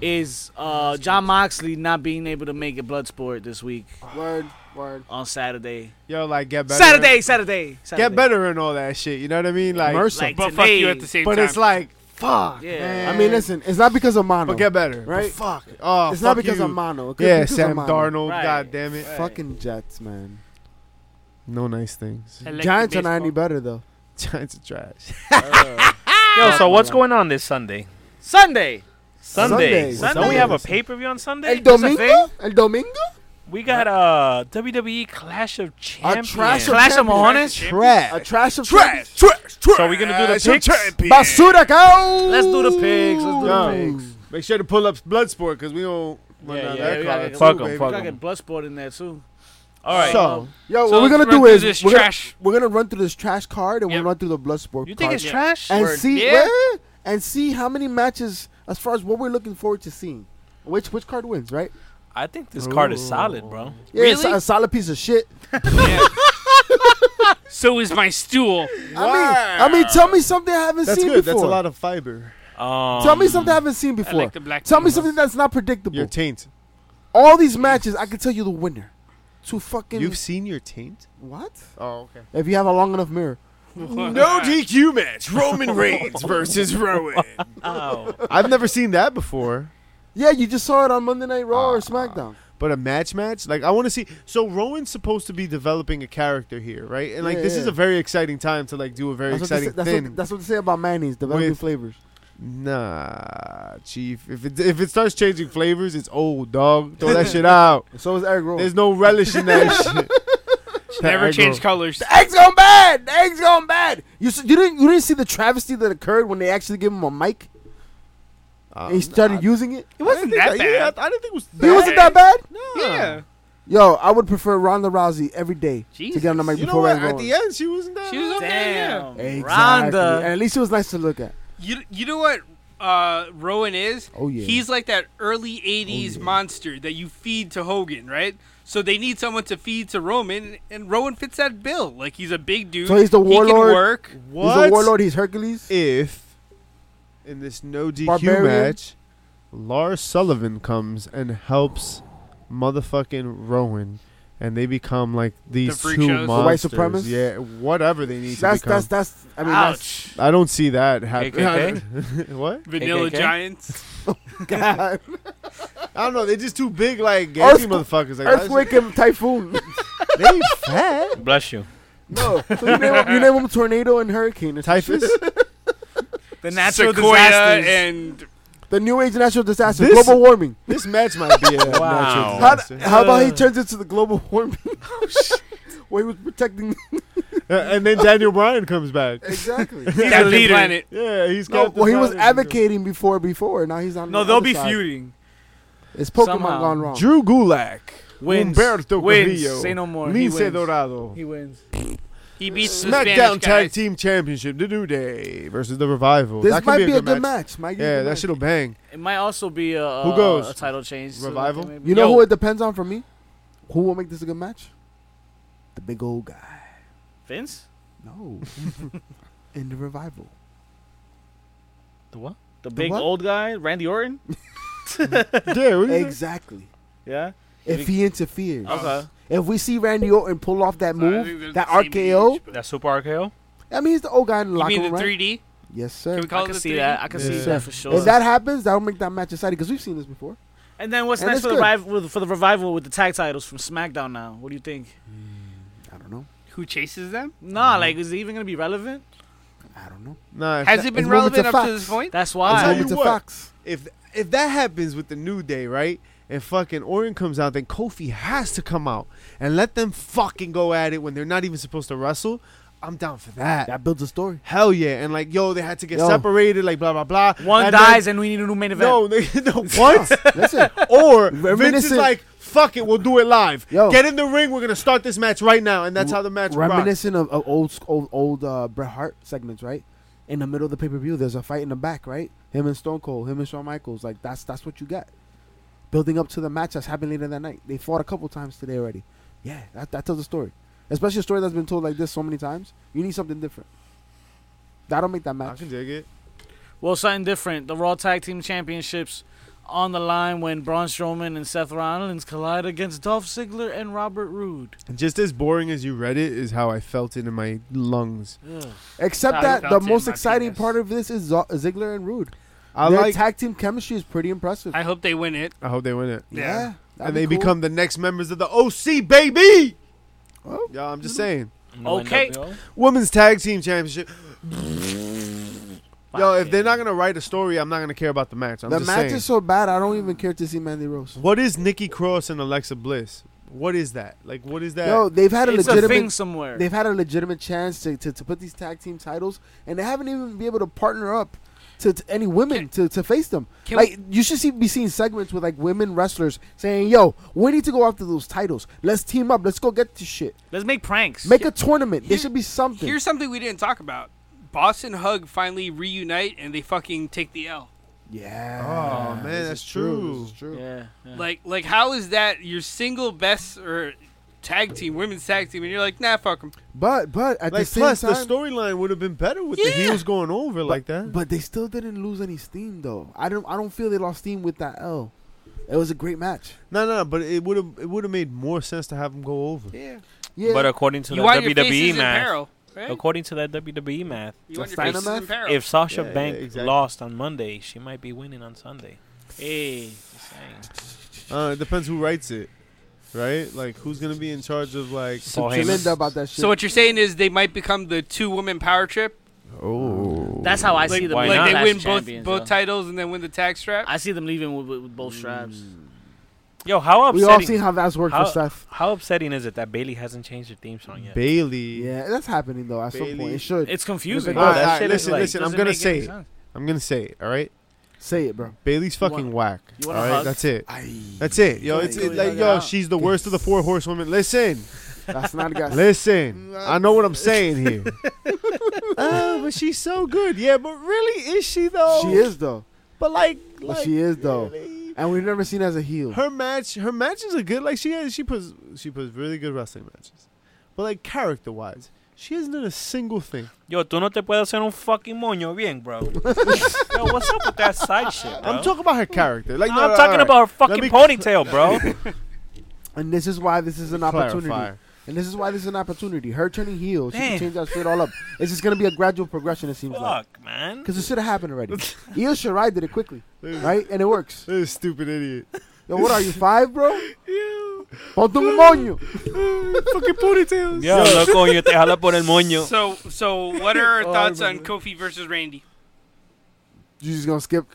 Speaker 1: Is uh, John Moxley not being able to make a blood sport this week
Speaker 2: Word. Word.
Speaker 1: on Saturday?
Speaker 5: Yo, like get better.
Speaker 1: Saturday, Saturday, Saturday.
Speaker 5: Get better and all that shit. You know what I mean? Like,
Speaker 2: Mercer.
Speaker 1: Like
Speaker 7: but
Speaker 1: today.
Speaker 7: fuck you at the same
Speaker 5: but
Speaker 7: time.
Speaker 5: it's like, fuck.
Speaker 1: Yeah.
Speaker 5: man.
Speaker 2: I mean, listen. It's not because of mono.
Speaker 5: But get better.
Speaker 2: Right?
Speaker 5: But fuck. Oh,
Speaker 2: it's not
Speaker 5: fuck
Speaker 2: because
Speaker 5: you.
Speaker 2: of mono. It could be
Speaker 5: Yeah,
Speaker 2: because of
Speaker 5: Sam
Speaker 2: mono.
Speaker 5: Darnold.
Speaker 1: Right.
Speaker 5: God damn it.
Speaker 2: Fucking Jets, man.
Speaker 5: No nice things.
Speaker 7: Electric
Speaker 2: Giants are
Speaker 7: baseball.
Speaker 2: not any better though.
Speaker 5: Giants are trash.
Speaker 4: Yo, so what's going on this Sunday?
Speaker 1: Sunday.
Speaker 4: Sunday.
Speaker 2: Sunday.
Speaker 4: Don't we have a
Speaker 2: Sunday.
Speaker 4: pay per view on Sunday?
Speaker 2: El Domingo.
Speaker 1: thing?
Speaker 2: El Domingo.
Speaker 4: We got uh, a WWE E Clash of Champions.
Speaker 2: trash of-
Speaker 1: Clash of
Speaker 2: Champions.
Speaker 1: Mahones.
Speaker 2: A
Speaker 5: Trash.
Speaker 2: trash of
Speaker 5: Trash. Trash.
Speaker 4: So we gonna do the picks?
Speaker 2: Basura cow.
Speaker 1: Let's do the pigs. Let's do
Speaker 5: Yo.
Speaker 1: the pigs.
Speaker 5: Make sure to pull up Bloodsport because we don't run
Speaker 1: Yeah,
Speaker 5: out
Speaker 1: yeah, we
Speaker 5: of
Speaker 1: gotta
Speaker 5: that
Speaker 1: get-
Speaker 5: clock.
Speaker 4: Fuck
Speaker 5: too,
Speaker 4: 'em,
Speaker 5: baby.
Speaker 4: fuck
Speaker 1: We gotta
Speaker 4: 'em.
Speaker 1: get blood sport in there too. Um,
Speaker 4: All right.
Speaker 5: So,
Speaker 2: Yo,
Speaker 7: So
Speaker 2: what we're
Speaker 7: let's
Speaker 2: gonna
Speaker 7: run
Speaker 2: do
Speaker 7: through
Speaker 2: is
Speaker 7: this
Speaker 2: we're, gonna,
Speaker 7: trash.
Speaker 2: we're gonna run through this trash card and
Speaker 7: Yep.
Speaker 2: we're gonna run through the Bloodsport.
Speaker 4: you think
Speaker 2: card.
Speaker 4: it's trash?
Speaker 2: and see
Speaker 7: Yeah.
Speaker 2: where- and see how many matches as far as what we're looking forward to seeing. Which which card wins, right?
Speaker 4: I think this card is solid, bro.
Speaker 2: Yeah, it's a-
Speaker 7: Really?
Speaker 2: a solid piece of shit.
Speaker 7: Yeah. So is my stool.
Speaker 2: I mean, I mean, tell me something I haven't
Speaker 5: That's
Speaker 2: seen
Speaker 5: good.
Speaker 2: before.
Speaker 5: That's a lot of fiber.
Speaker 4: Um,
Speaker 2: tell me something I haven't seen before.
Speaker 7: I like the black.
Speaker 2: tell me
Speaker 7: people.
Speaker 2: something that's not predictable.
Speaker 5: Your taint.
Speaker 2: All these matches, I can tell you the winner. Two fucking
Speaker 5: You've seen your taint?
Speaker 2: what?
Speaker 5: Oh, okay.
Speaker 2: If you have a long enough mirror.
Speaker 5: No DQ match. Roman Reigns versus Rowan.
Speaker 2: Oh.
Speaker 4: Ow.
Speaker 5: I've never seen that before.
Speaker 2: Yeah, you just saw it on Monday Night
Speaker 5: Ah,
Speaker 2: Raw or SmackDown.
Speaker 5: But a match match? Like I want to see so Rowan's supposed to be developing a character here, right? And like
Speaker 2: Yeah,
Speaker 5: this
Speaker 2: yeah.
Speaker 5: is a very exciting time to like do a very
Speaker 2: That's what, they say,
Speaker 5: exciting
Speaker 2: that's,
Speaker 5: thing.
Speaker 2: what, that's what they say about mayonnaise, developing
Speaker 5: With-
Speaker 2: flavors.
Speaker 5: Nah, chief. If it if it starts changing flavors, it's old dog. Throw that shit out.
Speaker 2: So is egg roll.
Speaker 5: There's no relish in that shit.
Speaker 7: Never
Speaker 5: Egg
Speaker 7: change
Speaker 5: roll.
Speaker 7: colors.
Speaker 2: The egg's gone bad. The egg's gone bad. You s- you didn't you didn't see the travesty that occurred when they actually gave him a mic and he
Speaker 5: Um,
Speaker 2: started using it.
Speaker 7: It wasn't that
Speaker 5: Yeah,
Speaker 7: bad.
Speaker 5: I, I didn't think it was.
Speaker 2: He wasn't that bad.
Speaker 7: Yeah.
Speaker 2: Yo, I would prefer Ronda Rousey every day to get on the mic
Speaker 5: You know
Speaker 2: before
Speaker 5: what?
Speaker 2: Randy
Speaker 5: At the
Speaker 2: Orton.
Speaker 5: end, she wasn't that.
Speaker 7: She
Speaker 1: Oh,
Speaker 7: was okay. Yeah.
Speaker 1: Damn,
Speaker 2: Exactly. And
Speaker 1: Ronda.
Speaker 2: at least it was nice to look at.
Speaker 7: You you know what uh, Rowan is?
Speaker 2: Oh, yeah. Oh,
Speaker 7: He's like that early '80s monster that you feed to Hogan, right? So they need someone to feed to Roman, and Rowan fits that bill. Like he's a big dude.
Speaker 2: So he's the
Speaker 7: He can
Speaker 2: warlord?
Speaker 7: work.
Speaker 2: He's
Speaker 5: What
Speaker 2: a warlord. He's Hercules.
Speaker 5: if in this no DQ
Speaker 2: Barbarian?
Speaker 5: match, Lars Sullivan comes and helps motherfucking Rowan, and they become like these
Speaker 7: freak
Speaker 5: two
Speaker 7: shows? The
Speaker 2: white
Speaker 5: monsters.
Speaker 2: supremacists?
Speaker 5: Yeah, whatever they need
Speaker 2: that's
Speaker 5: to become.
Speaker 2: that's that's. I mean,
Speaker 1: Ouch.
Speaker 5: I don't see that happening.
Speaker 4: KKK?
Speaker 5: what?
Speaker 7: Vanilla
Speaker 4: KKK?
Speaker 7: Giants.
Speaker 2: that's God.
Speaker 5: I don't know. They're just too big, like gassy
Speaker 2: Earthqu-
Speaker 5: motherfuckers. Like,
Speaker 2: earthquake and typhoon.
Speaker 5: They ain't fat.
Speaker 4: Bless you.
Speaker 2: no, so you name, you name them tornado and hurricane. It's
Speaker 5: Typhus.
Speaker 1: The natural
Speaker 7: Sequoia
Speaker 1: disasters.
Speaker 7: and
Speaker 2: the new age natural disaster,
Speaker 5: This-
Speaker 2: global warming.
Speaker 5: this match might be a
Speaker 4: Wow.
Speaker 5: natural
Speaker 2: How,
Speaker 5: disaster.
Speaker 2: how about
Speaker 5: Uh.
Speaker 2: he turns into the global warming?
Speaker 5: Oh,
Speaker 2: Where he was protecting
Speaker 5: Uh, and then Daniel Bryan comes back.
Speaker 2: exactly.
Speaker 7: Captain
Speaker 1: leader.
Speaker 7: Planet.
Speaker 5: Yeah, he's
Speaker 2: No,
Speaker 5: Captain
Speaker 2: well, he was
Speaker 5: Planet.
Speaker 2: advocating before. Before now he's on.
Speaker 1: No,
Speaker 2: the
Speaker 1: they'll
Speaker 2: other
Speaker 1: be
Speaker 2: side.
Speaker 1: feuding.
Speaker 2: It's Pokemon
Speaker 1: Somehow.
Speaker 2: gone wrong.
Speaker 5: Drew Gulak,
Speaker 1: Wins.
Speaker 5: Humberto
Speaker 1: wins.
Speaker 5: Carrillo,
Speaker 1: Say no more. He
Speaker 5: Lince
Speaker 1: wins.
Speaker 5: Dorado,
Speaker 1: He wins.
Speaker 7: He beats the
Speaker 5: SmackDown
Speaker 7: Spanish
Speaker 5: Tag
Speaker 7: guys.
Speaker 5: Team Championship, The New Day versus The Revival.
Speaker 2: this
Speaker 5: that could
Speaker 2: might be a good
Speaker 5: match.
Speaker 2: match. Might be a
Speaker 5: Yeah,
Speaker 2: good
Speaker 5: that
Speaker 2: match.
Speaker 5: shit'll bang.
Speaker 1: It might also be a, a,
Speaker 5: Who goes?
Speaker 1: a title change. to
Speaker 5: Revival?
Speaker 1: that maybe.
Speaker 2: You know
Speaker 7: Yo.
Speaker 2: who it depends on for me? Who will make this a good match? The big old guy.
Speaker 1: Vince?
Speaker 2: No. In the revival.
Speaker 4: The what?
Speaker 1: The big
Speaker 2: what?
Speaker 1: old guy? Randy Orton?
Speaker 5: yeah, what do you think?
Speaker 2: Exactly.
Speaker 1: Yeah?
Speaker 2: If he interferes,
Speaker 4: Um,
Speaker 1: Okay.
Speaker 2: if we see Randy Orton pull off that
Speaker 7: I think
Speaker 2: move,
Speaker 7: they're
Speaker 2: that
Speaker 7: Oh. the same
Speaker 2: RKO,
Speaker 7: age, but-
Speaker 4: That Super RKO?
Speaker 2: I mean he's the old guy in the
Speaker 7: You
Speaker 2: locker
Speaker 7: mean
Speaker 2: room,
Speaker 7: the
Speaker 2: right?
Speaker 7: 3D?
Speaker 2: Yes,
Speaker 7: Can
Speaker 2: sir.
Speaker 7: we call
Speaker 1: I
Speaker 7: it
Speaker 1: can
Speaker 7: the
Speaker 1: see
Speaker 7: 3D?
Speaker 1: that. I can see
Speaker 5: Yeah.
Speaker 1: that for sure.
Speaker 2: If that happens, that'll make that match exciting because we've seen this before.
Speaker 1: and then what's
Speaker 2: And
Speaker 1: next
Speaker 2: it's
Speaker 1: for the,
Speaker 2: good.
Speaker 1: rival, with- for the revival with the tag titles from SmackDown now? What do you think?
Speaker 2: I don't know.
Speaker 7: Who chases them?
Speaker 5: Mm-hmm.
Speaker 1: Nah, like, is it even going to be relevant?
Speaker 2: I don't know.
Speaker 5: Nah, if
Speaker 7: Has
Speaker 5: that-
Speaker 7: it been
Speaker 2: it's moving
Speaker 7: relevant
Speaker 2: to
Speaker 7: up to
Speaker 2: Fox.
Speaker 7: this point?
Speaker 1: That's
Speaker 5: I'll tell
Speaker 1: why.
Speaker 5: you
Speaker 2: Moving to
Speaker 5: what.
Speaker 2: Fox.
Speaker 5: if if that happens with the New Day, right? And fucking Orton comes out, then Kofi has to come out and let them fucking go at it when they're not even supposed to wrestle. I'm down for that.
Speaker 2: That builds a story.
Speaker 5: Hell yeah! And like, yo, they had to get
Speaker 2: Yo.
Speaker 5: separated, like blah blah blah.
Speaker 1: One
Speaker 5: And
Speaker 1: dies and we need a new main
Speaker 5: Then,
Speaker 1: event.
Speaker 5: no, they- no, what?
Speaker 2: Listen,
Speaker 5: or Vince is
Speaker 2: Reminiscent-
Speaker 5: like, fuck it, we'll do it live.
Speaker 2: Yo.
Speaker 5: Get in the ring. We're gonna start this match right now, and that's how the match. Reminisce.
Speaker 2: reminiscent of, of old sc- old old uh, Bret Hart segments, right? In the middle of the pay per view, there's a fight in the back, right? Him and Stone Cold, him and Shawn Michaels, like that's that's what you got. Building up to the match that's happened later that night. They fought a couple times today already. Yeah, that, that tells a story, especially a story that's been told like this so many times. You need something different. That'll make that
Speaker 5: I
Speaker 2: match.
Speaker 5: can dig it.
Speaker 1: Well, something different. The Raw Tag Team Championships on the line when Braun Strowman and Seth Rollins collide against Dolph Ziggler and Robert Roode.
Speaker 5: Just as boring as you read it is how I felt it in my lungs.
Speaker 1: Ugh.
Speaker 2: Except
Speaker 7: Nah,
Speaker 2: that the
Speaker 7: without
Speaker 2: most
Speaker 7: Dean
Speaker 2: exciting
Speaker 7: Martinez.
Speaker 2: part of this is Z- Ziggler and Rude.
Speaker 5: I
Speaker 2: Their
Speaker 5: like.
Speaker 2: tag team chemistry is pretty impressive.
Speaker 7: I hope they win it.
Speaker 5: I hope they win it.
Speaker 7: Yeah.
Speaker 2: that'd
Speaker 5: and
Speaker 2: be
Speaker 5: they
Speaker 2: cool.
Speaker 5: become the next members of the OC, baby.
Speaker 2: Oh.
Speaker 5: Yeah, I'm just saying.
Speaker 4: No
Speaker 1: Okay.
Speaker 4: NWO?
Speaker 5: Women's Tag Team Championship. Yo, if they're not gonna write a story, I'm not gonna care about the match. I'm
Speaker 2: the
Speaker 5: just
Speaker 2: match
Speaker 5: saying.
Speaker 2: is so bad. I don't even care to see Mandy Rose.
Speaker 5: what is Nikki Cross and Alexa Bliss? What is that? Like, what is that?
Speaker 2: Yo, they've had a
Speaker 1: It's a thing
Speaker 2: legitimate
Speaker 1: somewhere.
Speaker 2: they've had a legitimate chance to, to, to put these tag team titles, and they haven't even been able to partner up to, to any women to, to face them.
Speaker 7: Can
Speaker 2: like you should see, be seeing segments with like women wrestlers saying, "Yo, we need to go after those titles. Let's team up. Let's go get this shit.
Speaker 1: Let's make pranks.
Speaker 2: Make a tournament. There
Speaker 7: Here-
Speaker 2: should be something."
Speaker 7: Here's something we didn't talk about. Boston Hug finally reunite and they fucking take the L.
Speaker 2: yeah.
Speaker 5: Oh, man,
Speaker 2: this
Speaker 5: that's
Speaker 2: is
Speaker 5: true.
Speaker 2: This is true.
Speaker 1: yeah, yeah.
Speaker 7: Like like how is that your single best or tag team, women's tag team, and you're like, nah, fuck them.
Speaker 2: But but at the
Speaker 5: Like,
Speaker 2: same
Speaker 5: plus,
Speaker 2: time,
Speaker 5: the storyline would have been better with the
Speaker 7: Yeah.
Speaker 5: heels going over like that.
Speaker 2: but they still didn't lose any steam though. I don't I don't feel they lost steam with that L. It was a great match.
Speaker 5: No, no, no. But it would have it would have made more sense to have them go over.
Speaker 7: Yeah.
Speaker 2: Yeah,
Speaker 4: But uh, according to
Speaker 7: You
Speaker 4: the
Speaker 7: want your faces
Speaker 4: WWE
Speaker 7: in
Speaker 4: E math,
Speaker 7: peril, right?
Speaker 4: according to that WWE math,
Speaker 7: You want
Speaker 2: That's
Speaker 7: your faces in
Speaker 2: Dynamite?
Speaker 7: peril.
Speaker 4: if Sasha
Speaker 5: Yeah, yeah,
Speaker 4: Banks
Speaker 5: exactly.
Speaker 4: lost on Monday, she might be winning on Sunday.
Speaker 1: Hey,
Speaker 4: Just saying.
Speaker 5: Uh, it depends who writes it, right? Like who's gonna be in charge of like.
Speaker 4: Paul
Speaker 2: to
Speaker 4: Heyman.
Speaker 2: Linda about that shit.
Speaker 7: so what you're saying is they might become the two woman power trip.
Speaker 5: Oh,
Speaker 1: that's how I see them.
Speaker 4: Why
Speaker 1: leaving
Speaker 4: not?
Speaker 1: as
Speaker 7: like they win both
Speaker 1: champions,
Speaker 7: both
Speaker 1: though.
Speaker 7: titles and then win the tag strap.
Speaker 1: I see them leaving with, with, with both straps.
Speaker 4: Yo, how
Speaker 2: we all
Speaker 4: upsetting!
Speaker 2: seen how that's worked
Speaker 4: How-
Speaker 2: for Seth.
Speaker 4: how upsetting is it that Bailey hasn't changed her theme song yet?
Speaker 5: Bailey.
Speaker 2: Yeah, that's happening though. At some point,
Speaker 5: Bailey.
Speaker 2: it should
Speaker 1: It's confusing.
Speaker 5: All right,
Speaker 4: that
Speaker 5: all right,
Speaker 4: shit is
Speaker 5: listen,
Speaker 4: like-
Speaker 5: listen. I'm
Speaker 1: Doesn't
Speaker 5: gonna
Speaker 1: make any
Speaker 5: say it.
Speaker 1: sense.
Speaker 5: I'm gonna say it. All right.
Speaker 2: say it, bro.
Speaker 5: Bailey's
Speaker 1: want-
Speaker 5: fucking whack.
Speaker 1: you
Speaker 5: All
Speaker 1: want a
Speaker 5: right.
Speaker 1: hug?
Speaker 5: That's it.
Speaker 2: Aye.
Speaker 5: That's it. Yo,
Speaker 1: Yeah,
Speaker 5: it's
Speaker 1: you
Speaker 5: it,
Speaker 1: wanna
Speaker 5: like
Speaker 1: hug it
Speaker 5: yo.
Speaker 1: out.
Speaker 5: She's the worst of the four horsewomen. Listen,
Speaker 2: That's not a guy.
Speaker 5: listen. I know what I'm saying here. oh, but she's so good. Yeah, but really, is she though?
Speaker 2: She is though.
Speaker 5: But like,
Speaker 2: But
Speaker 5: like
Speaker 2: she is though.
Speaker 5: really?
Speaker 2: And we've never seen her as a heel.
Speaker 5: Her match, her matches are good. Like she has, she puts, she puts really good wrestling matches. But like character wise, she hasn't done a single thing.
Speaker 4: Yo, tú no te puedes hacer un fucking moño bien, bro. Yo, what's up with that side shit, bro?
Speaker 5: I'm talking about her character. Like
Speaker 4: I'm
Speaker 5: no, no,
Speaker 4: talking
Speaker 5: all right.
Speaker 4: about her fucking
Speaker 5: me-
Speaker 4: ponytail, bro.
Speaker 2: And this is why this is an opportunity.
Speaker 5: Clarify.
Speaker 2: And this is why this is an opportunity. Her turning heel, she
Speaker 4: Damn.
Speaker 2: can change that shit all up. It's just gonna be a gradual progression. It seems like
Speaker 4: Fuck, man.
Speaker 2: because it should have happened already. Io Shirai did it quickly, right? And it works.
Speaker 5: This stupid idiot.
Speaker 2: Yo, what are you five, bro?
Speaker 5: Ew.
Speaker 2: Pon tu moño.
Speaker 5: fucking ponytails.
Speaker 4: Yo, loco, yo te jala por el moño.
Speaker 7: So so what are
Speaker 5: Oh,
Speaker 7: our thoughts on Kofi versus Randy?
Speaker 2: You just gonna skip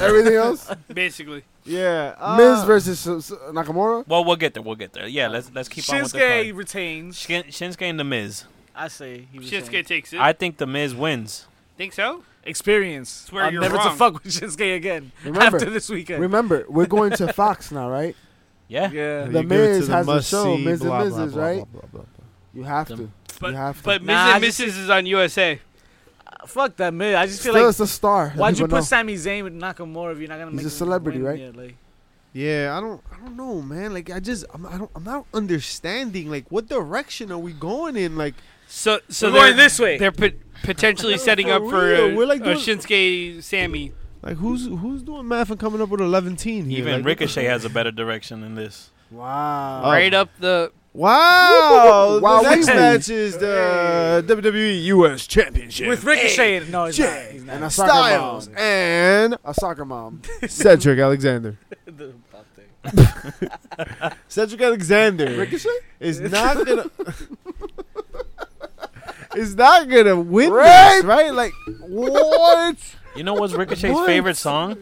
Speaker 2: everything else?
Speaker 7: Basically,
Speaker 5: Yeah. uh,
Speaker 2: Miz versus uh, uh, Nakamura.
Speaker 4: Well, we'll get there. We'll get there. Yeah, let's let's keep on with the
Speaker 1: Shinsuke
Speaker 4: card.
Speaker 1: retains.
Speaker 4: Shin- Shinsuke and the Miz.
Speaker 1: I say he retains.
Speaker 7: Shinsuke takes it.
Speaker 4: I think the Miz wins.
Speaker 7: think so.
Speaker 1: Experience.
Speaker 7: It's where
Speaker 1: I'll
Speaker 7: you're
Speaker 1: never to
Speaker 7: wrong.
Speaker 1: fuck with Shinsuke again
Speaker 2: Remember,
Speaker 1: after this weekend.
Speaker 2: remember, we're going to Fox now, right?
Speaker 4: Yeah.
Speaker 1: yeah.
Speaker 2: The
Speaker 5: you give it to
Speaker 2: Miz has a
Speaker 5: must-see,
Speaker 2: show, Miz and
Speaker 5: blah, blah,
Speaker 2: Mrs.,
Speaker 5: blah,
Speaker 2: right?
Speaker 5: blah, blah, blah.
Speaker 2: You have
Speaker 4: Them.
Speaker 2: to.
Speaker 7: But
Speaker 2: you have to.
Speaker 7: but Miz
Speaker 1: Nah,
Speaker 7: and
Speaker 1: I just-
Speaker 7: Mrs. is on USA.
Speaker 1: Fuck that man. I just feel
Speaker 2: Still,
Speaker 1: like
Speaker 2: it's a star.
Speaker 1: why'd you
Speaker 2: People
Speaker 1: put
Speaker 2: know.
Speaker 1: Sami Zayn with Nakamura if you're not gonna
Speaker 2: He's
Speaker 1: make
Speaker 2: a
Speaker 1: him
Speaker 2: celebrity,
Speaker 1: win
Speaker 2: right?
Speaker 1: yet, like-
Speaker 5: Yeah, I don't, I don't know, man. Like, I just, I'm, I don't, I'm not understanding. Like, what direction are we going in? Like,
Speaker 7: So so
Speaker 1: We're going
Speaker 7: they're
Speaker 1: this way.
Speaker 7: they're pot- potentially setting
Speaker 5: For
Speaker 7: up for
Speaker 5: real,
Speaker 7: a,
Speaker 5: we're like
Speaker 7: a
Speaker 5: doing-
Speaker 7: Shinsuke Sammy.
Speaker 5: like who's, who's doing math and coming up with 11 team here?
Speaker 4: Even
Speaker 5: like,
Speaker 4: Ricochet has a better direction than this.
Speaker 2: Wow.
Speaker 5: Oh.
Speaker 7: Right up the
Speaker 5: Wow.
Speaker 2: Wow,
Speaker 5: the next
Speaker 2: we-
Speaker 5: match is the WWE U.S. Championship
Speaker 1: With Ricochet, no, he's not. He's
Speaker 2: And
Speaker 1: not.
Speaker 2: a soccer
Speaker 5: Styles
Speaker 2: mom.
Speaker 5: and
Speaker 2: A soccer mom.
Speaker 5: Cedric Alexander.
Speaker 1: The pop thing.
Speaker 5: Cedric Alexander.
Speaker 2: Ricochet?
Speaker 5: is not gonna is not gonna win
Speaker 2: Right?
Speaker 5: this, right? Like what?
Speaker 4: You know what's Ricochet's
Speaker 5: What?
Speaker 4: favorite song?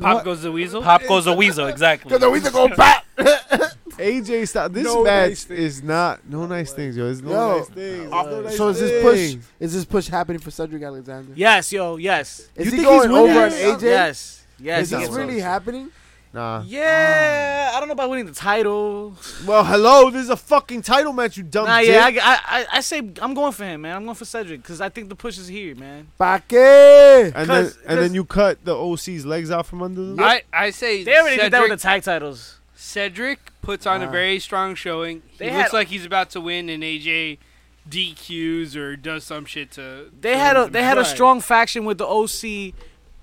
Speaker 7: pop goes the weasel.
Speaker 4: Pop Goes the Weasel, exactly.
Speaker 2: Because we to go back.
Speaker 5: AJ Styles. This
Speaker 2: No
Speaker 5: match
Speaker 2: nice
Speaker 5: is not no nice things, yo. It's no
Speaker 2: Yo.
Speaker 5: nice things.
Speaker 2: Uh,
Speaker 5: It's no nice
Speaker 2: so is this
Speaker 5: things.
Speaker 2: push? Is this push happening for Cedric Alexander?
Speaker 1: Yes, yo, yes,
Speaker 2: Is
Speaker 5: You
Speaker 2: he
Speaker 5: think he's
Speaker 2: going over
Speaker 5: winning
Speaker 2: at
Speaker 5: this?
Speaker 2: AJ?
Speaker 1: yes, yes.
Speaker 2: Is
Speaker 1: he
Speaker 5: not
Speaker 2: this
Speaker 1: gets
Speaker 5: what I
Speaker 2: really Uh,
Speaker 5: was-
Speaker 2: happening?
Speaker 5: Nah.
Speaker 1: Yeah, I don't know about winning the title.
Speaker 5: Well, hello. This is a fucking title match. You
Speaker 2: Um,
Speaker 5: dumb
Speaker 1: Nah,
Speaker 5: dick.
Speaker 1: yeah, I, I, I- I say I'm going for him, man. I'm going for Cedric because I think the push is here, man.
Speaker 2: Pa qué?
Speaker 5: and then
Speaker 1: 'cause-
Speaker 5: and then
Speaker 1: 'cause-
Speaker 5: you cut the OC's legs out from under them.
Speaker 7: I, I say
Speaker 1: They already did that with
Speaker 7: Cedric,
Speaker 1: the tag titles.
Speaker 7: Cedric puts on a
Speaker 2: Ah.
Speaker 7: very strong showing. He
Speaker 1: They
Speaker 7: looks
Speaker 1: had-
Speaker 7: like he's about to win, and AJ DQs or does some shit to.
Speaker 1: They
Speaker 7: to
Speaker 1: had
Speaker 7: win
Speaker 1: a
Speaker 7: the
Speaker 1: they had a
Speaker 7: match.
Speaker 1: strong faction with the OC,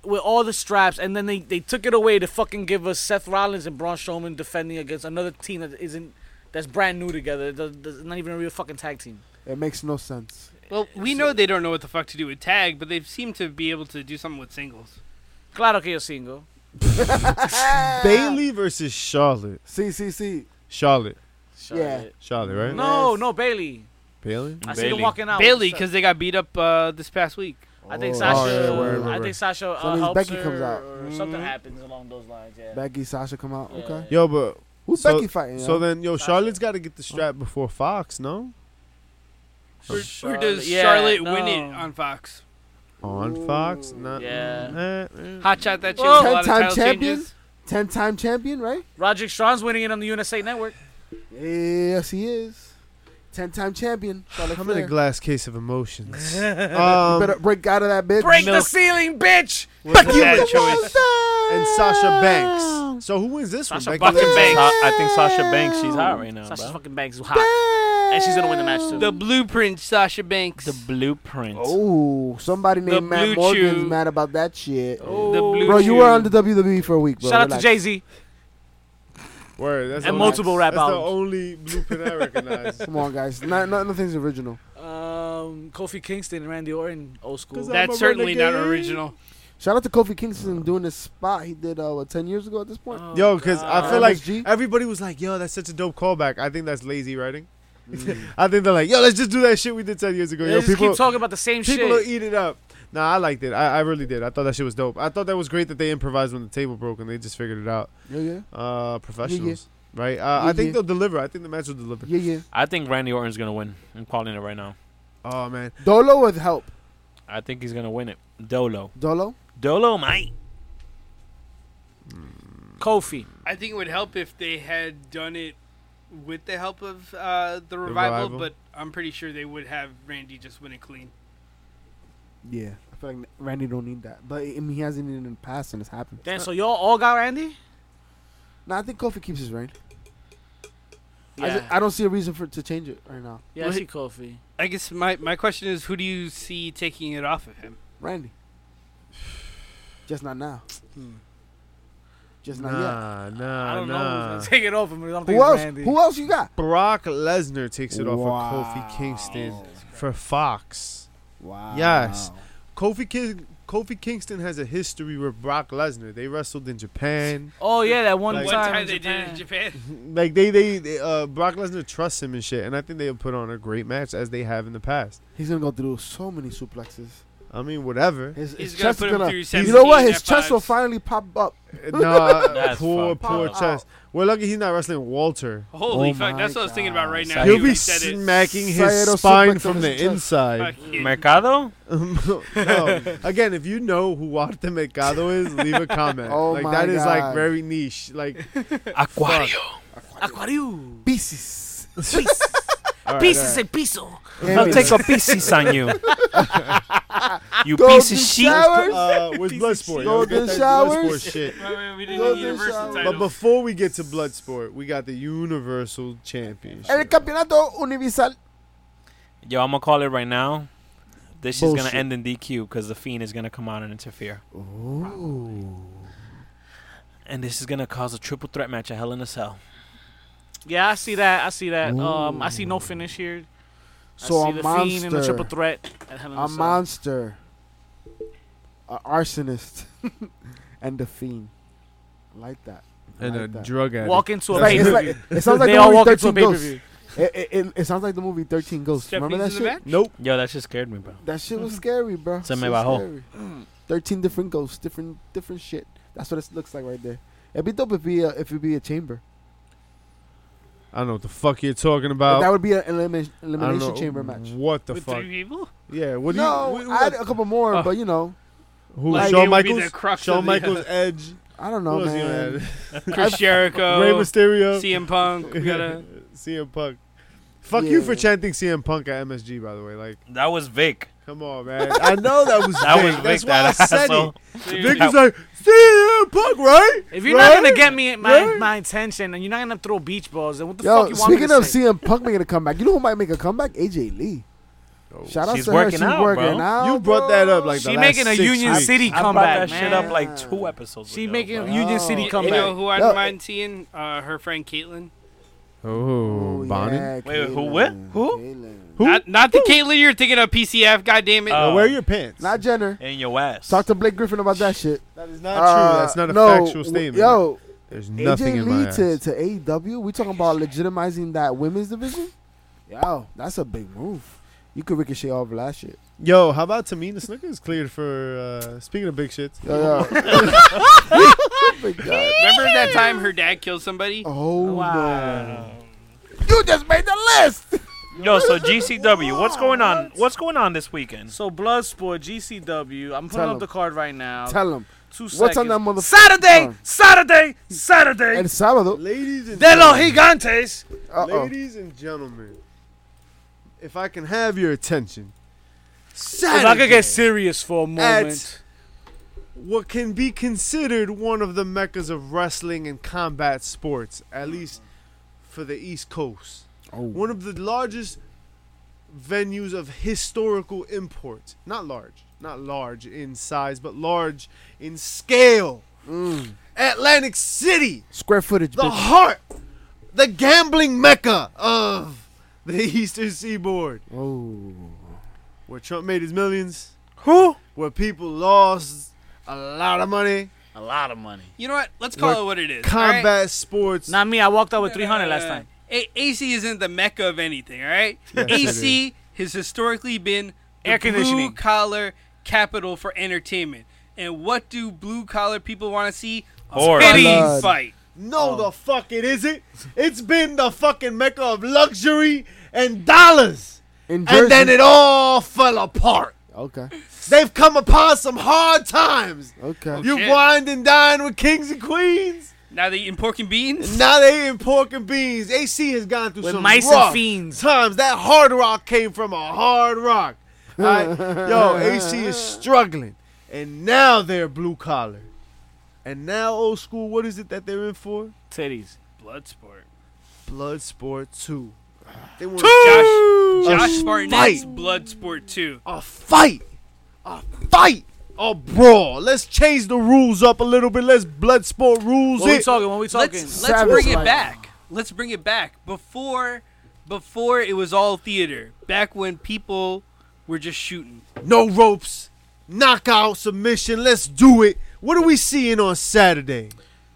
Speaker 1: with all the straps, and then they, they took it away to fucking give us Seth Rollins and Braun Strowman defending against another team that isn't that's brand new together. Th- th- It's not even a real fucking tag team.
Speaker 2: It makes no sense.
Speaker 7: Well, we know they don't know what the fuck to do with tag, but they seem to be able to do something with singles.
Speaker 1: Claro que yo single.
Speaker 5: Bailey versus Charlotte.
Speaker 2: See, see, see.
Speaker 5: Charlotte.
Speaker 1: Charlotte.
Speaker 5: Charlotte, right?
Speaker 1: No,
Speaker 2: Yes.
Speaker 1: no Bailey.
Speaker 5: Bailey.
Speaker 1: I see them
Speaker 4: Bailey.
Speaker 1: walking out.
Speaker 7: Bailey, because they got beat up uh, this past week.
Speaker 1: I think
Speaker 2: Oh,
Speaker 1: Sasha.
Speaker 5: yeah, word, word,
Speaker 1: I
Speaker 5: word.
Speaker 1: think Sasha
Speaker 2: So
Speaker 1: uh,
Speaker 2: at least
Speaker 1: helps
Speaker 2: Becky
Speaker 1: her
Speaker 2: comes out.
Speaker 1: or something happens along those lines. Yeah.
Speaker 2: Becky, Sasha come out. Okay.
Speaker 1: Yeah.
Speaker 5: Yo, but
Speaker 2: Who's
Speaker 5: So-
Speaker 2: Becky fighting?
Speaker 5: so
Speaker 2: yo?
Speaker 5: then yo, Charlotte's got to get the strap before Fox, no?
Speaker 7: Or, or
Speaker 1: Charlotte-
Speaker 7: does
Speaker 1: yeah,
Speaker 7: Charlotte
Speaker 1: no.
Speaker 7: win it on Fox?
Speaker 5: On Fox, not.
Speaker 1: Yeah.
Speaker 5: Eh,
Speaker 1: Mm.
Speaker 5: eh.
Speaker 7: Hot shot that shit.
Speaker 1: Whoa.
Speaker 7: with a lot of
Speaker 2: Ten-time
Speaker 7: title
Speaker 2: champion?
Speaker 7: changes.
Speaker 2: Ten-time champion, right?
Speaker 1: Roderick Strong's winning it on the USA Network.
Speaker 2: Yes, he is. Ten-time champion. Charlotte
Speaker 5: I'm in
Speaker 2: Flair.
Speaker 5: a glass case of emotions.
Speaker 2: You
Speaker 5: um,
Speaker 2: better break out of that bitch.
Speaker 1: Break the
Speaker 7: Milk.
Speaker 1: ceiling, bitch.
Speaker 7: Was a bad choice.
Speaker 2: Mother!
Speaker 5: and Sasha Banks. So who wins this
Speaker 1: Sasha
Speaker 5: one?
Speaker 1: fucking
Speaker 5: Lynch?
Speaker 1: Banks.
Speaker 4: I think Sasha Banks, she's hot right now,
Speaker 1: Sasha
Speaker 4: bro.
Speaker 1: fucking Banks is hot, and she's gonna win the match too.
Speaker 7: The blueprint, Sasha Banks.
Speaker 4: The blueprint.
Speaker 2: Oh, somebody
Speaker 7: The
Speaker 2: named
Speaker 7: blue
Speaker 2: Matt Morgan's
Speaker 7: chew.
Speaker 2: mad about that shit.
Speaker 1: Oh,
Speaker 7: The blue
Speaker 2: Oh. Bro, you were
Speaker 7: chew.
Speaker 2: on the WWE for a week, bro.
Speaker 1: Shout out to
Speaker 2: Relax.
Speaker 1: Jay Z.
Speaker 5: Word, that's
Speaker 1: And
Speaker 5: the only-
Speaker 1: multiple rap
Speaker 5: that's
Speaker 1: albums.
Speaker 5: the only blueprint I recognize.
Speaker 2: Come on, guys. Not, not, nothing's original.
Speaker 1: Um, Kofi Kingston and Randy Orton, old school.
Speaker 5: 'Cause I'm
Speaker 7: That's
Speaker 5: a
Speaker 7: certainly not
Speaker 5: renegade.
Speaker 7: original.
Speaker 2: Shout out to Kofi Kingston doing this spot he did uh, what, ten years ago at this point.
Speaker 1: Oh,
Speaker 5: Yo, because I
Speaker 1: God.
Speaker 5: feel like
Speaker 2: MSG?
Speaker 5: everybody was like, yo, that's such a dope callback. I think that's lazy writing.
Speaker 2: Mm.
Speaker 5: I think they're like, yo, let's just do that shit we did 10 years ago.
Speaker 1: They
Speaker 5: yo,
Speaker 1: just
Speaker 5: people,
Speaker 1: keep talking about the same
Speaker 5: people
Speaker 1: shit.
Speaker 5: will eat it up. Nah, I liked it. I, I really did. I thought that shit was dope. I thought that was great that they improvised when the table broke and they just figured it out.
Speaker 2: Yeah, yeah,
Speaker 5: Uh, professionals, right? Uh, I
Speaker 2: Yeah,
Speaker 5: think
Speaker 2: yeah.
Speaker 5: they'll deliver. I think the match will deliver.
Speaker 2: yeah, yeah.
Speaker 4: I think Randy Orton's gonna win. I'm calling it right now.
Speaker 5: Oh man,
Speaker 2: Dolo with help.
Speaker 4: I think he's gonna win it. Dolo.
Speaker 2: Dolo.
Speaker 4: Dolo, mate.
Speaker 2: e-
Speaker 1: Kofi.
Speaker 7: I think it would help if they had done it with the help of uh, the revival,
Speaker 5: Revival.
Speaker 7: but I'm pretty sure they would have Randy just win it clean.
Speaker 2: Yeah, I feel like Randy don't need that, but I mean he hasn't needed it in the past and it's happened.
Speaker 1: Damn, so y'all all got Randy?
Speaker 2: Nah, I think Kofi keeps his reign. I,
Speaker 1: Yeah,
Speaker 2: ju- I don't see a reason for to change it right now.
Speaker 1: yeah, I see Kofi.
Speaker 7: I guess my, my question is who do you see taking it off of him?
Speaker 2: Randy. Just not now.
Speaker 7: Hmm.
Speaker 2: Just not yet.
Speaker 5: nah, nah,
Speaker 1: I don't know
Speaker 5: nah.
Speaker 1: who's gonna take it off him. I don't think
Speaker 2: Who
Speaker 1: it's
Speaker 2: else?
Speaker 1: Randy.
Speaker 2: Who else you got?
Speaker 5: Brock Lesnar takes it off of
Speaker 2: Wow.
Speaker 5: Kofi Kingston for Fox.
Speaker 2: Wow.
Speaker 5: Yes. Kofi King, Kofi Kingston has a history with Brock Lesnar. They wrestled in Japan.
Speaker 1: Oh yeah, that one
Speaker 5: Like-
Speaker 7: One
Speaker 1: time,
Speaker 7: time
Speaker 1: in
Speaker 7: they did it in
Speaker 1: Japan.
Speaker 7: Japan.
Speaker 5: Like they, they, they uh, Brock Lesnar trusts him and shit, and I think they'll put on a great match as they have in the past.
Speaker 2: He's gonna go through so many suplexes.
Speaker 5: I mean, whatever.
Speaker 2: His,
Speaker 7: He's
Speaker 2: his
Speaker 7: gonna
Speaker 2: chest
Speaker 7: put
Speaker 2: is
Speaker 7: him
Speaker 2: gonna.
Speaker 7: through
Speaker 2: You know what?
Speaker 7: 17
Speaker 2: His chest will
Speaker 7: F5s.
Speaker 2: finally pop up.
Speaker 5: nah,
Speaker 4: That's
Speaker 5: poor,
Speaker 4: fucked
Speaker 5: poor
Speaker 4: up.
Speaker 5: chest. We're lucky he's not wrestling Walter.
Speaker 7: Holy
Speaker 2: Oh
Speaker 7: fuck,
Speaker 2: my
Speaker 7: that's what I was thinking about right
Speaker 2: God.
Speaker 7: now.
Speaker 4: He'll
Speaker 7: when
Speaker 5: He'll be
Speaker 7: you said it.
Speaker 5: smacking his
Speaker 2: Sayado suplex
Speaker 5: spine
Speaker 2: on
Speaker 5: from
Speaker 2: his
Speaker 5: the
Speaker 2: chest.
Speaker 5: inside.
Speaker 7: Fuck you.
Speaker 4: Mercado.
Speaker 5: No. Again, if you know who Walter Mercado is, leave a comment.
Speaker 2: Oh
Speaker 5: like
Speaker 2: my
Speaker 5: that is like
Speaker 2: God.
Speaker 5: very niche. Like
Speaker 4: Aquario.
Speaker 1: Aquarius.
Speaker 2: Pieces.
Speaker 5: all right, all
Speaker 1: Pieces
Speaker 5: right.
Speaker 1: and piso.
Speaker 4: I'll take a pieces on you. you
Speaker 2: Golden
Speaker 4: piece of shit.
Speaker 2: showers.
Speaker 5: Uh, with Bloodsport. yo.
Speaker 2: Golden
Speaker 5: Get that Bloodsport
Speaker 2: showers.
Speaker 5: shit.
Speaker 7: Wait, wait, we didn't
Speaker 2: Well,
Speaker 7: need
Speaker 2: there's,
Speaker 7: Universal
Speaker 2: uh,
Speaker 5: But
Speaker 7: titles.
Speaker 5: before we get to Bloodsport, we got the Universal Championship.
Speaker 2: El campeonato universal.
Speaker 4: Yo, I'm gonna call it right now. This shit's gonna
Speaker 2: Bullshit.
Speaker 4: end in DQ because the fiend is gonna come out and interfere, and this is gonna cause a triple threat match at Hell in a Cell.
Speaker 1: Yeah, I see that. I see that. Um, I see no finish here.
Speaker 2: So
Speaker 1: I see
Speaker 2: a
Speaker 1: the fiend and the
Speaker 2: monster.
Speaker 1: triple threat. At Hell in
Speaker 2: A
Speaker 1: Cell.
Speaker 2: monster. An arsonist. and the fiend. I like that. I
Speaker 5: And a
Speaker 2: like that.
Speaker 5: drug addict.
Speaker 1: Walk into a
Speaker 2: It's like-
Speaker 1: pay
Speaker 2: it's
Speaker 1: per
Speaker 2: like-
Speaker 1: view.
Speaker 2: it sounds like
Speaker 1: They
Speaker 2: the
Speaker 1: all
Speaker 2: movie
Speaker 1: walk into a
Speaker 2: 13
Speaker 1: pay per
Speaker 2: Ghosts.
Speaker 1: view.
Speaker 2: It, it, it, it sounds like the movie 13 Ghosts. Remember that
Speaker 7: Stephanie's in the
Speaker 2: shit?
Speaker 7: back?
Speaker 5: Nope.
Speaker 4: Yo, that shit scared me, bro.
Speaker 2: That shit was scary, bro.
Speaker 4: Se me
Speaker 2: Shit was
Speaker 4: bajó.
Speaker 2: scary. 13 different ghosts, different different shit. That's what it looks like right there. It'd be dope if be a, if it be a chamber.
Speaker 5: I don't know what the fuck you're talking
Speaker 2: But
Speaker 5: about.
Speaker 2: that would be an elimi-
Speaker 5: Uh, I don't
Speaker 2: elimination
Speaker 5: know
Speaker 2: chamber match.
Speaker 5: What the
Speaker 7: With
Speaker 5: fuck?
Speaker 7: three people?
Speaker 5: Yeah. What do
Speaker 2: no,
Speaker 5: you?
Speaker 2: I had a couple more,
Speaker 5: Uh,
Speaker 7: Oh.
Speaker 2: but you know,
Speaker 5: who?
Speaker 7: Like,
Speaker 5: Shawn
Speaker 7: it would be
Speaker 5: Michaels.
Speaker 7: the crux
Speaker 5: Shawn
Speaker 7: of the-
Speaker 5: Michaels. Edge.
Speaker 2: I don't
Speaker 5: Who
Speaker 2: know,
Speaker 5: else you
Speaker 2: man.
Speaker 5: had?
Speaker 7: Chris Jericho,
Speaker 5: Rey Mysterio.
Speaker 7: CM Punk. We gotta.
Speaker 5: CM Punk. Fuck you
Speaker 2: Yeah.
Speaker 5: for chanting CM Punk at MSG. By the way, like,
Speaker 4: That was Vic.
Speaker 5: come on, man. I know that was
Speaker 4: That
Speaker 5: Vic.
Speaker 4: was Vic.
Speaker 5: That's why
Speaker 4: That
Speaker 5: I said
Speaker 4: asshole.
Speaker 5: it. Vic was like CM Punk, right?
Speaker 1: If you're not gonna
Speaker 5: Right?
Speaker 1: get me my,
Speaker 5: Right?
Speaker 1: my attention and you're not gonna throw beach balls, then what the
Speaker 2: Yo,
Speaker 1: fuck you want me
Speaker 2: speaking
Speaker 1: to
Speaker 2: of
Speaker 1: say?
Speaker 2: CM Punk making a comeback, you know who might make a comeback? AJ Lee.
Speaker 5: Oh.
Speaker 2: Shout out
Speaker 4: She's
Speaker 2: to her.
Speaker 4: working
Speaker 2: She's
Speaker 4: out,
Speaker 2: working
Speaker 4: bro.
Speaker 2: out.
Speaker 5: You brought that up like the
Speaker 1: She
Speaker 5: last
Speaker 1: making a
Speaker 5: six
Speaker 1: Union
Speaker 5: weeks.
Speaker 1: City
Speaker 4: I brought that
Speaker 1: comeback,
Speaker 4: shit
Speaker 1: man.
Speaker 4: up like two episodes
Speaker 1: She
Speaker 4: ago.
Speaker 1: making
Speaker 4: bro.
Speaker 1: Union
Speaker 2: Oh.
Speaker 1: City
Speaker 2: You
Speaker 7: You
Speaker 1: comeback.
Speaker 7: know who I
Speaker 2: No,
Speaker 7: don't mind seeing? Uh, her friend Caitlyn.
Speaker 5: Oh, Bonnie.
Speaker 2: yeah,
Speaker 4: Wait, who-
Speaker 2: Caitlyn,
Speaker 4: what? Who?
Speaker 2: Caitlyn.
Speaker 5: Who?
Speaker 7: Not, not the Caitlyn you're thinking of. PCF. God damn it.
Speaker 4: Uh,
Speaker 5: Now wear your pants.
Speaker 2: Not Jenner.
Speaker 4: in your ass.
Speaker 2: Talk to Blake Griffin about that shit.
Speaker 5: that is not
Speaker 2: Uh,
Speaker 5: true. That's not a
Speaker 2: no, w-
Speaker 5: factual statement.
Speaker 2: Yo,
Speaker 5: There's nothing
Speaker 2: AJ
Speaker 5: in
Speaker 2: Lee
Speaker 5: my
Speaker 2: to,
Speaker 5: ass.
Speaker 2: to AEW. We talking about legitimizing that women's division? Yo, that's a big move. You could ricochet off of that shit.
Speaker 5: Yo, how about Tamina Snooker is cleared for uh, speaking of big shits.
Speaker 2: Yo, yo. oh my god.
Speaker 7: Remember that time her dad killed somebody?
Speaker 2: Oh no. You just made the list.
Speaker 4: Yo, so GCW, what's going on? What's going on this weekend?
Speaker 1: So Bloodsport, GCW. I'm putting
Speaker 2: Tell
Speaker 1: up
Speaker 2: 'em.
Speaker 1: the card right now.
Speaker 2: Tell him.
Speaker 1: Two seconds.
Speaker 2: What's on that motherfucker?
Speaker 1: Saturday,
Speaker 2: Huh.
Speaker 1: Saturday, Saturday.
Speaker 2: El Sábado.
Speaker 5: Ladies and
Speaker 1: De los
Speaker 5: gentlemen,
Speaker 1: Gigantes.
Speaker 2: uh, Uh-oh.
Speaker 5: ladies and gentlemen, if I can have your attention,
Speaker 1: If I could get serious for a moment.
Speaker 5: what can be considered one of the meccas of wrestling and combat sports, at least for the East Coast.
Speaker 2: Oh,
Speaker 5: One of the largest venues of historical import. Not large, not large in size, but large in scale.
Speaker 2: Mm.
Speaker 5: Atlantic City,
Speaker 2: square footage,
Speaker 5: the
Speaker 2: bitch.
Speaker 5: heart, the gambling mecca of the Eastern Seaboard
Speaker 2: Oh,
Speaker 5: where Trump made his millions,
Speaker 1: Who?
Speaker 5: where people lost a lot of money.
Speaker 1: A lot of money.
Speaker 7: You know what? Let's call it what it is. all right?
Speaker 5: Combat sports.
Speaker 1: Not me. I walked out with
Speaker 7: Uh,
Speaker 1: 300 last time.
Speaker 7: A- AC isn't the mecca of anything, all right?
Speaker 5: Yes, it
Speaker 7: AC has historically been the
Speaker 1: Air conditioning.
Speaker 7: blue collar capital for entertainment. And what do blue collar people want to see?
Speaker 4: Horror.
Speaker 7: Pity
Speaker 2: Blood.
Speaker 7: fight.
Speaker 5: no, the fuck it isn't. It's been the fucking mecca of luxury and dollars,
Speaker 2: in Jersey.
Speaker 5: and then it all fell apart.
Speaker 2: okay,
Speaker 5: They've come upon some hard times.
Speaker 2: okay.
Speaker 5: You
Speaker 7: shit.
Speaker 5: wined and dined with kings and queens.
Speaker 7: Now they eating pork and beans.
Speaker 5: And now they eating pork and beans. AC has gone through
Speaker 1: With
Speaker 5: some
Speaker 1: mice
Speaker 5: rough
Speaker 1: and fiends.
Speaker 5: times. That hard rock came from a hard rock. Alright? Yo, AC is struggling. And now they're blue collar. And now old school, what is it that they're in for?
Speaker 1: Titties.
Speaker 7: Bloodsport.
Speaker 5: Bloodsport 2. They want
Speaker 7: Josh, Josh
Speaker 5: A
Speaker 7: Spartan
Speaker 5: fight.
Speaker 7: Bloodsport 2.
Speaker 5: a fight. A fight. A brawl. Let's change the rules up a little bit. Let's bloodsport rules
Speaker 1: What we
Speaker 5: it.
Speaker 1: talking? What we talking?
Speaker 7: Let's, let's
Speaker 2: Savage
Speaker 7: bring it
Speaker 2: life.
Speaker 7: back. Let's bring it back. Before before it was all theater. Back when people were just shooting.
Speaker 5: No ropes. Knockout submission. Let's do it. What are we seeing on Saturday?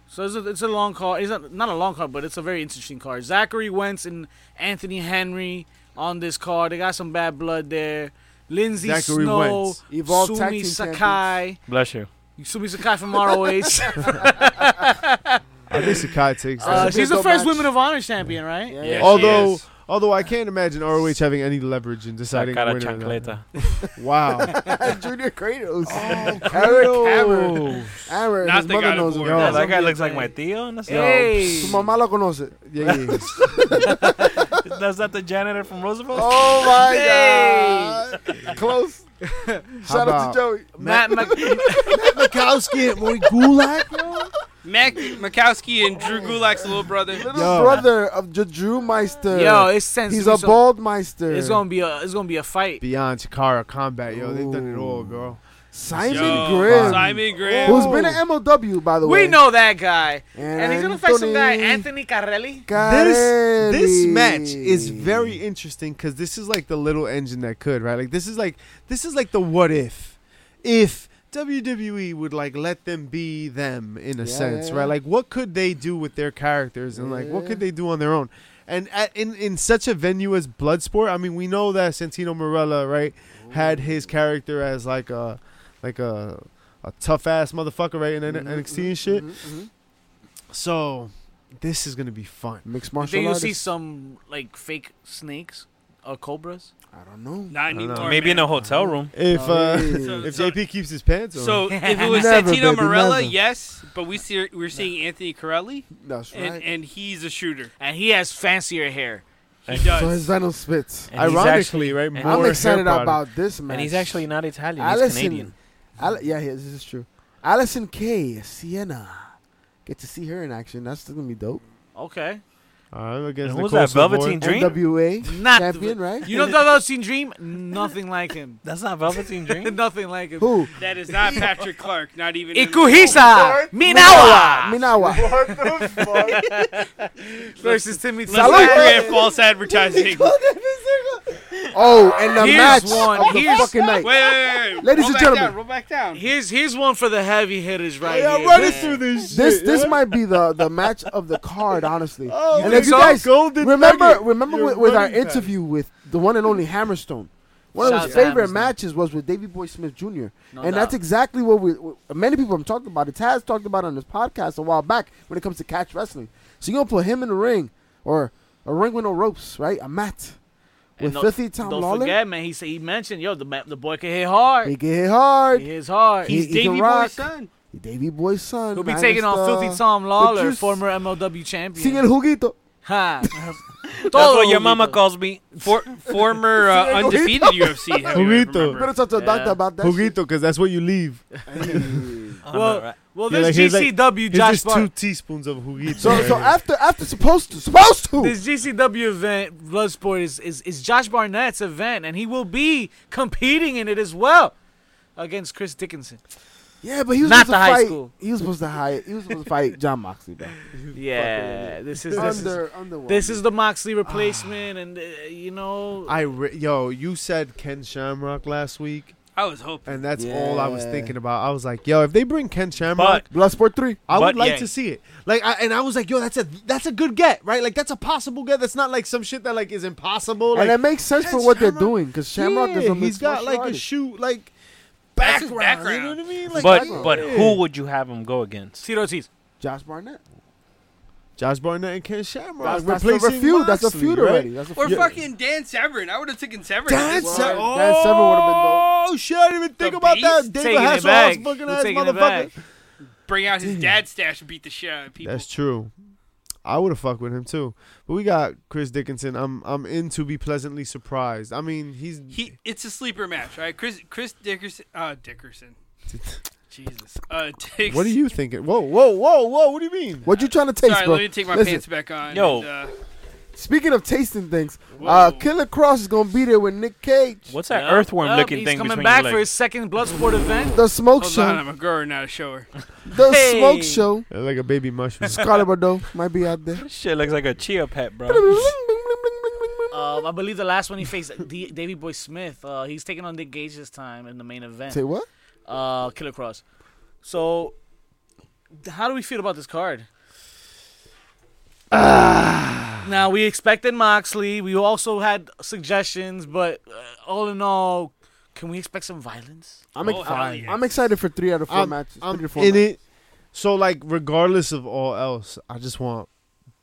Speaker 1: So it's a, it's a long call. It's not, not a long card, but it's a very interesting card. Zachary Wentz and Anthony Henry on this card. They got some bad blood there. Lindsey
Speaker 5: Zachary
Speaker 1: Snow,
Speaker 5: Wentz.
Speaker 2: Evolved tag
Speaker 1: Sumi
Speaker 2: team
Speaker 1: Sakai,
Speaker 4: Bless you.
Speaker 1: Sumi Sakai from ROH.
Speaker 5: I think Sakai takes
Speaker 1: uh, she's the
Speaker 2: Dope
Speaker 1: first
Speaker 2: match.
Speaker 1: Women of Honor champion, right?
Speaker 2: Yeah,
Speaker 4: Yeah,
Speaker 2: yeah.
Speaker 4: she
Speaker 5: Although-
Speaker 4: is.
Speaker 5: Although I can't imagine ROH having any leverage in deciding
Speaker 4: Sacara
Speaker 5: winner. or not.
Speaker 4: chancleta.
Speaker 5: Wow.
Speaker 2: Junior Kratos. Oh,
Speaker 5: Yo,
Speaker 2: Hammer.
Speaker 7: Not
Speaker 2: His
Speaker 7: the
Speaker 2: mother
Speaker 7: God of
Speaker 2: knows
Speaker 7: War.
Speaker 2: him.
Speaker 4: Yo,
Speaker 1: That's
Speaker 4: that guy
Speaker 1: okay,
Speaker 4: looks like
Speaker 1: man.
Speaker 4: my tío. And that's,
Speaker 1: Hey.
Speaker 2: Su mamá lo conoce.
Speaker 5: yeah, yeah.
Speaker 4: that's not the janitor from Roosevelt.
Speaker 2: Oh my god. Close. Shout out
Speaker 5: about-
Speaker 2: to Joey.
Speaker 1: Matt Mc-
Speaker 5: Mikowski and Roy Gulak, yo.
Speaker 7: Mac Mikowski and Drew Gulak's little brother.
Speaker 2: Little
Speaker 5: Yo.
Speaker 2: brother of the Drew Meister.
Speaker 1: Yo, it sends
Speaker 2: He's
Speaker 1: me
Speaker 2: a
Speaker 1: so-
Speaker 2: bald Meister.
Speaker 1: It's gonna be a it's gonna be a fight.
Speaker 5: Beyond Chikara combat, yo. They've done it all, bro.
Speaker 2: Simon
Speaker 7: Yo,
Speaker 2: Grimm.
Speaker 7: Simon Grimm.
Speaker 2: Who's been an MLW, by the way.
Speaker 1: We know that guy,
Speaker 2: And,
Speaker 1: and he's gonna fight some guy Anthony Carelli.
Speaker 5: This this
Speaker 2: Carelli.
Speaker 5: match is very interesting because this is like the little engine that could, right? Like this is like this is like the what if, if WWE would like let them be them in a
Speaker 2: Yeah,
Speaker 5: sense,
Speaker 2: yeah,
Speaker 5: right?
Speaker 2: yeah.
Speaker 5: Like what could they do with their characters and like what
Speaker 2: Yeah.
Speaker 5: could they do on their own? And at, in in such a venue as Bloodsport, I mean, we know that Santino Morella, right, had his character as like a like a a tough ass motherfucker, right, in
Speaker 2: Mhm,
Speaker 5: NXT and shit.
Speaker 2: mm-hmm.
Speaker 5: So this is gonna be fun.
Speaker 1: You
Speaker 2: Mixed
Speaker 1: think
Speaker 2: martial
Speaker 1: you'll see
Speaker 2: artists.
Speaker 1: some like fake snakes or cobras?
Speaker 2: I don't know.
Speaker 7: Not anymore.
Speaker 4: Maybe in
Speaker 7: man.
Speaker 4: a hotel room.
Speaker 5: If uh,
Speaker 2: Hey.
Speaker 5: if
Speaker 7: So-
Speaker 5: JP keeps his pants on,
Speaker 7: So if it was
Speaker 2: Never,
Speaker 7: Santino
Speaker 2: baby,
Speaker 7: Morella,
Speaker 2: never.
Speaker 7: yes, but we see we're seeing Anthony Corelli,
Speaker 2: That's
Speaker 7: and,
Speaker 2: right.
Speaker 7: and he's a shooter.
Speaker 1: And he has fancier hair.
Speaker 7: He
Speaker 2: so his
Speaker 7: does.
Speaker 2: venom spits.
Speaker 4: And he's
Speaker 5: ironically, right?
Speaker 4: and
Speaker 2: I'm
Speaker 5: more
Speaker 2: excited
Speaker 5: hair product.
Speaker 2: about this match.
Speaker 4: And he's actually not Italian. He's
Speaker 2: Allison,
Speaker 4: Canadian.
Speaker 2: Al- yeah, yeah, this is true. Allison K, Sienna. Get to see her in action. That's gonna be dope.
Speaker 1: Okay.
Speaker 5: Uh, against
Speaker 4: And who's
Speaker 5: Nicole
Speaker 4: that, Velveteen
Speaker 5: Savoy.
Speaker 4: Dream?
Speaker 2: NWA
Speaker 1: Not
Speaker 2: champion, right?
Speaker 1: You know the Velveteen Dream? Nothing like him.
Speaker 4: That's not Velveteen Dream.
Speaker 1: Nothing like him.
Speaker 2: Who?
Speaker 7: That is not Patrick Clark. Not even. in-
Speaker 1: Ikuhisa Minawa
Speaker 2: Minawa.
Speaker 1: versus Timmy
Speaker 7: Let's not
Speaker 2: Salute.
Speaker 7: create false advertising. wait,
Speaker 2: Oh, and the
Speaker 1: Here's
Speaker 2: match
Speaker 1: one.
Speaker 2: of the
Speaker 1: Here's-
Speaker 2: fucking night.
Speaker 7: wait, wait, wait.
Speaker 2: Ladies
Speaker 7: roll
Speaker 2: and
Speaker 7: back
Speaker 2: gentlemen.
Speaker 7: down, roll back down.
Speaker 1: Here's here's one for the heavy hitters right
Speaker 5: Yeah,
Speaker 1: here.
Speaker 5: I'm running through this. Shit,
Speaker 2: This this
Speaker 5: yeah?
Speaker 2: might be the, the match of the card, honestly.
Speaker 5: Oh,
Speaker 2: and
Speaker 5: man.
Speaker 2: if you
Speaker 5: So
Speaker 2: guys
Speaker 5: golden
Speaker 2: remember,
Speaker 5: nugget.
Speaker 2: remember
Speaker 5: You're
Speaker 2: with, with our
Speaker 5: running back.
Speaker 2: interview with the one and only Hammerstone. One
Speaker 1: Shout
Speaker 2: of his
Speaker 1: out to
Speaker 2: favorite
Speaker 1: Hammerstone.
Speaker 2: matches was with Davey Boy Smith Jr.
Speaker 1: No
Speaker 2: and
Speaker 1: doubt.
Speaker 2: that's exactly what we w- many people have talked about. It has talked about on this podcast a while back when it comes to catch wrestling. So you're gonna put him in the ring or a ring with no ropes, right? A mat
Speaker 1: And
Speaker 2: with
Speaker 1: don't-
Speaker 2: filthy Tom
Speaker 1: Don't
Speaker 2: Lawler.
Speaker 1: forget, man. He said he mentioned, yo, the ma- the boy can hit hard.
Speaker 2: He can hit hard.
Speaker 1: He hits hard.
Speaker 2: He-
Speaker 7: He's
Speaker 2: he can
Speaker 7: Davey
Speaker 2: rock.
Speaker 7: Boy's son.
Speaker 2: Davey Boy's son.
Speaker 1: He'll be
Speaker 2: Magnus,
Speaker 1: taking on
Speaker 2: uh,
Speaker 1: filthy Tom Lawler,
Speaker 2: juice.
Speaker 1: former MLW
Speaker 2: Sin el
Speaker 1: champion.
Speaker 2: juguito.
Speaker 1: Ha.
Speaker 4: That's what your
Speaker 1: Todo
Speaker 4: mama
Speaker 1: juguito.
Speaker 4: calls me.
Speaker 7: For, former uh, undefeated UFC heavyweight.
Speaker 5: Burrito.
Speaker 7: remember.
Speaker 2: Better talk to a
Speaker 1: Yeah.
Speaker 2: doctor about that.
Speaker 5: Juguito, because that's what you leave.
Speaker 2: shit.
Speaker 4: I'm
Speaker 1: Well,
Speaker 4: not right.
Speaker 1: Well,
Speaker 5: Yeah,
Speaker 1: this
Speaker 5: like, here's like-
Speaker 1: GCW
Speaker 5: Here's
Speaker 1: Josh
Speaker 5: just two
Speaker 1: Bar-
Speaker 5: teaspoons of juguito.
Speaker 2: So
Speaker 5: right
Speaker 2: so
Speaker 5: here.
Speaker 2: after after supposed to supposed to.
Speaker 1: this GCW event, Bloodsport, is, is is Josh Barnett's event, and he will be competing in it as well against Chris Dickinson.
Speaker 2: yeah, but he was
Speaker 1: Not
Speaker 2: supposed
Speaker 1: the
Speaker 2: to
Speaker 1: high
Speaker 2: fight-
Speaker 1: school.
Speaker 2: He was supposed to fight. He was supposed to fight John Moxley. Bro.
Speaker 1: Yeah, this is this is,
Speaker 2: Under under
Speaker 1: this is the Moxley replacement, and uh, you know,
Speaker 5: I re- yo, you said Ken Shamrock last week,
Speaker 7: I was hoping.
Speaker 5: and that's all I was
Speaker 2: Yeah.
Speaker 5: thinking about. I was like, yo, if they bring Ken Shamrock,
Speaker 4: But
Speaker 2: Bloodsport three.
Speaker 5: I
Speaker 4: but
Speaker 5: would like
Speaker 4: yeah.
Speaker 5: to see it. Like, I, and I was like, yo, that's a that's a good get, right? Like, that's a possible get. That's not like some shit that like is impossible.
Speaker 2: and
Speaker 5: like,
Speaker 2: it makes sense for
Speaker 5: Ken
Speaker 2: what they're
Speaker 5: Shamrock-
Speaker 2: doing because Shamrock is a
Speaker 5: yeah, he's
Speaker 2: mixed
Speaker 5: got
Speaker 2: martial
Speaker 5: like a
Speaker 2: artist.
Speaker 5: shoot like
Speaker 6: That's his
Speaker 5: background. You know
Speaker 6: background.
Speaker 5: what I mean? Like,
Speaker 4: but
Speaker 2: I-
Speaker 4: but
Speaker 5: yeah.
Speaker 4: who would you have him go against?
Speaker 1: Tito Ortiz.
Speaker 2: Josh Barnett.
Speaker 5: Josh Barnett and Ken Shamrock
Speaker 2: That's, that's, a feud. That's a
Speaker 5: Moxley,
Speaker 2: feud
Speaker 5: right?
Speaker 2: already. That's a
Speaker 7: Or
Speaker 2: feud.
Speaker 7: fucking Dan Severin. I would have taken Severin.
Speaker 5: Dan
Speaker 7: This-
Speaker 5: Se-
Speaker 2: Well, Dan Severn would've been dope.
Speaker 5: Oh shit! I didn't even think
Speaker 7: The
Speaker 5: about
Speaker 7: Beast?
Speaker 5: that. David
Speaker 1: Taking it
Speaker 5: Hasselhoff's
Speaker 1: back.
Speaker 5: fucking
Speaker 1: We're
Speaker 5: ass
Speaker 1: taking it
Speaker 5: motherfucker.
Speaker 1: back.
Speaker 7: Bring out his dad stash and beat the shit out of people.
Speaker 5: That's true. I would have fucked with him too, but we got Chris Dickinson. I'm I'm in to be pleasantly surprised. I mean, he's
Speaker 7: He, it's a sleeper match, right? Chris, Chris Dickerson, uh, Dickerson. Jesus. Uh, Dix-
Speaker 5: What are you thinking? Whoa, whoa, whoa, whoa! What do you mean?
Speaker 2: What you trying to taste,
Speaker 7: Sorry,
Speaker 2: bro?
Speaker 7: let me take my
Speaker 2: Listen,
Speaker 7: pants back on.
Speaker 4: Yo.
Speaker 7: and, uh,
Speaker 2: Speaking of tasting things,
Speaker 7: Whoa.
Speaker 2: uh, Killer Cross is gonna be there with Nick Cage.
Speaker 4: What's that
Speaker 1: Yup,
Speaker 4: earthworm
Speaker 1: yup,
Speaker 4: looking
Speaker 1: he's
Speaker 4: thing
Speaker 1: coming
Speaker 4: between
Speaker 1: back
Speaker 4: your
Speaker 1: for
Speaker 4: legs?
Speaker 1: his second Bloodsport event.
Speaker 2: The smoke
Speaker 7: hold
Speaker 2: show.
Speaker 7: on, I'm a girl, not a shower.
Speaker 2: The
Speaker 1: Hey.
Speaker 2: smoke show.
Speaker 5: Like a baby mushroom.
Speaker 2: Scarlett Bordeaux might be out there.
Speaker 4: This shit looks like a chia pet, bro.
Speaker 1: Um, I believe the last one he faced D- Davy Boy Smith. Uh, he's taking on Nick Gage this time in the main event.
Speaker 2: Say what?
Speaker 1: Uh, Killer Cross. So, how do we feel about this card? now we expected Moxley. We also had suggestions, but uh, all in all, can we expect some violence?
Speaker 2: I'm,
Speaker 7: Oh,
Speaker 2: ex-
Speaker 7: hell
Speaker 2: I'm-
Speaker 7: yeah.
Speaker 2: I'm excited for three out of 4
Speaker 5: I'm-
Speaker 2: matches.
Speaker 5: I'm
Speaker 2: three to
Speaker 5: in
Speaker 2: four matches.
Speaker 5: it. So like, regardless of all else, I just want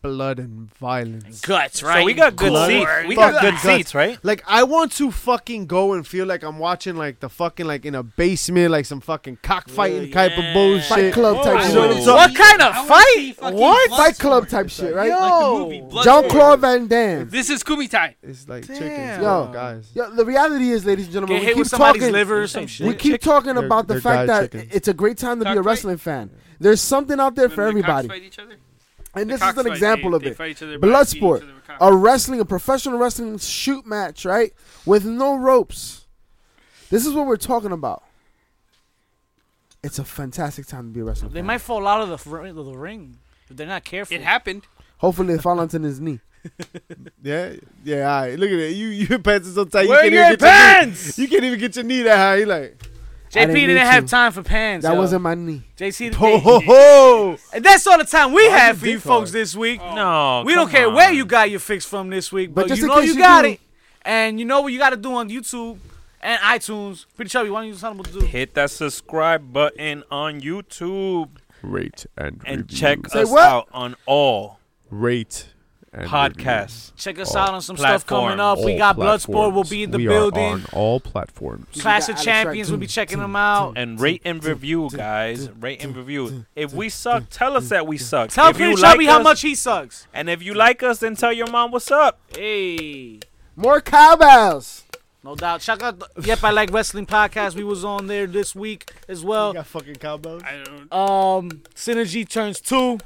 Speaker 5: blood and violence.
Speaker 1: Guts, right?
Speaker 4: So we got good
Speaker 5: Blood.
Speaker 4: seats. We got
Speaker 5: Fuck
Speaker 4: good
Speaker 5: guts.
Speaker 4: seats, right?
Speaker 5: Like I want to fucking go and feel like I'm watching like the fucking like in a basement like some fucking cockfighting type of bullshit.
Speaker 2: Fight club type
Speaker 5: So-
Speaker 2: shit.
Speaker 5: so-
Speaker 1: What kind of
Speaker 6: I wanna see
Speaker 1: fight?
Speaker 6: fucking
Speaker 1: What?
Speaker 6: blood
Speaker 2: Fight
Speaker 6: sport.
Speaker 2: club type shit, right?
Speaker 6: Like the movie Bloodsport.
Speaker 2: John Claude Van Damme.
Speaker 7: This is Kumitai.
Speaker 5: It's like
Speaker 1: Damn.
Speaker 5: chickens,
Speaker 2: Yo.
Speaker 5: yo, guys.
Speaker 2: Yo, the reality is, ladies and gentlemen,
Speaker 1: Get
Speaker 2: we
Speaker 1: hit
Speaker 2: keep
Speaker 1: with somebody's
Speaker 2: talking.
Speaker 1: liver or some shit.
Speaker 2: We keep talking
Speaker 5: They're-
Speaker 2: about the
Speaker 5: they're
Speaker 2: fact
Speaker 5: dyed
Speaker 2: that
Speaker 5: chickens.
Speaker 2: it's a great time to be a
Speaker 7: Cockfight?
Speaker 2: wrestling fan. There's something out there for
Speaker 7: When the cocks
Speaker 2: everybody,
Speaker 7: fight each other?
Speaker 2: and
Speaker 7: The
Speaker 2: this
Speaker 7: cocks
Speaker 2: is an
Speaker 7: fight,
Speaker 2: example
Speaker 7: they-
Speaker 2: of
Speaker 7: they
Speaker 2: it.
Speaker 7: fight each other by
Speaker 2: Blood
Speaker 7: beating each
Speaker 2: sport.
Speaker 7: other with cocks.
Speaker 2: a wrestling, a professional wrestling shoot match, right? With no ropes. This is what we're talking about. It's a fantastic time to be a wrestler.
Speaker 1: They might fall out of the, fr- of the ring if they're not careful.
Speaker 7: It happened.
Speaker 2: Hopefully, they fall onto his knee.
Speaker 5: Yeah, yeah. All right. Look at it. You you pants are so tight.
Speaker 1: Wear
Speaker 5: you can't
Speaker 1: your
Speaker 5: even get knee-
Speaker 1: pants!
Speaker 5: You can't even get your knee that high. You like
Speaker 2: I
Speaker 1: JP
Speaker 2: didn't
Speaker 1: didn't,
Speaker 2: need
Speaker 1: have
Speaker 2: to.
Speaker 1: time for pants.
Speaker 2: That
Speaker 1: yo.
Speaker 2: wasn't my knee.
Speaker 1: JC.
Speaker 5: ho
Speaker 1: They,
Speaker 5: ho ho.
Speaker 1: and that's all the time we have for
Speaker 5: dick
Speaker 1: you folks
Speaker 5: hard?
Speaker 1: this week.
Speaker 4: Oh. No,
Speaker 1: We don't
Speaker 4: come
Speaker 1: care where
Speaker 4: on.
Speaker 1: you got your fix from this week,
Speaker 2: But
Speaker 1: but,
Speaker 2: just
Speaker 1: you
Speaker 2: in
Speaker 1: know
Speaker 2: case
Speaker 1: you,
Speaker 2: you
Speaker 1: got
Speaker 2: do-
Speaker 1: it, and you know what you got to do on YouTube and iTunes. Pretty chubby. Why don't you tell them what to do?
Speaker 4: Hit that subscribe button on YouTube
Speaker 9: Rate and
Speaker 4: and
Speaker 9: review.
Speaker 4: check
Speaker 2: Say
Speaker 4: us
Speaker 2: what?
Speaker 4: out on all
Speaker 9: Rate and
Speaker 4: podcasts.
Speaker 1: Check us
Speaker 9: All
Speaker 1: out on some stuff coming
Speaker 4: platforms.
Speaker 1: up.
Speaker 9: review.
Speaker 1: we
Speaker 5: Oh,
Speaker 9: All
Speaker 1: got Bloodsport. We'll
Speaker 9: platforms.
Speaker 1: be in the
Speaker 9: We are
Speaker 1: building.
Speaker 9: on all platforms.
Speaker 1: Class of
Speaker 2: Alex
Speaker 1: Champions.
Speaker 2: Wright.
Speaker 1: We'll be checking them out.
Speaker 4: And rate and review, guys. Rate and review. If we suck, tell us that we suck.
Speaker 1: Tell
Speaker 4: if you
Speaker 1: Pretty Chubby how
Speaker 4: us-
Speaker 1: much he sucks.
Speaker 4: And if you like us, then tell your mom what's up.
Speaker 1: Hey.
Speaker 2: More cowbells.
Speaker 1: No doubt. Check out the Yep I Like Wrestling podcast. We was on there this week as
Speaker 5: You
Speaker 1: well.
Speaker 5: got fucking cowbells.
Speaker 7: I don't.
Speaker 1: Um, Synergy turns two.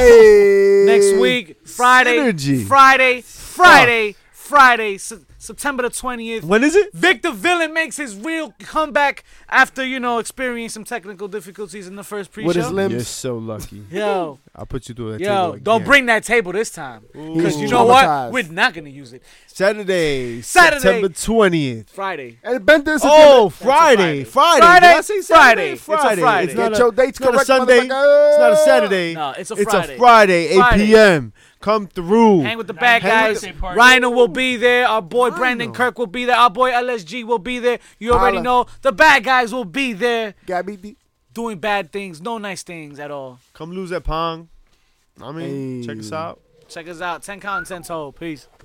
Speaker 2: Hey.
Speaker 1: next week, Friday,
Speaker 5: Synergy.
Speaker 1: Friday, Friday, Friday, Se- September the twentieth.
Speaker 5: When is it?
Speaker 1: Victor Villain makes his real comeback after you know experiencing some technical difficulties in the first pre-show.
Speaker 2: With his limbs.
Speaker 5: You're so lucky.
Speaker 1: yo,
Speaker 5: I'll put you through that.
Speaker 1: yo,
Speaker 5: table
Speaker 1: don't
Speaker 5: again.
Speaker 1: bring that table this time, because
Speaker 2: He's
Speaker 1: you know what?
Speaker 2: traumatized.
Speaker 1: We're not gonna use it.
Speaker 5: Saturday,
Speaker 1: Saturday.
Speaker 5: September twentieth.
Speaker 1: Friday.
Speaker 2: And bend this.
Speaker 5: Oh, Friday, Friday,
Speaker 1: Friday.
Speaker 5: Did I say Saturday?
Speaker 1: Friday. It's a Friday.
Speaker 5: It's
Speaker 2: get
Speaker 5: not
Speaker 2: your
Speaker 5: a,
Speaker 2: dates
Speaker 5: it's not a
Speaker 2: correct.
Speaker 5: Sunday. It's
Speaker 2: motherfucker.
Speaker 5: not a Saturday.
Speaker 1: No, it's a
Speaker 5: It's
Speaker 1: Friday.
Speaker 5: a Friday, 8
Speaker 1: Friday.
Speaker 5: p.m. Come through.
Speaker 1: Hang with the bad
Speaker 5: Hang with
Speaker 1: guys. Rhino will be there. Our boy Brandon Kirk will be there. Our boy LSG will be there. You already
Speaker 2: Holla.
Speaker 1: know the bad guys will be there
Speaker 2: Gabby D.
Speaker 1: doing bad things, no nice things at all.
Speaker 5: Come lose at Pong. I mean, check us
Speaker 2: Hey.
Speaker 5: out.
Speaker 1: Check us out. 10 count and 10 toe. Peace.